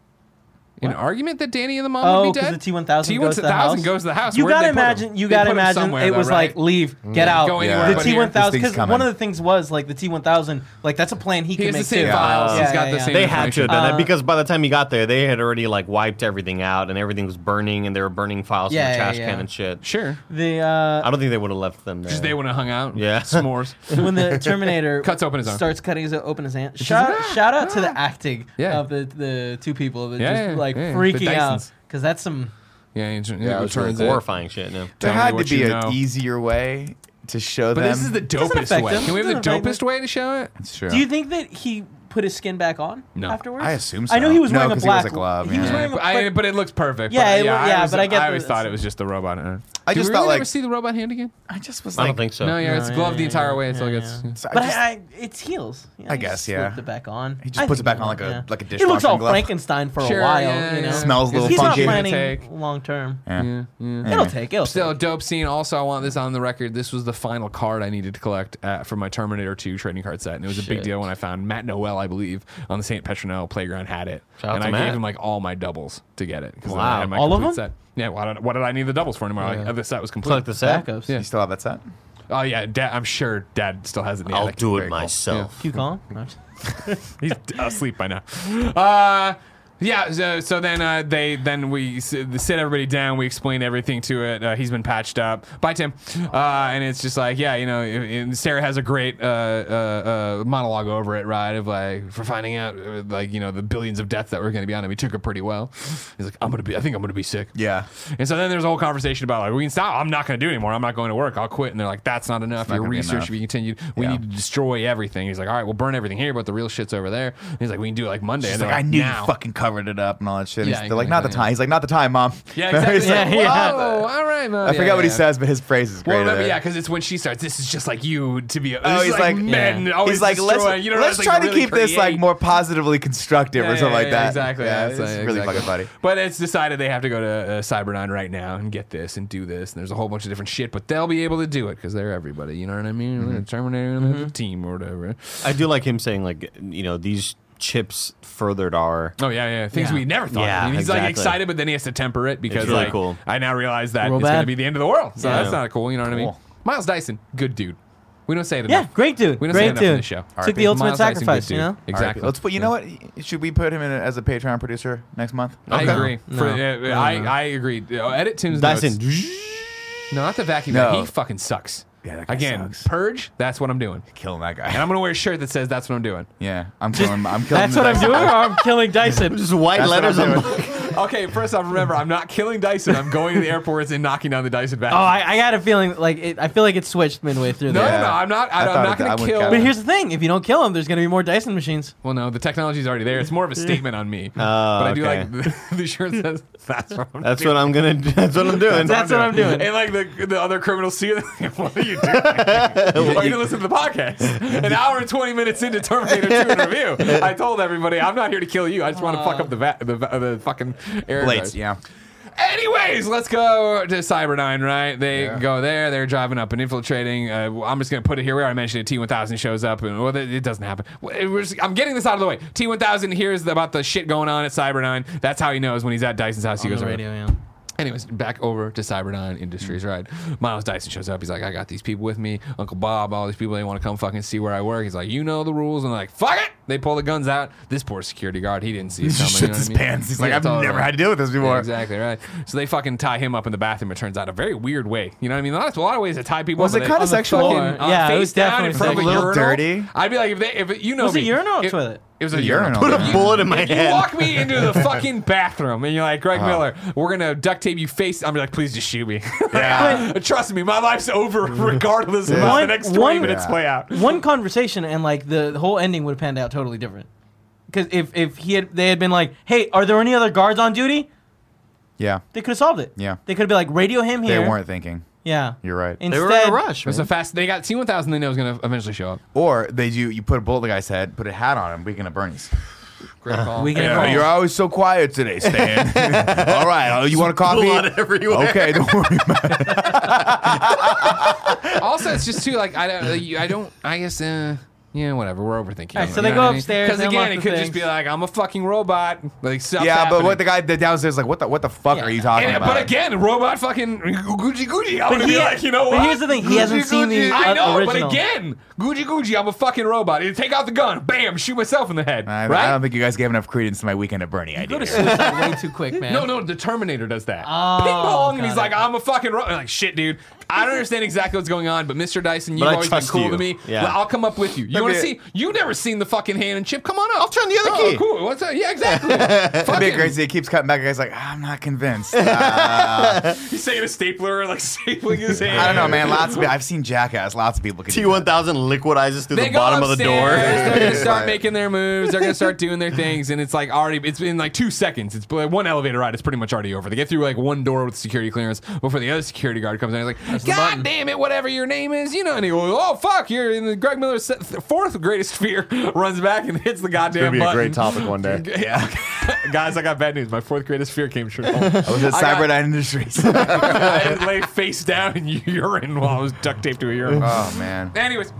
An argument that Danny and the mom
Oh,
would be
because
dead.
the T one thousand goes to the house.
T1000 goes to the house.
You
Where'd they
gotta
put 'em?
imagine. You
They
gotta
put 'em
imagine.
somewhere,
It
though,
was
right?
like leave, get out.
Go
anywhere
The
but
T
here.
one thousand.
This thing's
Because one
coming.
of the things was like the T one thousand. Like that's a plan he,
He
can
has the
make
same
too.
files.
Yeah,
He's got
yeah,
the
yeah.
same.
They had to
information.
have done
Uh,
that because by the time he got there, they had already like wiped everything out and everything was burning and they were burning files in
Yeah, yeah,
the trash
yeah.
can and shit.
Sure.
The uh,
I don't think they would have left them there.
Just they would have hung out.
Yeah.
S'mores.
when the Terminator
Cuts open his arm.
starts cutting his open his hand. Shout,
like, "Ah,
shout out to the acting
Yeah.
of the, the two people that
Yeah,
just
yeah, yeah.
like
The
freaking out
Dysons.
because that's some.
Yeah. and it
it was
turns
really
out-
horrifying shit. No.
There
Tell me
had to
what
be
you
an
know.
easier way to show
But
them.
this is the dopest
affect
way.
them.
Can we have the
Doesn't affect
dopest way to show it?
It's true.
Do you think that he put his skin back on
No.
afterwards?
I assume
I know
so.
he was
No,
wearing a
'cause he wears
black
a glove,
He was
yeah.
wearing a
I, but it looks perfect.
Yeah,
But,
it
yeah,
loo- yeah,
always-
but I get
I
the-
always thought it was just the robot. uh,
I I
Do
just
we
thought
really
like
ever see the robot hand again?
I just was
I
like
don't think so.
no, yeah, it's
No,
gloved
yeah,
the entire
yeah,
way until
yeah,
it gets.
yeah.
so I
But
just-
I, I, it's heels. You know,
I
he
guess,
just
yeah.
slipped it back on.
He just
I
puts it
think
back
he
on
won't,
like a-
yeah.
like a
He looks
dishwashing
all
glove.
Frankenstein for
Sure,
a while.
yeah,
you
yeah.
know?
Smells a little
He's
funky.
not
Take.
planning long term.
Yeah.
Yeah, yeah.
It'll take. It'll
Still a
take.
dope scene. Also, I want this on the record. This was the final card I needed to collect uh for my Terminator 2 trading card set, and it was a big
Shit.
deal when I found Matt Noel, I believe, on the St. Petronel playground had it,
Shout out
and
to
I
Matt.
gave him like all my doubles to get it. 'cause then
Wow.
I had my
All of
complete
them?
Set. Yeah. Why did, what did I need the doubles for anymore? Like,
Yeah.
the set was complete.
Collect the set.
Backups.
Yeah.
You still have that set?
Oh yeah, Dad. I'm sure Dad still has it. In the attic. Very cool.
You call him? No, I'm just-
He's d- asleep by now. Uh, yeah. So, so then uh, they then we s- sit everybody down. We explain everything to it. Uh, he's been patched up. Bye, Tim. Uh, and it's just like, yeah, you know, and Sarah has a great uh, uh, uh, monologue over it, right? Of like for finding out, uh, like you know, the billions of deaths that were going to be on him. He took it pretty well. He's like, I'm gonna be. I think I'm gonna be sick.
Yeah.
And so then there's a whole conversation about like we can stop. I'm not going to do it anymore. I'm not going to work. I'll quit. And they're like, that's not enough.
not
Your
gonna be
research
enough.
should be continued. We
Yeah.
need to destroy everything. He's like, all right, we'll burn everything here, but the real shit's over there. And he's like, we can do it like Monday.
She's
and
like,
they're
I knew
now.
you fucking covered it up and all that shit.
Yeah,
He's- they're like, not the
exactly, yeah.
time. He's like, not the time, mom.
Yeah, exactly.
He's like,
yeah,
"Whoa."
Whoa, all right, mom.
I
Yeah,
forgot what he
yeah.
says, but his phrase is great.
Well, remember,
there.
yeah, because it's when she starts. This is just like you to be. A,
Oh,
this
he's
is like,
like-
men
Yeah.
always
He's like, let's,
destroying. You don't
let's
know, it's
try
like
to
really
keep this like
create.
more positively constructive
Yeah,
or something
yeah,
like
yeah,
that.
Exactly.
Yeah,
that's
it's
like-
really
exactly.
fucking funny.
But it's decided they have to go to uh, Cyberdyne right now and get this and do this. And there's a whole bunch of different shit, but they'll be able to do it because they're everybody. You know what I mean? They're
Mm-hmm.
the Terminator and they're the team or whatever.
I do like him saying like you know these chips furthered our.
Oh yeah, yeah. Things
Yeah.
we never thought.
Yeah,
of. And he's like
exactly.
excited, but then he has to temper it because
really
like
cool.
I now realize that
Real
it's going to
bad.
be the end of the world. So
Yeah.
that's not cool. You know what I mean?
Cool.
Miles Dyson, good dude. We don't say it
Yeah,
enough.
great dude.
We don't say
great
enough
dude.
in this show.
Took the ultimate
Miles Dyson, good
sacrifice,
dude.
you know?
Exactly.
Let's put. You know what? Should we put him in as a Patreon producer next month?
I
Okay.
agree.
No.
For-
No,
uh, I, I agree. Uh, edit Tim's
Dyson.
notes. No, not the vacuum.
No.
guy. He fucking sucks.
Yeah, that guy
Again,
sucks.
purge. That's what I'm doing.
Killing that
And
guy.
I'm gonna wear a shirt that says that's what I'm doing.
Yeah, I'm killing. I'm killing.
That's
the
what I'm
Dyson.
doing, or I'm killing Dyson.
Just white
That's what
letters
I'm
on.
doing.
Okay, first off, remember I'm not killing Dyson. I'm going to the airports and knocking down the Dyson
Oh,
vacuum.
I, I got a feeling like it, I feel like it switched midway through.
no,
there.
no, no, I'm not. I,
I
I
thought
am
it-
not
I
gonna
wouldn't
kill.
count
But here's the thing: if you don't kill him, there's going to be more Dyson machines.
Well, no, the technology's already there. It's more of a statement on
Oh,
me. but I do like the, the shirt says that's what I'm
That's what I'm gonna. That's what I'm doing.
That's what I'm doing.
And like the the other criminals see it, like, what are you doing? Why are you listen to the podcast? An hour and twenty minutes into Terminator Two in review, I told everybody I'm not here to kill you. I just want to fuck up the va- the, va- the fucking air
Blades.
drive."
Yeah.
Anyways, let's go to Cyberdyne, right? They go there. They're driving up and infiltrating. Uh, I'm just going to put it here. We already mentioned it. T1000 shows up. and Well, it, it doesn't happen. Well, it was- I'm getting this out of the way. T1000 hears about the shit going on at Cyberdyne. That's how he knows when he's at Dyson's house. He
On
goes
the
over.
radio, yeah.
Anyways, back over to Cyberdyne
Mm.
Industries, right? Miles Dyson shows up. He's like, I got these people with me. Uncle Bob, all these people, they want to come fucking see where I work. He's like, you know the rules. And they're like, fuck it. They pull the guns out. This poor security guard, he didn't see it
He just
coming. you know
shits
what
his
I mean?
pants. He's like,
Yeah,
I've
totally.
never had to deal with this
Yeah,
before.
exactly right. So they fucking tie him up in the bathroom. It turns out a very weird way. You know what I mean? That's a lot of ways to tie people.
Was
up,
it
but
kinda
they- on the
sexual?
fucking, uh,
Yeah, it
face
was
down
definitely
in front of
sexual. A little
urinal.
dirty?
I'd be like, if they, if it, you know,
Was it
me.
urinal or
It-
toilet?
It was
A
a urinal.
urinal.
Put a bullet in my
If you
head.
walk me into the fucking bathroom and you're like,
Uh-huh.
Greg Miller, we're gonna duct tape you face. I'm like, please just shoot me.
Yeah.
Trust me, my life's over regardless of how the
One-
next 20
one-
minutes
Yeah.
play out.
One conversation, and like the whole ending would have panned out totally different. Because if if he had they had been like, hey, are there any other guards on duty?
Yeah.
They could have solved it.
Yeah.
They could have been like, radio him
They
here.
weren't thinking.
Yeah.
You're right.
Instead,
They were in a rush.
It was a fast. They got T1000. They know is gonna eventually show up.
Or they do. You put a bullet in the guy's head. Put a hat on him. Weekend of Bernie's.
Great call.
We can
Yeah,
call.
you're always so quiet today, Stan. All right, oh, you want a coffee?
blood everywhere.
Okay, don't worry. about it.
also, it's just too like I don't. you- I don't. I guess. Uh, yeah, whatever. We're overthinking.
All right, so they go upstairs,
Because
they
again, it
unlock the
could just
things.
be like I'm a fucking robot. Like stuff.
Yeah, but what the
happening.
guy that downstairs is like, what the what the fuck
Yeah.
are you talking
And-
about?
but again, robot fucking Gucci Gucci. I
But
would be
he-
like, you know
but
what?
here's the thing, he hasn't seen the,
I
uh,
know,
original.
but again, Gucci Gucci. I'm a fucking robot. You take out the gun, bam, shoot myself in the head.
I,
right?
I don't think you guys gave enough credence to my weekend at Bernie idea.
Go to
here.
suicide way too quick, man.
no, no, the Terminator does that.
Oh,
Ping pong, and
got
he's
it.
like, "I'm a fucking robot." Like, shit, dude, I don't understand exactly what's going on, but Mr. Dyson, you've
I
always been
trust
cool
you.
to me.
Yeah.
Well, I'll come up with you. You
That'd
want
be
to
a-
see? You never seen the fucking hand and chip? Come on up. I'll
turn the other
oh,
key.
Cool. What's that? Yeah, exactly. Fuck
That'd be
it.
a great see. It keeps cutting back. The guy's like, I'm not convinced. Uh,
He's taking a stapler and like stapling his hand.
I don't know, man. Lots of I've seen Jackass. Lots of people can do that.
T1000 liquidizes through
They
the
go
bottom of the
upstairs,
door.
They're gonna start
Right.
making their moves. They're gonna start doing their things, and it's like already. It's been like two seconds. It's like one elevator ride. It's pretty much already over. They get through like one door with security clearance before the other security guard comes in. He's like,
the
"God
button."
damn it, whatever your name is, you know." And he goes, "Oh fuck, you're in the Greg Miller's se- th- fourth greatest fear." Runs back and hits the goddamn.
It'd be a
button.
great topic one day.
Yeah, guys, I got bad news. My fourth greatest fear came true.
I was at
I got-
Cyberdyne Industries. oh,
I lay face down in urine while I was duct taped to a urinal.
Oh, man.
Anyways,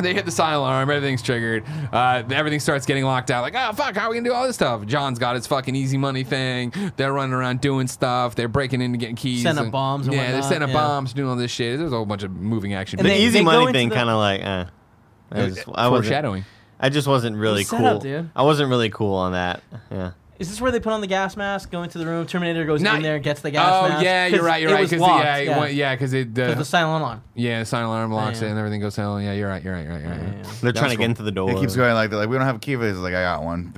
they hit the silent alarm. Everything's triggered. Uh, everything starts getting locked out. Like, oh fuck, how are we gonna do all this stuff? John's got his fucking easy money thing. They're running around doing stuff. They're breaking in and getting keys.
Setting up bombs and
yeah, they're
whatnot,
setting up
yeah.
bombs, doing all this shit. There's a whole bunch of moving action.
And
The
they-
easy
they go
money
into
thing
the-
kind of like, eh. I just- I wasn't-
foreshadowing.
I just wasn't really
set
cool.
up, dude.
I wasn't really cool on that. Yeah.
Is this where they put on the gas mask, go into the room, Terminator goes
Not-
in there, gets the gas
Oh
mask?
yeah, you're
'Cause
right. You're
it
right.
Was
Because
locked,
yeah,
yeah.
it went- yeah, because it
'Cause
uh,
the silent alarm.
yeah, the silent alarm locks
yeah.
it and everything goes silent. Yeah, you're right. You're right. You're right. You're right. you're right. That
They're trying
was cool.
to get into the door.
It keeps going like that. Like, we don't have a key for this. It's like, I got one.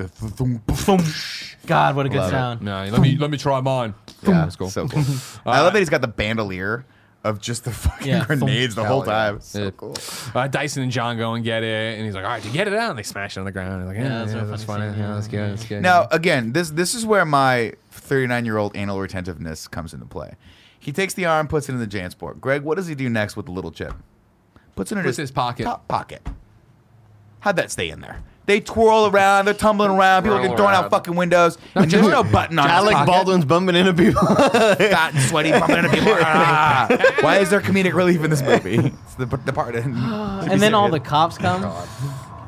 God, what a good
Love it.
sound.
No, let me let me try mine.
Yeah,
that's cool.
So cool. I love that he's got the bandolier of just the fucking
Yeah.
grenades the whole
Hell yeah.
time. So
Yeah.
cool.
uh, Dyson and John go and get it, and he's like, "All right, to get it out," and they smash it on the ground. And like, yeah, yeah, that's,
that's a funny
funny.
scene,
Yeah,
yeah.
that's good. That's good.
Now, again, this this is where my 39 year old anal retentiveness comes into play. He takes the arm, puts it in the Jansport. Greg, what does he do next with the little chip? Puts it in
Puts his pocket.
Top pocket. How'd that stay in there? They twirl around, they're tumbling around, people
Twirl
get thrown
around.
out fucking windows, and there's no button on his
Alec
pocket.
Baldwin's bumping into people.
fat and sweaty bumping into people. Ah. Why is there comedic relief in this movie? It's the, the part. in- to be
And then all the
serious.
cops come.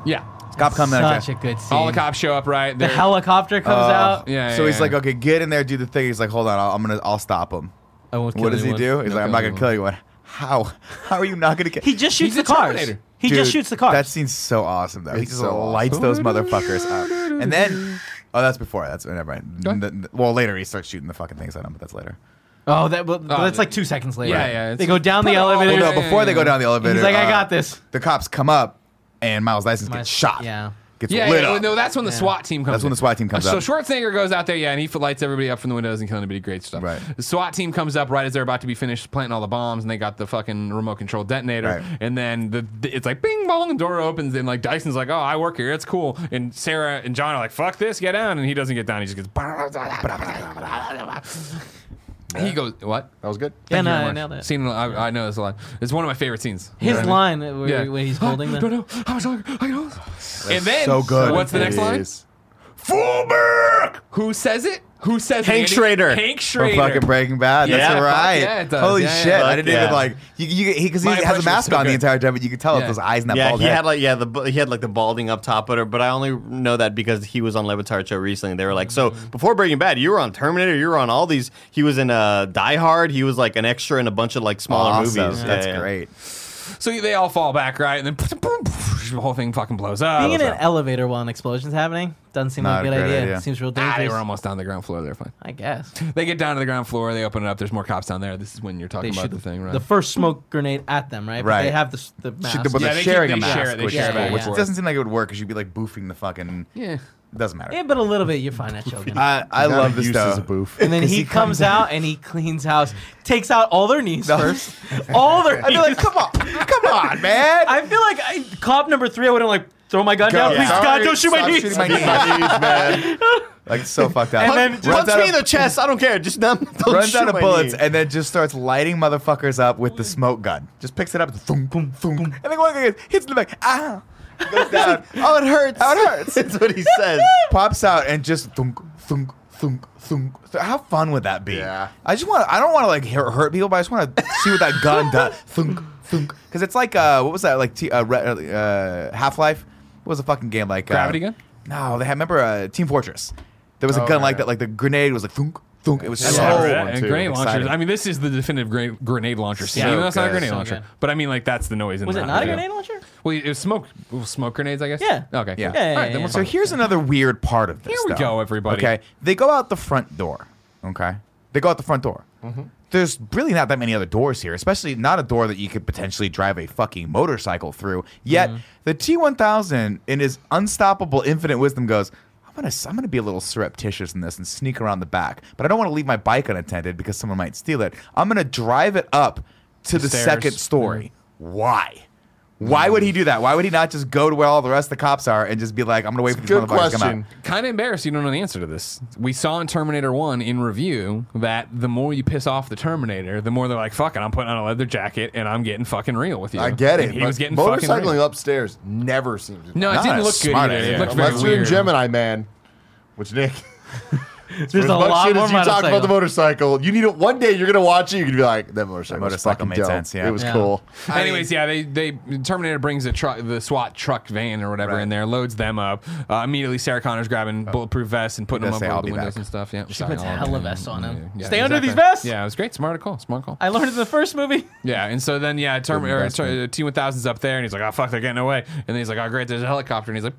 yeah,
cop come
Such
there.
a good scene.
all the cops show up. Right,
The
They're-
helicopter comes out.
Yeah.
Oh. so
yeah,
he's
yeah.
like, okay, get in there, do the thing. He's like, hold on, I'll, I'm gonna, I'll stop him.
I won't kill
what does he
anyone.
do? He's
No,
like, I'm not
kill
gonna
anyone.
kill anyone. How? How are you not gonna kill?
He just shoots
He's
the
a
cars.
Terminator.
He
Dude,
just shoots the cars.
That scene's so awesome though. he
It's
just
so awesome.
lights those motherfuckers up. And then, oh, that's before. That's never mind.
Go ahead.
N- n- well, later he starts shooting the fucking things at him, but that's later.
oh, that, but, but
Oh,
that's like two seconds later.
yeah, yeah, it's-
They go down
Put
the
it all
elevator.
over.
Well, no,
yeah,
before
yeah,
they
yeah.
go down the elevator,
He's like, I
uh,
got this.
The cops come up, and Miles Dyson
Miles-
gets shot.
yeah.
gets
yeah,
lit
yeah,
up.
no, that's when the SWAT team comes.
That's when
in.
the SWAT team comes
so
up.
Schwarzenegger goes out there, yeah, and he lights everybody up from the windows and kills anybody. Great stuff.
Right.
The SWAT team comes up right as they're about to be finished planting all the bombs, and they got the fucking remote control detonator.
Right.
And then the, the- it's like bing bong, door opens, and like Dyson's like, oh, I work here, it's cool. And Sarah and John are like, fuck this, get down, and he doesn't get down. He just gets. He goes, what?
That was good.
Yeah,
Thank you very
no, I
much.
uh, nailed it.
Scene, I, I know this a lot. It's one of my favorite scenes.
His
Yeah.
line where,
Yeah.
where he's holding
Don't
them.
know. I was like, I know. And then,
so good.
what's the next line?
Jeez.
Fullberg. Who says it? Who says
Hank
it? Andy?
Schrader.
Hank
From
Schrader.
fucking Breaking Bad.
Yeah,
That's
fuck
right.
yeah, it does.
Holy
Yeah, yeah,
shit!
yeah.
I didn't
Fuck yeah.
even like you. you because he
My
has
impression
a
was
mask
so
on the
good.
entire time, but you could tell
Yeah.
with those eyes and that
yeah,
bald
he
head.
had like yeah the bu- he had like the balding up top, but but I only know that because he was on Levitard show recently. They were like, so before Breaking Bad, you were on Terminator, you were on all these. He was in uh, Die Hard. He was like an extra in a bunch of like smaller
Awesome.
movies.
That's
Yeah, yeah.
great.
So they all fall back, right? And then the whole thing fucking blows up.
Being in an elevator while an explosion's happening doesn't seem
Not
like a
a
good
great
idea.
idea.
Seems real
Ah, they
dangerous.
were almost on the ground floor. They're fine.
I guess.
They get down to the ground floor. They open it up. There's more cops down there. This is when you're talking
They
about
shoot
the thing, right?
The first smoke grenade at them, right? But they
Right.
have the, s- the mask.
Should, but
Yeah,
they're
they keep-
sharing
they
a mask,
share it, they
which,
share
is
it,
cool,
yeah,
which
yeah.
doesn't seem like it would work because you'd be like boofing the fucking.
yeah.
It doesn't matter.
Yeah, but a little bit, you're fine at choking.
I, I
Not
love this
used as
stuff.
a boof.
and then he, comes out and he cleans house, takes out all their knees first, all their. I'd be like, come on.
Come on, man.
I feel like I, cop number three, I would have like throw my gun down.
Yeah.
Please,
Sorry,
God, don't shoot my
stop
knees.
shooting my knees. Like it's so fucked up.
And then
Runs
just-
Punch
out
me
of-
in the chest. I don't care. Just don't, don't
runs
shoot
out of
my
bullets
knee.
and then just starts lighting motherfuckers up with the smoke gun. Just picks it up, thunk, boom, thunk, and then one guy gets- hits in the back. Ah, goes down.
Oh, it hurts.
Oh, it hurts.
That's what he says.
pops out and just thunk, thunk, thunk, thunk. So how fun would that be?
Yeah.
I just want. to I don't want to like hurt, hurt people, but I just want to see what that gun does. Thunk, thunk. Because it's like uh, what was that like? T- uh, Re- uh, Half Life. What was the fucking game like?
Gravity
uh,
gun?
No, they had. Remember uh, Team Fortress? There was a
Oh,
gun like
yeah.
that. Like the grenade was like thunk, thunk. It was
I
so
love that.
and
too.
grenade launchers.
Exciting.
I mean, this is the definitive gra- grenade launcher scene.
So
Even though it's not a
good.
grenade
So
launcher,
good.
but I mean, like that's the noise in
Was
the
it not a
Yeah.
grenade launcher?
Well, it was smoke well, smoke grenades, I guess.
Yeah.
Okay.
Yeah.
Yeah,
All right,
yeah,
then we're
yeah.
So
fine.
here's another weird part of this.
Here we
though.
go, everybody.
Okay, they go out the front door. Okay, They go out the front door.
Mm-hmm.
There's really not that many other doors here, especially not a door that you could potentially drive a fucking motorcycle through. Yet the T1000, in his unstoppable infinite wisdom, goes. I'm gonna, I'm gonna be a little surreptitious in this and sneak around the back, but I don't want to leave my bike unattended because someone might steal it. I'm gonna drive it up to the
stairs.
second story. Why? Why would he do that? Why would he not just go to where all the rest of the cops are and just be like, I'm gonna wait for these
Good
motherfuckers to come
question.
out?
Kind of embarrassed you don't know the answer to this. We saw in Terminator 1 in review that the more you piss off the Terminator, the more they're like, fuck it, I'm putting on a leather jacket and I'm getting fucking real with you.
I get it.
And he
but
was getting fucking real.
motorcycling upstairs never seemed. to-
No, it
Not
didn't
a
look good
smart
either.
idea.
It looked very
unless you're in
weird.
Gemini Man, which Nick. as
There's a
much
lot
shit
more
as you talk about the
motorcycle.
motorcycle, you need it one day. You're gonna watch it. You're gonna be like, that motorcycle, motorcycle
motorcycle made
dope.
sense, yeah.
it was
Yeah.
cool.
Anyways, yeah, they they Terminator brings a truck, the SWAT truck van or whatever in there, loads them up. Uh, immediately, Sarah Connor's grabbing
Oh.
bulletproof vests and putting
It
them
does
up
say,
over
"I'll
the
be
windows
back."
and stuff. Yeah, she
puts hella vests on him. Stay under these vests!
Yeah, it was great. Smart call. Smart call.
I learned in the first movie.
Yeah, and so then yeah, Terminator T one thousand's up there, and he's like, "Oh fuck, they're getting away." And then he's like, "Oh great, there's a helicopter," and he's like,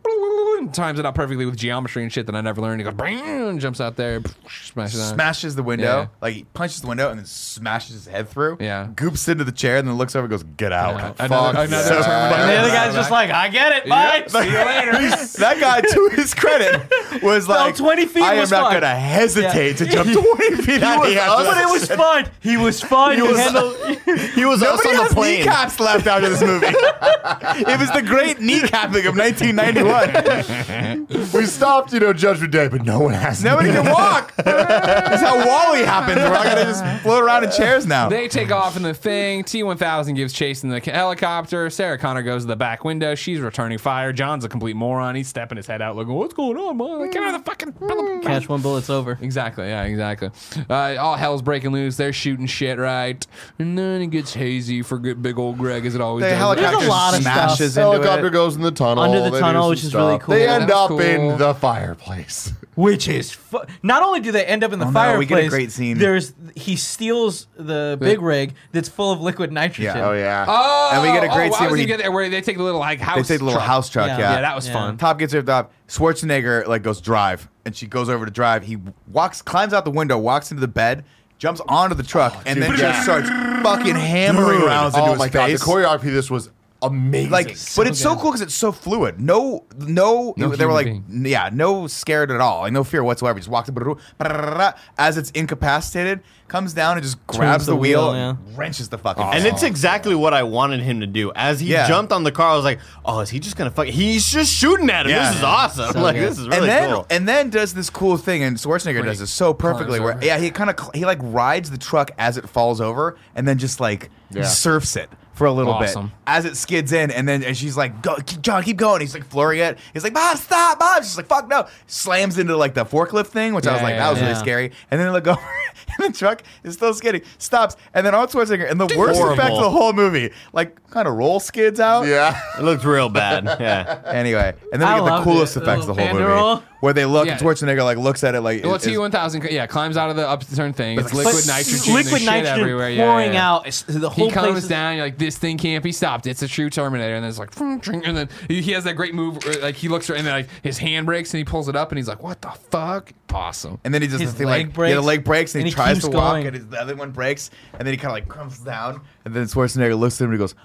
and times it out perfectly with geometry and shit that I never learned. He goes, "Bang!" jumps out there, smashes on.
Smashes the window,
Yeah.
like he punches the window and then smashes his head through.
Yeah.
Goops into the chair and then looks over and goes, Get out.
Another,
Fuck
another
yeah.
Terminator.
And the other guy's just like, I get it. Bye.
Yep, see you later.
that guy, to his credit, was like,
20 feet
I am
was
not
fine."
going to hesitate to
Yeah.
jump 20 feet out of
was
the
up,
But it was fun. He was fun. He
was-
handled-
He was us
Nobody
on
has
the plane.
kneecaps left after this movie. it was the great kneecapping of 1991.
We stopped, you know, Judgment Day, but no one has.
Nobody can walk. That's how Wally happens. We're all gonna just float around in chairs now.
They take off in the thing. T1000 gives chase in the helicopter. Sarah Connor goes to the back window. She's returning fire. John's a complete moron. He's stepping his head out, looking, "What's going on, man? Like, Get out of the fucking
Catch one bullet's over.
Exactly. Yeah. Exactly. Uh, all hell's breaking loose. They're shooting shit right, and then it gets hazy for good big old Greg, as it always
the
does.
helicopter
There's a lot of
smashes into
Helicopter
it.
goes in the tunnel.
Under the
they do
tunnel,
some
which is really
stuff.
cool.
They
Yeah,
end
that's
up
cool.
in the fireplace.
Which is fu- not only do they end up in the
Oh, no,
fireplace.
we get a great scene.
There's he steals the big rig that's full of liquid nitrogen.
Yeah.
Oh yeah.
Oh,
And we get a great
oh,
scene
I was
where
gonna
he-
get there where they take the little like house.
They take the little
truck.
house truck.
Yeah.
Yeah,
Yeah, that was
Yeah.
fun.
Top gets ripped up. Schwarzenegger like goes drive, and she goes over to drive. He walks, climbs out the window, walks into the bed, jumps onto the truck, and then
dude,
just
yeah.
starts fucking hammering
Dude.
rounds into
oh
his
my god, the
face.
choreography of this was amazing.
like, but it's so cool because it's so fluid. No, no,
No
they were
human
like,
being.
n- yeah, no scared at all, like no fear whatsoever. Just walks up, as it's incapacitated, comes down and just grabs the,
the
wheel,
wheel,
and wrenches the fucking.
And
thing.
it's exactly what I wanted him to do. As he
Yeah.
jumped on the car, I was like, "Oh, is he just gonna fuck?" He's just shooting at him.
Yeah.
This is awesome. like
good.
this is really
and then
cool.
and then does this cool thing, and Schwarzenegger
When
does
he
this so perfectly.
climbs
Where
over.
yeah, he kind of cl- he like rides the truck as it falls over, and then just like
Yeah.
surfs it for a little
Awesome.
bit as it skids in, and then and she's like, "Go, keep, John, keep going." He's like flooring it. He's like, "Bob, stop, Bob!" She's like, "Fuck no!" Slams into like the forklift thing, which I was
Yeah,
like,
yeah,
"That was
yeah.
really scary." And then they look over, and the truck is still skidding, stops, and then Arnold Schwarzenegger, and the worst effect of the whole movie, like kind of roll skids out.
yeah.
it looked real bad. Yeah.
Anyway, and then
I
we get the
loved
coolest
it.
effects of the whole
Little banderole.
movie, where they look and
Yeah.
Schwarzenegger like looks at it like,
Well,
is-
T
is-
one thousand, yeah, climbs out of the upturned thing. It's
But
liquid nitrogen,
liquid
liquid
nitrogen
everywhere. Yeah,
pouring
yeah, yeah.
out. It's, the whole
he comes
place is-
down. You're like, this thing can't be stopped. It's a true Terminator. And then it's like, "Vroom, vroom," and then he he has that great move. Where, like he looks and then like his hand breaks and he pulls it up and he's like, what the fuck? Awesome.
and then he does
His
the thing
leg
like
breaks,
yeah, the leg breaks, and,
and
he
he
tries
keeps
to walk,
going.
and his, the other one breaks, and then he kind of like crumps down, and then Schwarzenegger looks at him and he goes,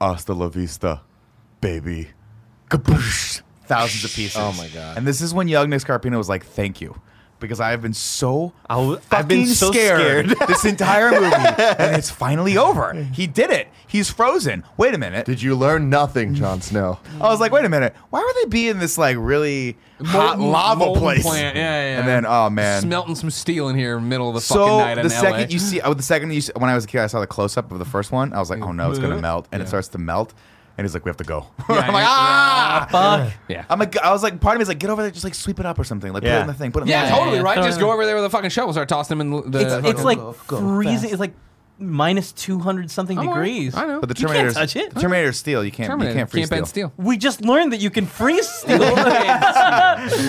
"Hasta la vista, baby." Kaboosh! Thousands of pieces.
Oh my God.
And this is when young Nick Carpino was like, "Thank you." Because I have been so
I w-
I've been so scared, this entire movie, and it's finally over. He did it. He's frozen. Wait a minute.
Did you learn nothing, Jon Snow?
I was like, wait a minute, why would they be in this like really hot
Molten-
lava
molten
place?
Plant. Yeah, yeah, yeah.
And then, oh man,
smelting some steel in here, middle of the fucking
so
night in
the
LA.
second you see, oh, the second you see, when I was a kid, I saw the close up of the first one. I was like, oh no, it's gonna melt, and it starts to melt, and he's like, we have to go. I'm like,
yeah.
ah.
Fuck.
yeah.
I'm like, I was like, part of me is like, get over there, just like sweep it up or something, like put
Yeah.
it in the thing, put it in
yeah,
the thing.
totally
yeah.
right. Just
Totally.
go over there with a fucking shovel, start tossing them in the.
It's,
fucking-
it's like
go, go
freezing.
fast.
It's like minus two hundred something
I'm all right.
degrees.
Oh, I know.
But the
You can't
Terminator's
touch it.
the Terminator's steel. You can't.
Terminator
You can't freeze
bend
steel.
steel.
We just learned that you can freeze steel.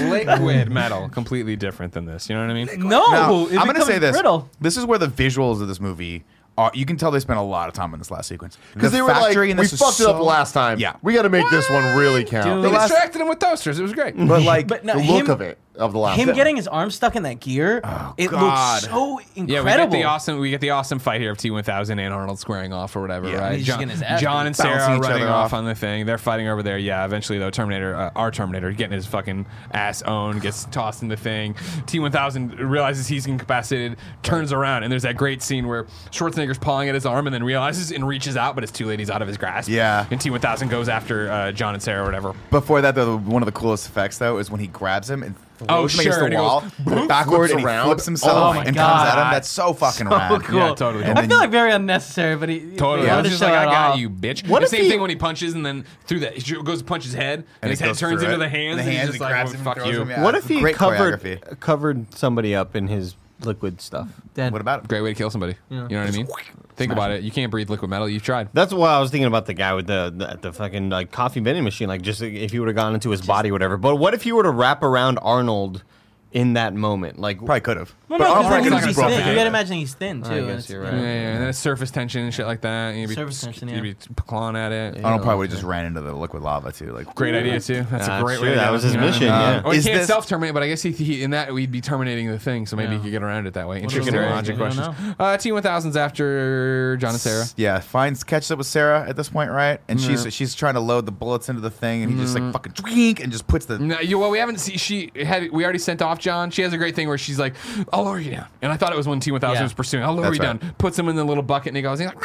Liquid metal, completely different than this. You know what I mean?
no,
Now,
it
I'm gonna
becomes
say this.
brittle.
This is where the visuals of this movie are. You can tell they spent a lot of time on this last sequence
Because
The
they were like,
factory
we
in this
fucked
is
it up
so-
last time.
Yeah.
we got to make this one really count.
Dude.
They
last-
distracted him with toasters. It was great.
But like,
But no,
the look
him-
of it. of the last.
Him getting his arm stuck in that gear, it
Oh, God.
looks so
Yeah, we get
incredible.
the awesome we get the awesome fight here of T one thousand and Arnold squaring off or whatever,
Yeah.
right?
He's just
John,
getting his ass
John
beat.
and Sarah
Bouncing
are
each
running
other
off
off.
on the thing. They're fighting over there. Yeah, eventually though, Terminator, uh, our Terminator, getting his fucking ass owned, gets tossed in the thing. T one thousand realizes he's incapacitated, turns around, and there's that great scene where Schwarzenegger's pawing at his arm and then realizes and reaches out, but it's too late. He's out of his grasp.
Yeah.
and T one thousand goes after uh, John and Sarah or whatever.
Before that, though, one of the coolest effects though is when he grabs him and throws him
Oh,
against
sure,
the
and he
wall,
goes,
goes, backward, and he
around.
flips himself
Oh,
my
and
God.
comes at him. That's so fucking
so
rad.
cool.
Yeah, totally.
And
I
then
feel
you-
like very unnecessary, but he, he
Totally.
wanted
I was
to
just
show
like, I
it
got
off.
you, bitch.
What
the
if
same
he-
thing when he punches and then through that, he goes to punch his head, and,
And
his
it
head
goes
turns
through
into
it.
the hands,
The
and he's
hands,
just
it
like,
grabs
well,
him,
fuck
throws
you.
him, yeah.
what
it's
if he
great
covered
choreography.
covered somebody up in his liquid stuff?
Dead.
What about him?
Great way to kill somebody. You know what I mean? Think about it. You can't breathe liquid metal. You've tried.
That's why I was thinking about the guy with the the, the fucking like coffee vending machine. Like, just if he would have gone into his body, whatever. But what if he were to wrap around Arnold in that moment? Like,
Probably could have.
Well, no, 'cause
Arnold
then
Schwarzenegger's
he's
broke
thin.
down.
You gotta imagine he's thin too.
I
and
guess
it's-
you're
yeah.
Yeah,
right.
yeah, yeah. And then it's surface tension and shit like that. and You'd be,
Surface tension, yeah.
You'd be clawing at it.
Arnold probably would have just ran into the liquid lava too. Like
Great idea too. That's
Yeah,
a great
that's
way.
true.
to
That
go.
was his
You know what I
mission,
mean?
yeah.
Or he
Is
can't
this-
self terminate, but I guess he, he, in that we'd be terminating the thing, so maybe
Yeah.
he could get around it that way.
What
Interesting
other way?
logic
I don't
questions. Uh, T one thousands after John and Sarah. Mm-hmm.
Yeah, finds catches up with Sarah at this point, right? And she's she's trying to load the bullets into the thing, and he just like fucking twink and just puts the
No, you, well, we haven't seen. She had. We already sent off John. She has a great thing where she's like, "I'll lower you down," and I thought it was when T one thousand
Yeah.
was pursuing. I'll lower
That's
you down.
right.
Puts him in the little bucket, and he goes. He's like,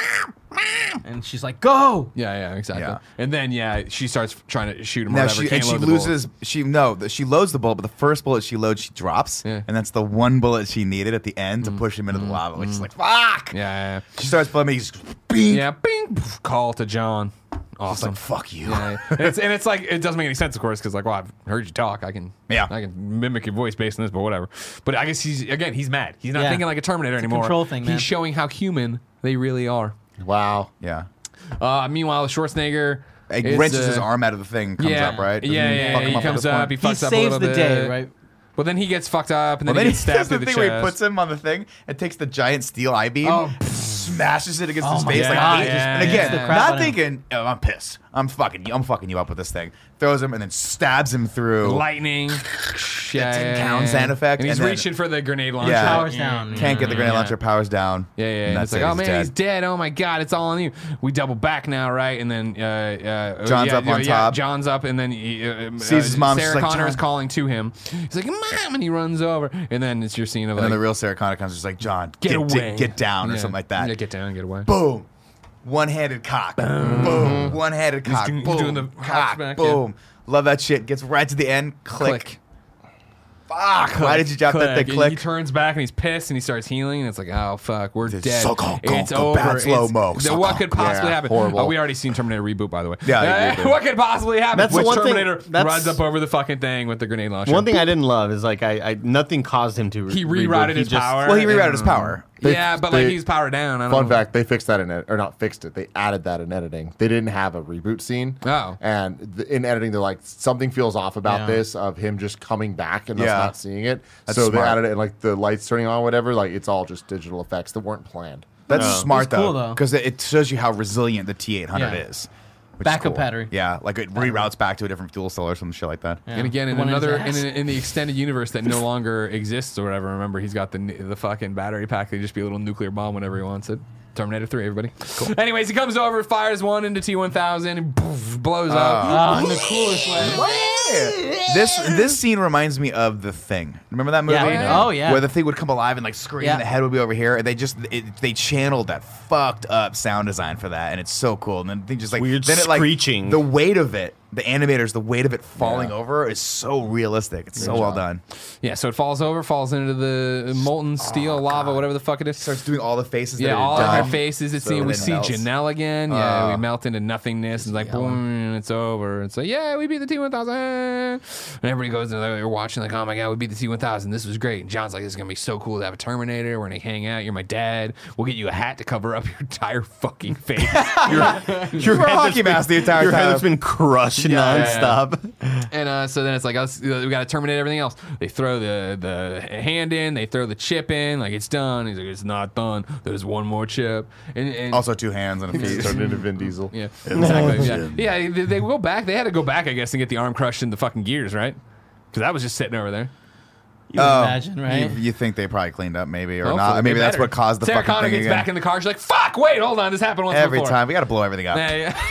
And she's like, "Go!"
yeah, yeah, exactly.
Yeah.
And then yeah, she starts trying to shoot him. or
Now
whatever,
she
can't
and she
load the bullet.
loses. She no, the- she loads the bullet, but the first bullet she loads, she drops,
Yeah. Mm-hmm.
and that's the one bullet she needed at the end to push him into the lava, which is like fuck.
Yeah,
She starts flaming. He's
yeah,
being
yeah. Bing. poof, Call to John. Awesome.
like fuck you.
Yeah, yeah. and, it's, and it's like it doesn't make any sense, of course, because like, well, I've heard you talk. I can,
Yeah.
I can mimic your voice based on this, but whatever. But I guess he's again, he's mad. He's not
Yeah.
thinking like a Terminator
a
anymore.
control thing, man.
He's showing how human they really are.
wow.
Yeah,
Uh, meanwhile, Schwarzenegger
Like,
is,
wrenches his
uh,
arm out of the thing, and comes
yeah,
up, right? Doesn't
Yeah,
he
yeah,
fuck
yeah,
him
He
up at
comes
this
up.
point?
He
He
fucks up a
saves
little
the
bit.
day, right?
Well, then he gets fucked up, and then
Well,
he
then
gets
he
stabbed
does
through
the
the,
thing
chest.
where he puts him on the thing and takes the giant steel I beam,
Oh.
smashes it against
Oh
his
my
face like
God,
eight-
just
and
beats
again,
the
crap out
not
of him.
thinking, oh, I'm pissed. I'm fucking, you- I'm fucking you up with this thing. Throws him and then stabs him through.
lightning. yeah,
10
yeah,
pound
yeah.
sound effect,
And he's
and then-
reaching for the grenade launcher.
Yeah.
Powers down.
Can't get the grenade
Mm, Yeah.
launcher. Powers down.
Yeah, yeah.
And
And
that's
it's like,
it,
oh man, he's dead. Oh my god, it's all on you. We double back now, right? And then uh, uh,
John's
yeah,
up on
yeah,
top.
John's up, and then he, uh, uh,
Sees his mom, she's
Sarah
like,
Connor
"John."
is calling to him. He's like, "Mom," and he runs over, and then it's your scene of
And
like,
then the real Sarah Connor comes, just like John,
"Get
get,
away,
get, get down, or
Yeah.
something like that.
Yeah, get down, get away.
boom, one-handed cock, boom, one-handed cock,
doing- he's
boom,
doing the
cock,
back, yeah.
boom. Love that shit. Gets right to the end. Click.
Click.
Fuck. Why did you drop that thing?
He- He
Click.
turns back and he's pissed and he starts healing. And it's like, oh fuck, we're
It's
dead.
so cool, cool,
it's
cool,
over.
bad slow-mo,
It's-
so
what
cool.
could possibly
Yeah,
happen?
horrible.
Oh, we already seen Terminator reboot, by the way.
Yeah, they did.
what could possibly happen?
That's the
Which
one thing-
Terminator
that's-
rides up over the fucking thing with the grenade launcher.
One thing I didn't love is like I, I nothing caused him to. re-
he
reboot.
rerouted his
just-
power.
Well, he rerouted
and-
his power.
Yeah, but like
they-
he's powered down. I don't
Fun
know.
fact: They fixed that in ed- or not fixed it. They added that in editing. They didn't have a reboot scene.
Oh.
and th- in editing, they're like something feels off about
Yeah.
this of him just coming back and us
Yeah.
not seeing it.
That's
so
smart.
they added it, and like the lights turning on, whatever. Like it's all just digital effects that weren't planned.
That's smart
It's cool,
though,
though.
because it it shows you how resilient the T800
Yeah.
is. which is
Backup battery.
Yeah, like it reroutes back to a different fuel cell or some shit like that.
Yeah.
And again,
The
in
one in his
another in,
ass.
in, the extended universe that no longer exists or whatever. Remember, he's got the the fucking battery pack. They just be a little nuclear bomb whenever he wants it. Terminator Three, everybody. Cool. Anyways, he comes over, fires one into T one thousand, and poof, blows up.
Oh, in the coolest way.
This this scene reminds me of the thing. Remember that movie?
Yeah. Oh, yeah.
Where the thing would come alive and like scream,
Yeah.
and the head would be over here, and they just it, they channeled that fucked up sound design for that, and it's so cool. And then they just like
Weird
then it, like,
screeching.
The weight of it, the animators, the weight of it falling over is so realistic. It's so well done.
Yeah, so it falls over, falls into the molten steel, lava, whatever the fuck it is.
Oh, Starts doing all the faces.
Yeah,
that are
all of her
dumb.
faces. It's
So
we
then
see
melts.
Janelle again. Yeah,
Uh,
we melt into nothingness. And like, boom, it's over. It's like, yeah, we beat the T1000. And everybody goes, and they're watching, like, oh my God, we beat the T1000. This was great. And John's like, this is going to be so cool to have a Terminator. We're going to hang out. You're my dad. We'll get you a hat to cover up your entire fucking face.
You're a hockey mask the entire
Your
time.
head's been crushed
yeah, yeah.
nonstop.
And uh, so then it's like us, we got to terminate everything else. They throw the the hand in, they throw the chip in, like it's done. He's like, it's not done. There's one more chip. And, and
also, two hands and a feet.
Turned into Vin Diesel.
yeah, exactly. Yeah, yeah they, they go back. They had to go back, I guess, and get the arm crushed in the fucking gears, right? Because that was just sitting over there.
You
Oh.
would imagine, right?
Oh, You, you think they probably cleaned up, maybe, or
Hopefully
not?
they
Maybe that's
better.
what caused the
Sarah
fucking
Connor
thing
gets
again.
back in the car. She's like, "Fuck! Wait, hold on. This happened once
Every
before."
time we got to blow everything up.
Yeah, yeah.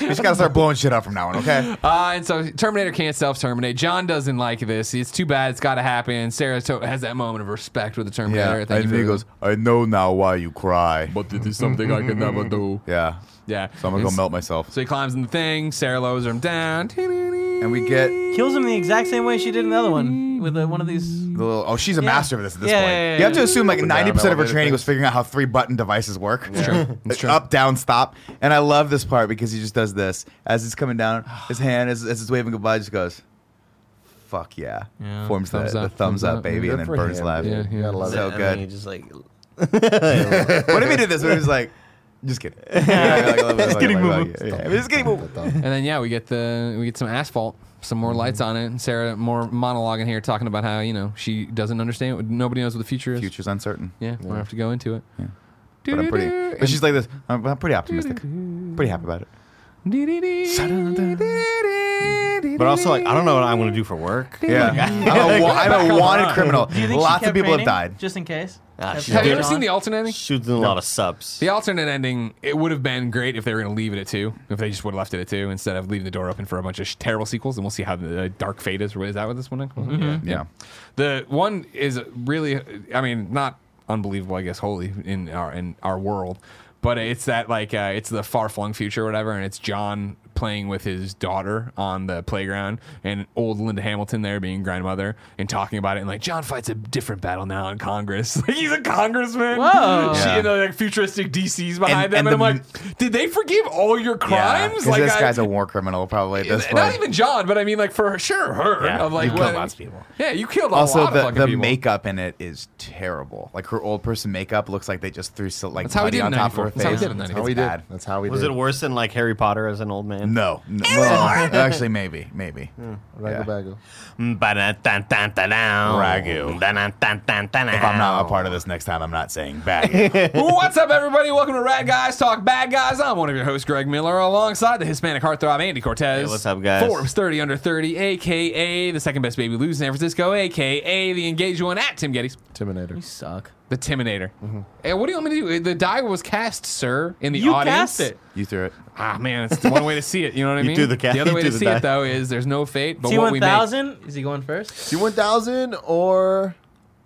We just got to start blowing shit up from now on, okay?
Uh, and so Terminator can't self-terminate. John doesn't like this. It's too bad. It's got to happen. Sarah to- has that moment of respect with the Terminator.
Yeah,
Thank
and
you
he
for-
goes, "I know now why you cry."
but this is something I could never do.
Yeah,
Yeah.
so I'm gonna go
It's-
melt myself.
So he climbs in the thing. Sarah lowers him down.
And we get the
Kills him the exact same way she did in the other one with uh one of these.
little. Oh, she's a master of this at this
Yeah,
point.
yeah, yeah,
you have to
yeah.
assume like
and down
90 percent of her
elevator
training
thing.
was figuring out how three button devices work.
true. It's true.
Up, down, stop. And I love this part because he just does this as he's coming down. His hand as, as he's waving goodbye, just goes, "Fuck yeah!"
Yeah.
Forms
Thumbs
the,
up,
the thumbs,
thumbs
up,
up.
baby,
Good
and
for
then burns
him,
live.
dude.
Yeah, yeah.
You gotta love
So
it.
good.
I mean, just like
what if he did this? What if he was like, "Just kidding." Just
kidding, Moo Moo.
Just kidding, Moo Moo.
and then yeah, we get the we get some asphalt, some more lights
Mm-hmm.
on it, and Sarah more monologue in here talking about how you know she doesn't understand. What, nobody knows what the future is.
Future's uncertain.
Yeah, we don't have to go into it. Yeah.
but I'm pretty. But she's like this. I'm, I'm pretty optimistic. Pretty happy about it.
But also, like, I don't know what I'm gonna do for work.
Yeah, I'm a, wa- I'm a wanted criminal.
Do you think she
Lots of
kept
people have
training,
died.
Just in case.
Ah,
Kept
she
Have you
training
ever
on?
seen the alternating?
Shooting a lot of subs.
The alternate ending, it would have been great if they were going to leave it at two, if they just would have left it at two instead of leaving the door open for a bunch of sh- terrible sequels. And we'll see how the uh, Dark Fate is. Is that what this one is?
Mm-hmm. Yeah.
The one is really, I mean, not unbelievable, I guess, wholly in our in our world, but it's that like uh, it's the far flung future, or whatever, and it's John playing with his daughter on the playground and old Linda Hamilton there being grandmother and talking about it and like John fights a different battle now in Congress. like he's a congressman.
Whoa.
She
Yeah.
and the like futuristic DCs behind
And-
them.
and
And,
the
I'm like, did they forgive all your
Yeah, 'cause
crimes? like
this
I-
guy's a war criminal, probably at this point.
not even John, but I mean, like for sure, her.
Yeah,
of like,
you killed
what-
lots of people.
Yeah, you killed a
also,
lot of
the,
fucking
the
people.
makeup in it is terrible. Like her old person makeup looks like they just threw so, like
That's how he
putty
did
on
in
top of her
94. That's how he
face.
did in
It's
That's how we did.
bad.
That's how we
Was
did.
it worse than like Harry Potter as an old man?
No, no well, actually, maybe, maybe.
Hmm.
Raggle
Yeah.
baggle.
Ragu.
If I'm not a part of this next time, I'm not saying bad.
What's up, everybody? Welcome to Rad Guys Talk Bad Guys. I'm one of your hosts, Greg Miller, alongside the Hispanic heartthrob Andy Cortez.
Hey, what's up, guys?
Forbes 30 under 30, aka the second best baby lose in San Francisco, aka the engaged one at Tim Gettys,
You
Terminator.
suck.
the Timinator.
Mm-hmm.
Hey, what do you want me to do? The die was cast, sir, in the
You
audience.
cast it.
you threw it.
Ah, man, it's the one way to see it. You know what I
You
mean?
do the ca-
the other
you
way
do
to
the
see
die.
it though is there's no fate, but
T
what
one
we make.
thousand. Is he going first?
T1000 or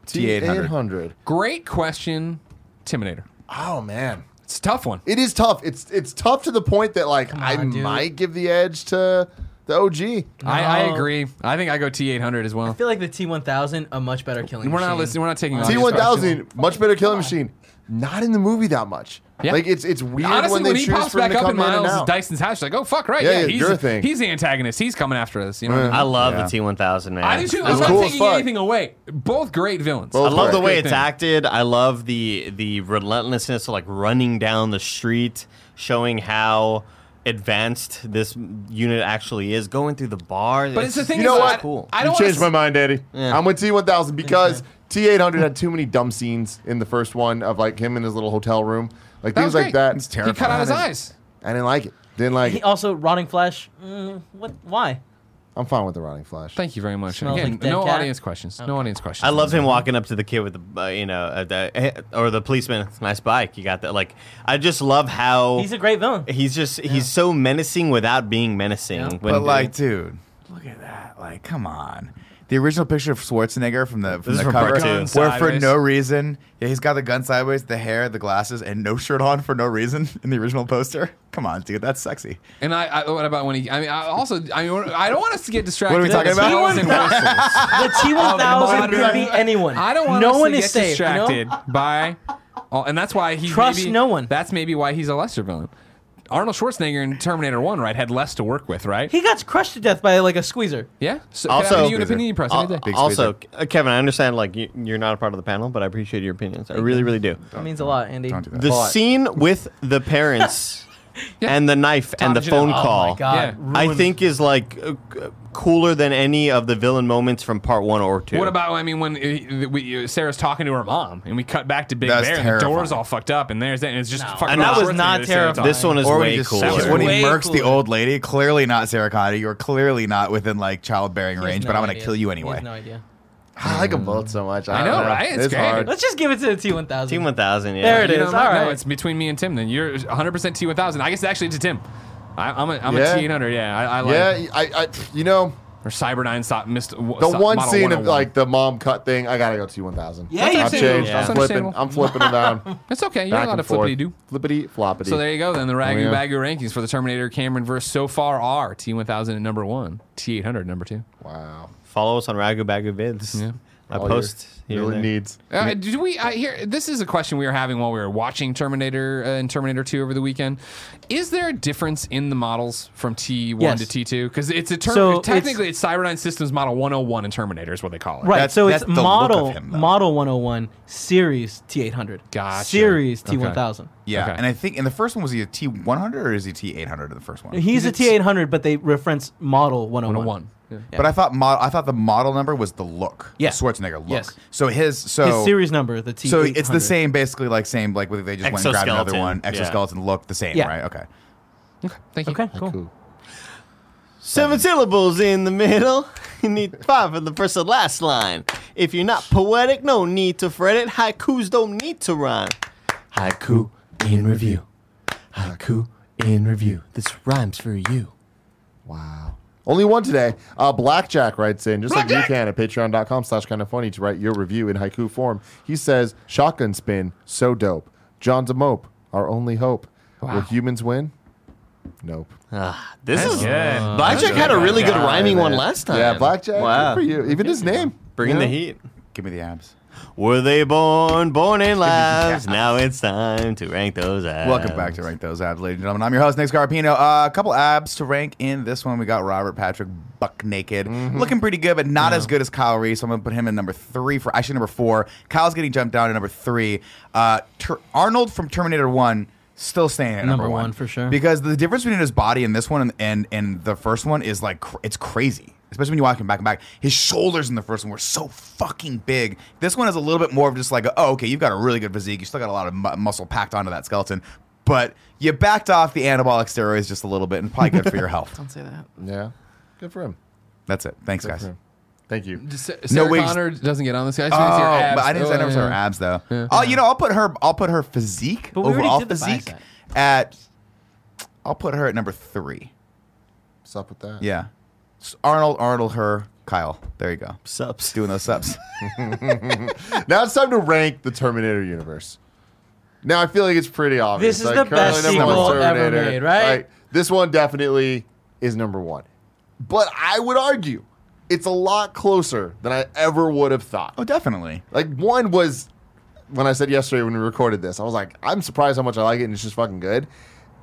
T800?
T800?
Great question, Timinator.
Oh man.
It's a tough one.
It is tough. It's it's tough to the point that like I
on, dude.
might give the edge to the OG.
I, I
No.
agree. I think I go T800 as well.
I feel like the T one thousand a much better killing.
We're not
machine.
listening. We're not taking audience questions.
T1000 much better killing machine. Not in the movie that much.
Yeah.
Like it's it's weird
Honestly,
when
when,
they
he
choose
pops
for him
back
to
up
come
in
in and
Miles
out.
Dyson's house, you're like, oh fuck, right?
Yeah,
Yeah,
yeah,
he's
your thing.
he's the antagonist. He's coming after us. You know.
I love
Yeah.
the T1000 man.
I do too.
I
I'm
It's
not
cool as
taking
fuck.
anything away. Both great villains.
Both
I love the way
Great
it's
thing.
acted. I love the the relentlessness of like running down the street, showing how advanced this unit actually is, going through the bar.
But it's the thing.
You know
is,
what?
I,
Cool.
I
you
don't
changed my
wanna
mind, Daddy.
Yeah.
I'm with T1000 because T800 had too many dumb scenes in the first one of like him in his little hotel room, like
That
things
was
like
great.
that.
It's
s- He cut out his
terrifying.
eyes.
I didn't like it. Didn't like
He
it.
also rotting flesh. Mm, what? Why?
I'm fine with the Ronnie Flash.
Thank you very much.
Smells
Again,
like dead
no
cat.
audience questions. No audience questions.
I loved him walking up to the kid with the, uh, you know, uh, the, eh, or the policeman. Nice bike, you got that. Like, I just love how
He's a great villain.
he's just he's so menacing without being menacing.
Yeah.
when-
but like, dude, look at that. Like, come on. The original picture of Schwarzenegger from the from
This is
the
from
cover,
Part Two.
where
Gun
for
sideways.
no reason, yeah, he's got the gun sideways, the hair, the glasses, and no shirt on for no reason in the original poster. Come on, dude, that's sexy.
And I, I what about when he? I mean, I also, I mean, I don't want us to get distracted.
What are we talking about?
Bells and whistles.
The T one thousand
Oh, modern-
could be anyone.
I don't want
No
us
one
to
is
get
safe. you know?
distracted by, all, and that's why he
Trust
maybe-
no one.
That's maybe why he's a lesser villain. Arnold Schwarzenegger in Terminator One, right, had less to work with, right?
He got crushed to death by like a squeezer.
yeah. So
Also-
you an opinion press
Al-
any day.
Big
also, Ke- Kevin, I understand like you, you're not a part of the panel, but I appreciate your opinions. I really, really do.
That means a lot, Andy.
Don't do that.
The scene with the parents
Yeah.
and the knife and the
Tom and
phone
Janelle.
call.
Oh my god.
Yeah.
I
ruined-
think is like uh, c- cooler than any of the villain moments from part one or two.
What about? I mean, when uh, we, uh, Sarah's talking to her mom, and we cut back to Big
That's
Bear, and the
terrifying.
door's all fucked up, and there's that, and it's just fucking.
And that
Arnold
was
not
Schwarzenegger Sarah
terrifying.
this
talking.
one is
Or when
way
he just
cooler?
when he
Way
murks the
cooler.
old lady, clearly not Sarah Connor. You're clearly not within like childbearing
He has
range,
no
but I'm gonna
idea.
kill you
He has
anyway.
no idea.
I like them both so much. I,
I
don't
know, right? It's
it's
great.
hard.
Let's just give it to the T1000.
T one thousand. Yeah.
There it
You
is.
know
All
what? No,
right.
it's between me and Tim. Then you're 100 percent T1000. I guess actually it's a Tim. I, I'm a I'm
Yeah.
a T800. Yeah, I, I like
yeah, I, I, you know,
or Cyberdyne so, missed the
the one scene
oh
of like the mom cut thing, I gotta go T1000.
Yeah,
I've
That's
understandable.
changed.
That's
I'm flipping.
understandable.
I'm flipping them down.
It's okay. You're
Back
allowed
and
to
forth.
flippity do.
Flippity floppity.
So there you go. Then
Oh,
the ragu
yeah.
bagu rankings for the Terminator Cameron verse so far are T1000 at number one, T800 at number two.
wow.
Follow us on Ragu Bagu Vids.
Yeah.
I
All
post
your
here.
really
and there.
needs.
Uh, do we uh, here? This is a question we were having while we were watching Terminator uh, and Terminator Two over the weekend. Is there a difference in the models from T one
Yes.
to T two? Because it's a term.
So it's-
technically, it's, Cyberdyne Systems Model One Hundred One in Terminator is what they call it.
Right,
That's-
so
that's
it's
the look of
model
him, though.
model 101 series T800.
Gotcha.
Series
Okay.
T1000.
Yeah,
Okay.
and I think in the first one was he a T one hundred or is he T eight hundred in the first one?
He's a T800 but they reference model 101.
101. Yeah.
but I thought mod- I thought the model number was the look.
Yeah.
the Schwarzenegger look.
Yes.
So his so
His series number, the T800.
So it's the same, basically, like same, like whether they just went and grabbed another
Exoskeleton.
one,
Yeah.
exoskeleton look the same,
Yeah.
right? Okay.
Thank you.
Okay, cool.
Seven syllables in the middle. You need five for the first and last line. If you're not poetic, no need to fret it. Haikus don't need to rhyme. Haiku in review. Haiku in review. This rhymes for you.
Wow. Only one today. Uh, Blackjack writes in, just like you can at patreon.com slash kind of funny to write your review in haiku form. He says, Shotgun spin, so dope. John's a mope, our only hope. Will humans win? Nope.
Ah, this
That's
is
good.
Blackjack had a really good
Yeah,
rhyming one
man.
last time.
Yeah, Blackjack.
Wow.
Good for you. Even his name.
Bringing
Yeah.
the heat.
Give me the abs.
Were they born, born in lives? Now it's time to rank those Uh, abs.
Welcome back to Rank Those Abs, ladies and gentlemen. I'm your host, Nick Scarpino. Uh, a couple abs to rank in this one. We got Robert Patrick buck naked,
Mm-hmm.
looking pretty good, but not as good as Kyle Reese. So I'm gonna put him in number three for actually number four. Kyle's getting jumped down to number three. Uh, Ter- Arnold from Terminator One. Still staying at number,
Number one, for sure.
because the difference between his body and this one and and, and the first one is like cr- it's crazy, especially when you watch him back and back. His shoulders in the first one were so fucking big. This one is a little bit more of just like oh okay, you've got a really good physique, you still got a lot of mu- muscle packed onto that skeleton, but you backed off the anabolic steroids just a little bit, and probably good for your health.
Don't say that.
Yeah. Good for him.
That's it. Thanks, guys.
Thank you.
Sarah
No wigs.
Connor doesn't get on this guy.
Oh, but I didn't. say I never saw her abs though. Oh, you know, I'll put her. I'll put her physique
But we already
overall
did the
physique
bicep.
at. I'll put her at number three.
What's up with that?
Yeah. S- Arnold, Arnold, her, Kyle. There you go.
Subs.
Doing those subs.
Now it's time to rank the Terminator universe. Now I feel like it's pretty obvious.
This is
Like,
the best
currently number one
sequel ever
Terminator.
made, right?
This one definitely is number one. But I would argue it's a lot closer than I ever would have thought.
oh, definitely.
Like one was when I said yesterday when we recorded this, I was like, I'm surprised how much I like it and it's just fucking good.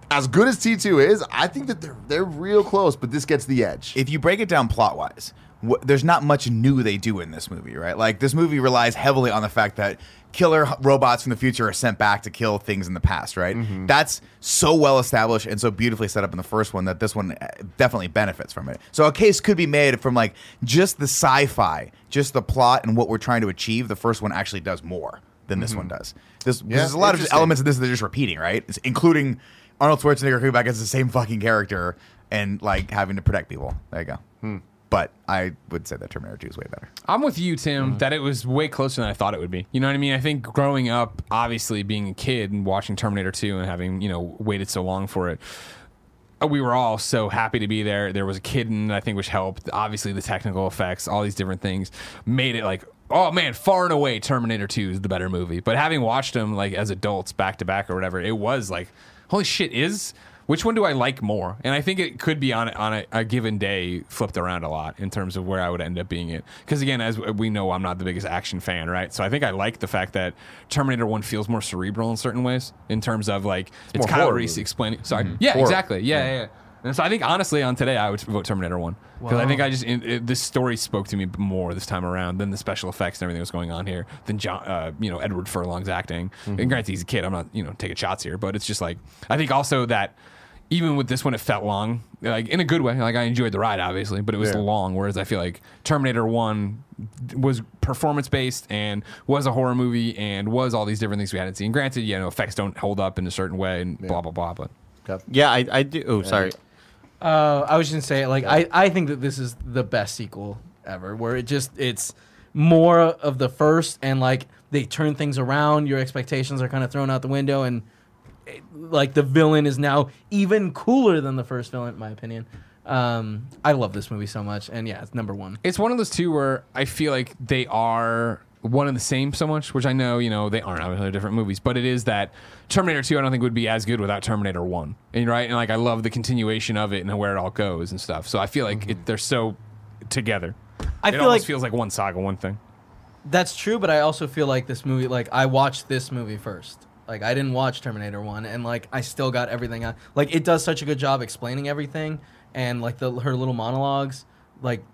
As good as T2 is, I think that they're they're real close, but this gets the edge.
If you break it down plot wise, wh- there's not much new they do in this movie, right? Like this movie relies heavily on the fact that killer h- robots from the future are sent back to kill things in the past, right? That's so well established and so beautifully set up in the first one that this one uh, definitely benefits from it. So a case could be made from like just the sci-fi, just the plot and what we're trying to achieve. The first one actually does more than this one does. This there's a lot of just
interesting.
elements of this that they're just repeating, right? It's including Arnold Schwarzenegger coming back as the same fucking character and like having to protect people. There you go. But I would say that Terminator 2 is way better.
I'm with you, Tim, that it was way closer than I thought it would be. You know what I mean? I think growing up, obviously being a kid and watching Terminator 2 and having, you know, waited so long for it, uh, we were all so happy to be there. There was a kid in it, I think, which helped. Obviously, the technical effects, all these different things made it like, oh man, far and away, Terminator 2 is the better movie. But having watched them like as adults back to back or whatever, it was like, holy shit, is. Which one do I like more? And I think it could be on on a, a given day flipped around a lot in terms of where I would end up being it. Because again, as we know, I'm not the biggest action fan, right? So I think I like the fact that Terminator One feels more cerebral in certain ways, in terms of like it's,
more
Kyle
horror
Reese
movie. Mm-hmm.
explaining. Sorry, yeah, exactly. Yeah, yeah. yeah. And so I think honestly, on today, I would vote Terminator One because I think I just it, it- this story spoke to me more this time around than the special effects and everything that was going on here than John, uh, you know, Edward Furlong's acting.
Mm-hmm.
And granted, he's a kid. I'm not you know taking shots here, but it's just like I think also that even with this one, it felt long, like in a good way. Like I enjoyed the ride, obviously, but it was
Yeah.
long. Whereas I feel like Terminator One was performance based and was a horror movie and was all these different things we hadn't seen. Granted, you know, effects don't hold up in a certain way and blah blah blah, but.
Got-
Yeah, I, I do. Oh, sorry.
Uh, I was just gonna say, like, I, I think that this is the best sequel ever, where it just it's more of the first and like they turn things around, your expectations are kind of thrown out the window and it- like the villain is now even cooler than the first villain in my opinion. Um, I love this movie so much and yeah, it's number 1.
It's one of those two where I feel like they are one and the same so much, which I know, you know, they aren't obviously they're different movies, but it is that Terminator 2 I don't think would be as good without Terminator 1. And right? And like I love the continuation of it and where it all goes and stuff. So I feel like it, they're so together.
I
it
feel
almost
like-
feels like one saga, one thing.
That's true, but I also feel like this movie, like I watched this movie first. Like I didn't watch Terminator One, and like I still got everything. Out. Like it does such a good job explaining everything, and like the her little monologues, like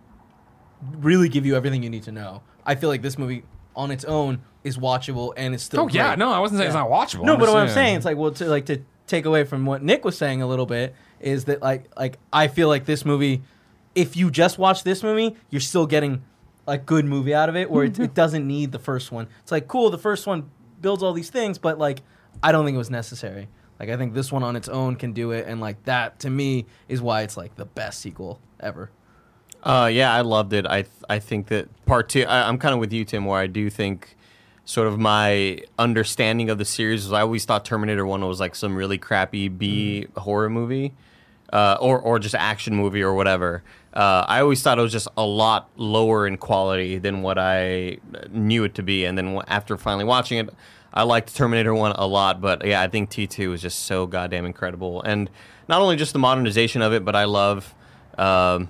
really give you everything you need to know. I feel like this movie on its own is watchable and it's still.
Oh yeah,
great.
no, I wasn't saying
Yeah.
it's not watchable.
No, but
just
what I'm saying, it's like well, to like to take away from what Nick was saying a little bit is that like like I feel like this movie, if you just watch this movie, you're still getting a good movie out of it,
Hmm,
where it, it doesn't need the first one. It's like cool, the first one builds all these things, but like I don't think it was necessary. Like I think this one on its own can do it, and like that to me is why it's like the best sequel ever.
Uh, yeah, I loved it. I th- I think that part two. I, I'm kind of with you, Tim, where I do think sort of my understanding of the series is I always thought Terminator One was like some really crappy B horror movie, uh, or or just action movie or whatever. Uh, I always thought it was just a lot lower in quality than what I uh, knew it to be, and then w- after finally watching it, I liked Terminator One a lot. But yeah, I think T two is just so goddamn incredible, and not only just the modernization of it, but I love. Um,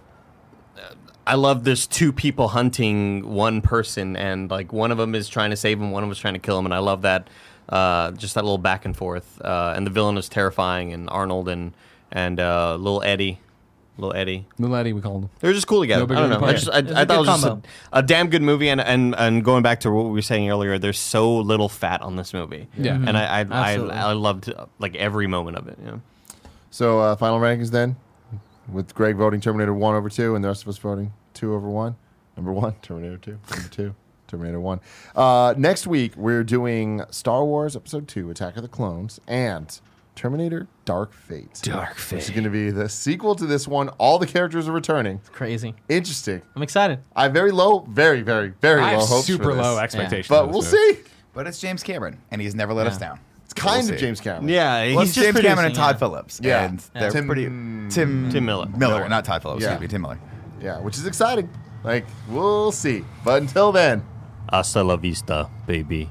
I love there's two people hunting one person, and like one of them is trying to save him, one of them is trying to kill him, and I love that. Uh, just that little back and forth, uh, and the villain was terrifying, and Arnold and and uh, little Eddie, little Eddie,
The lady we called him.
they were just cool together.
No bigger
I don't
than
know. I,
pie.
just, I,
It was a
I thought it
good
was just a,
combo.
a damn good movie. And, and and going back to what we were saying earlier, there's so little fat on this movie.
Yeah. Mhm.
and I I, I
Absolutely.
I loved uh, like every moment of it. Yeah.
So uh, final rankings then, with Greg voting Terminator one over two, and the rest of us voting two over one. Number one, Terminator two. Number two, Terminator one. Uh, next week we're doing Star Wars Episode two, Attack of the Clones, and Terminator Dark Fate. Dark Fate. Which is going to be the sequel to this one. All the characters are returning.
Crazy.
Interesting.
I'm excited.
I have very low, very, very, very
I
low
have
hopes. for
super
this.
low expectations.
But we'll see.
But it's James Cameron, and he's never let us down.
It's kind
We'll
of
see.
James Cameron.
Yeah,
Well, it's James Cameron and Todd Phillips.
Yeah.
and
Yeah.
they're
Tim-
pretty. Tim
Tim Miller.
Miller, not Todd Phillips.
Yeah.
Excuse me, Tim Miller.
Yeah, which is exciting. Like, we'll see. But until then.
Hasta la vista, baby.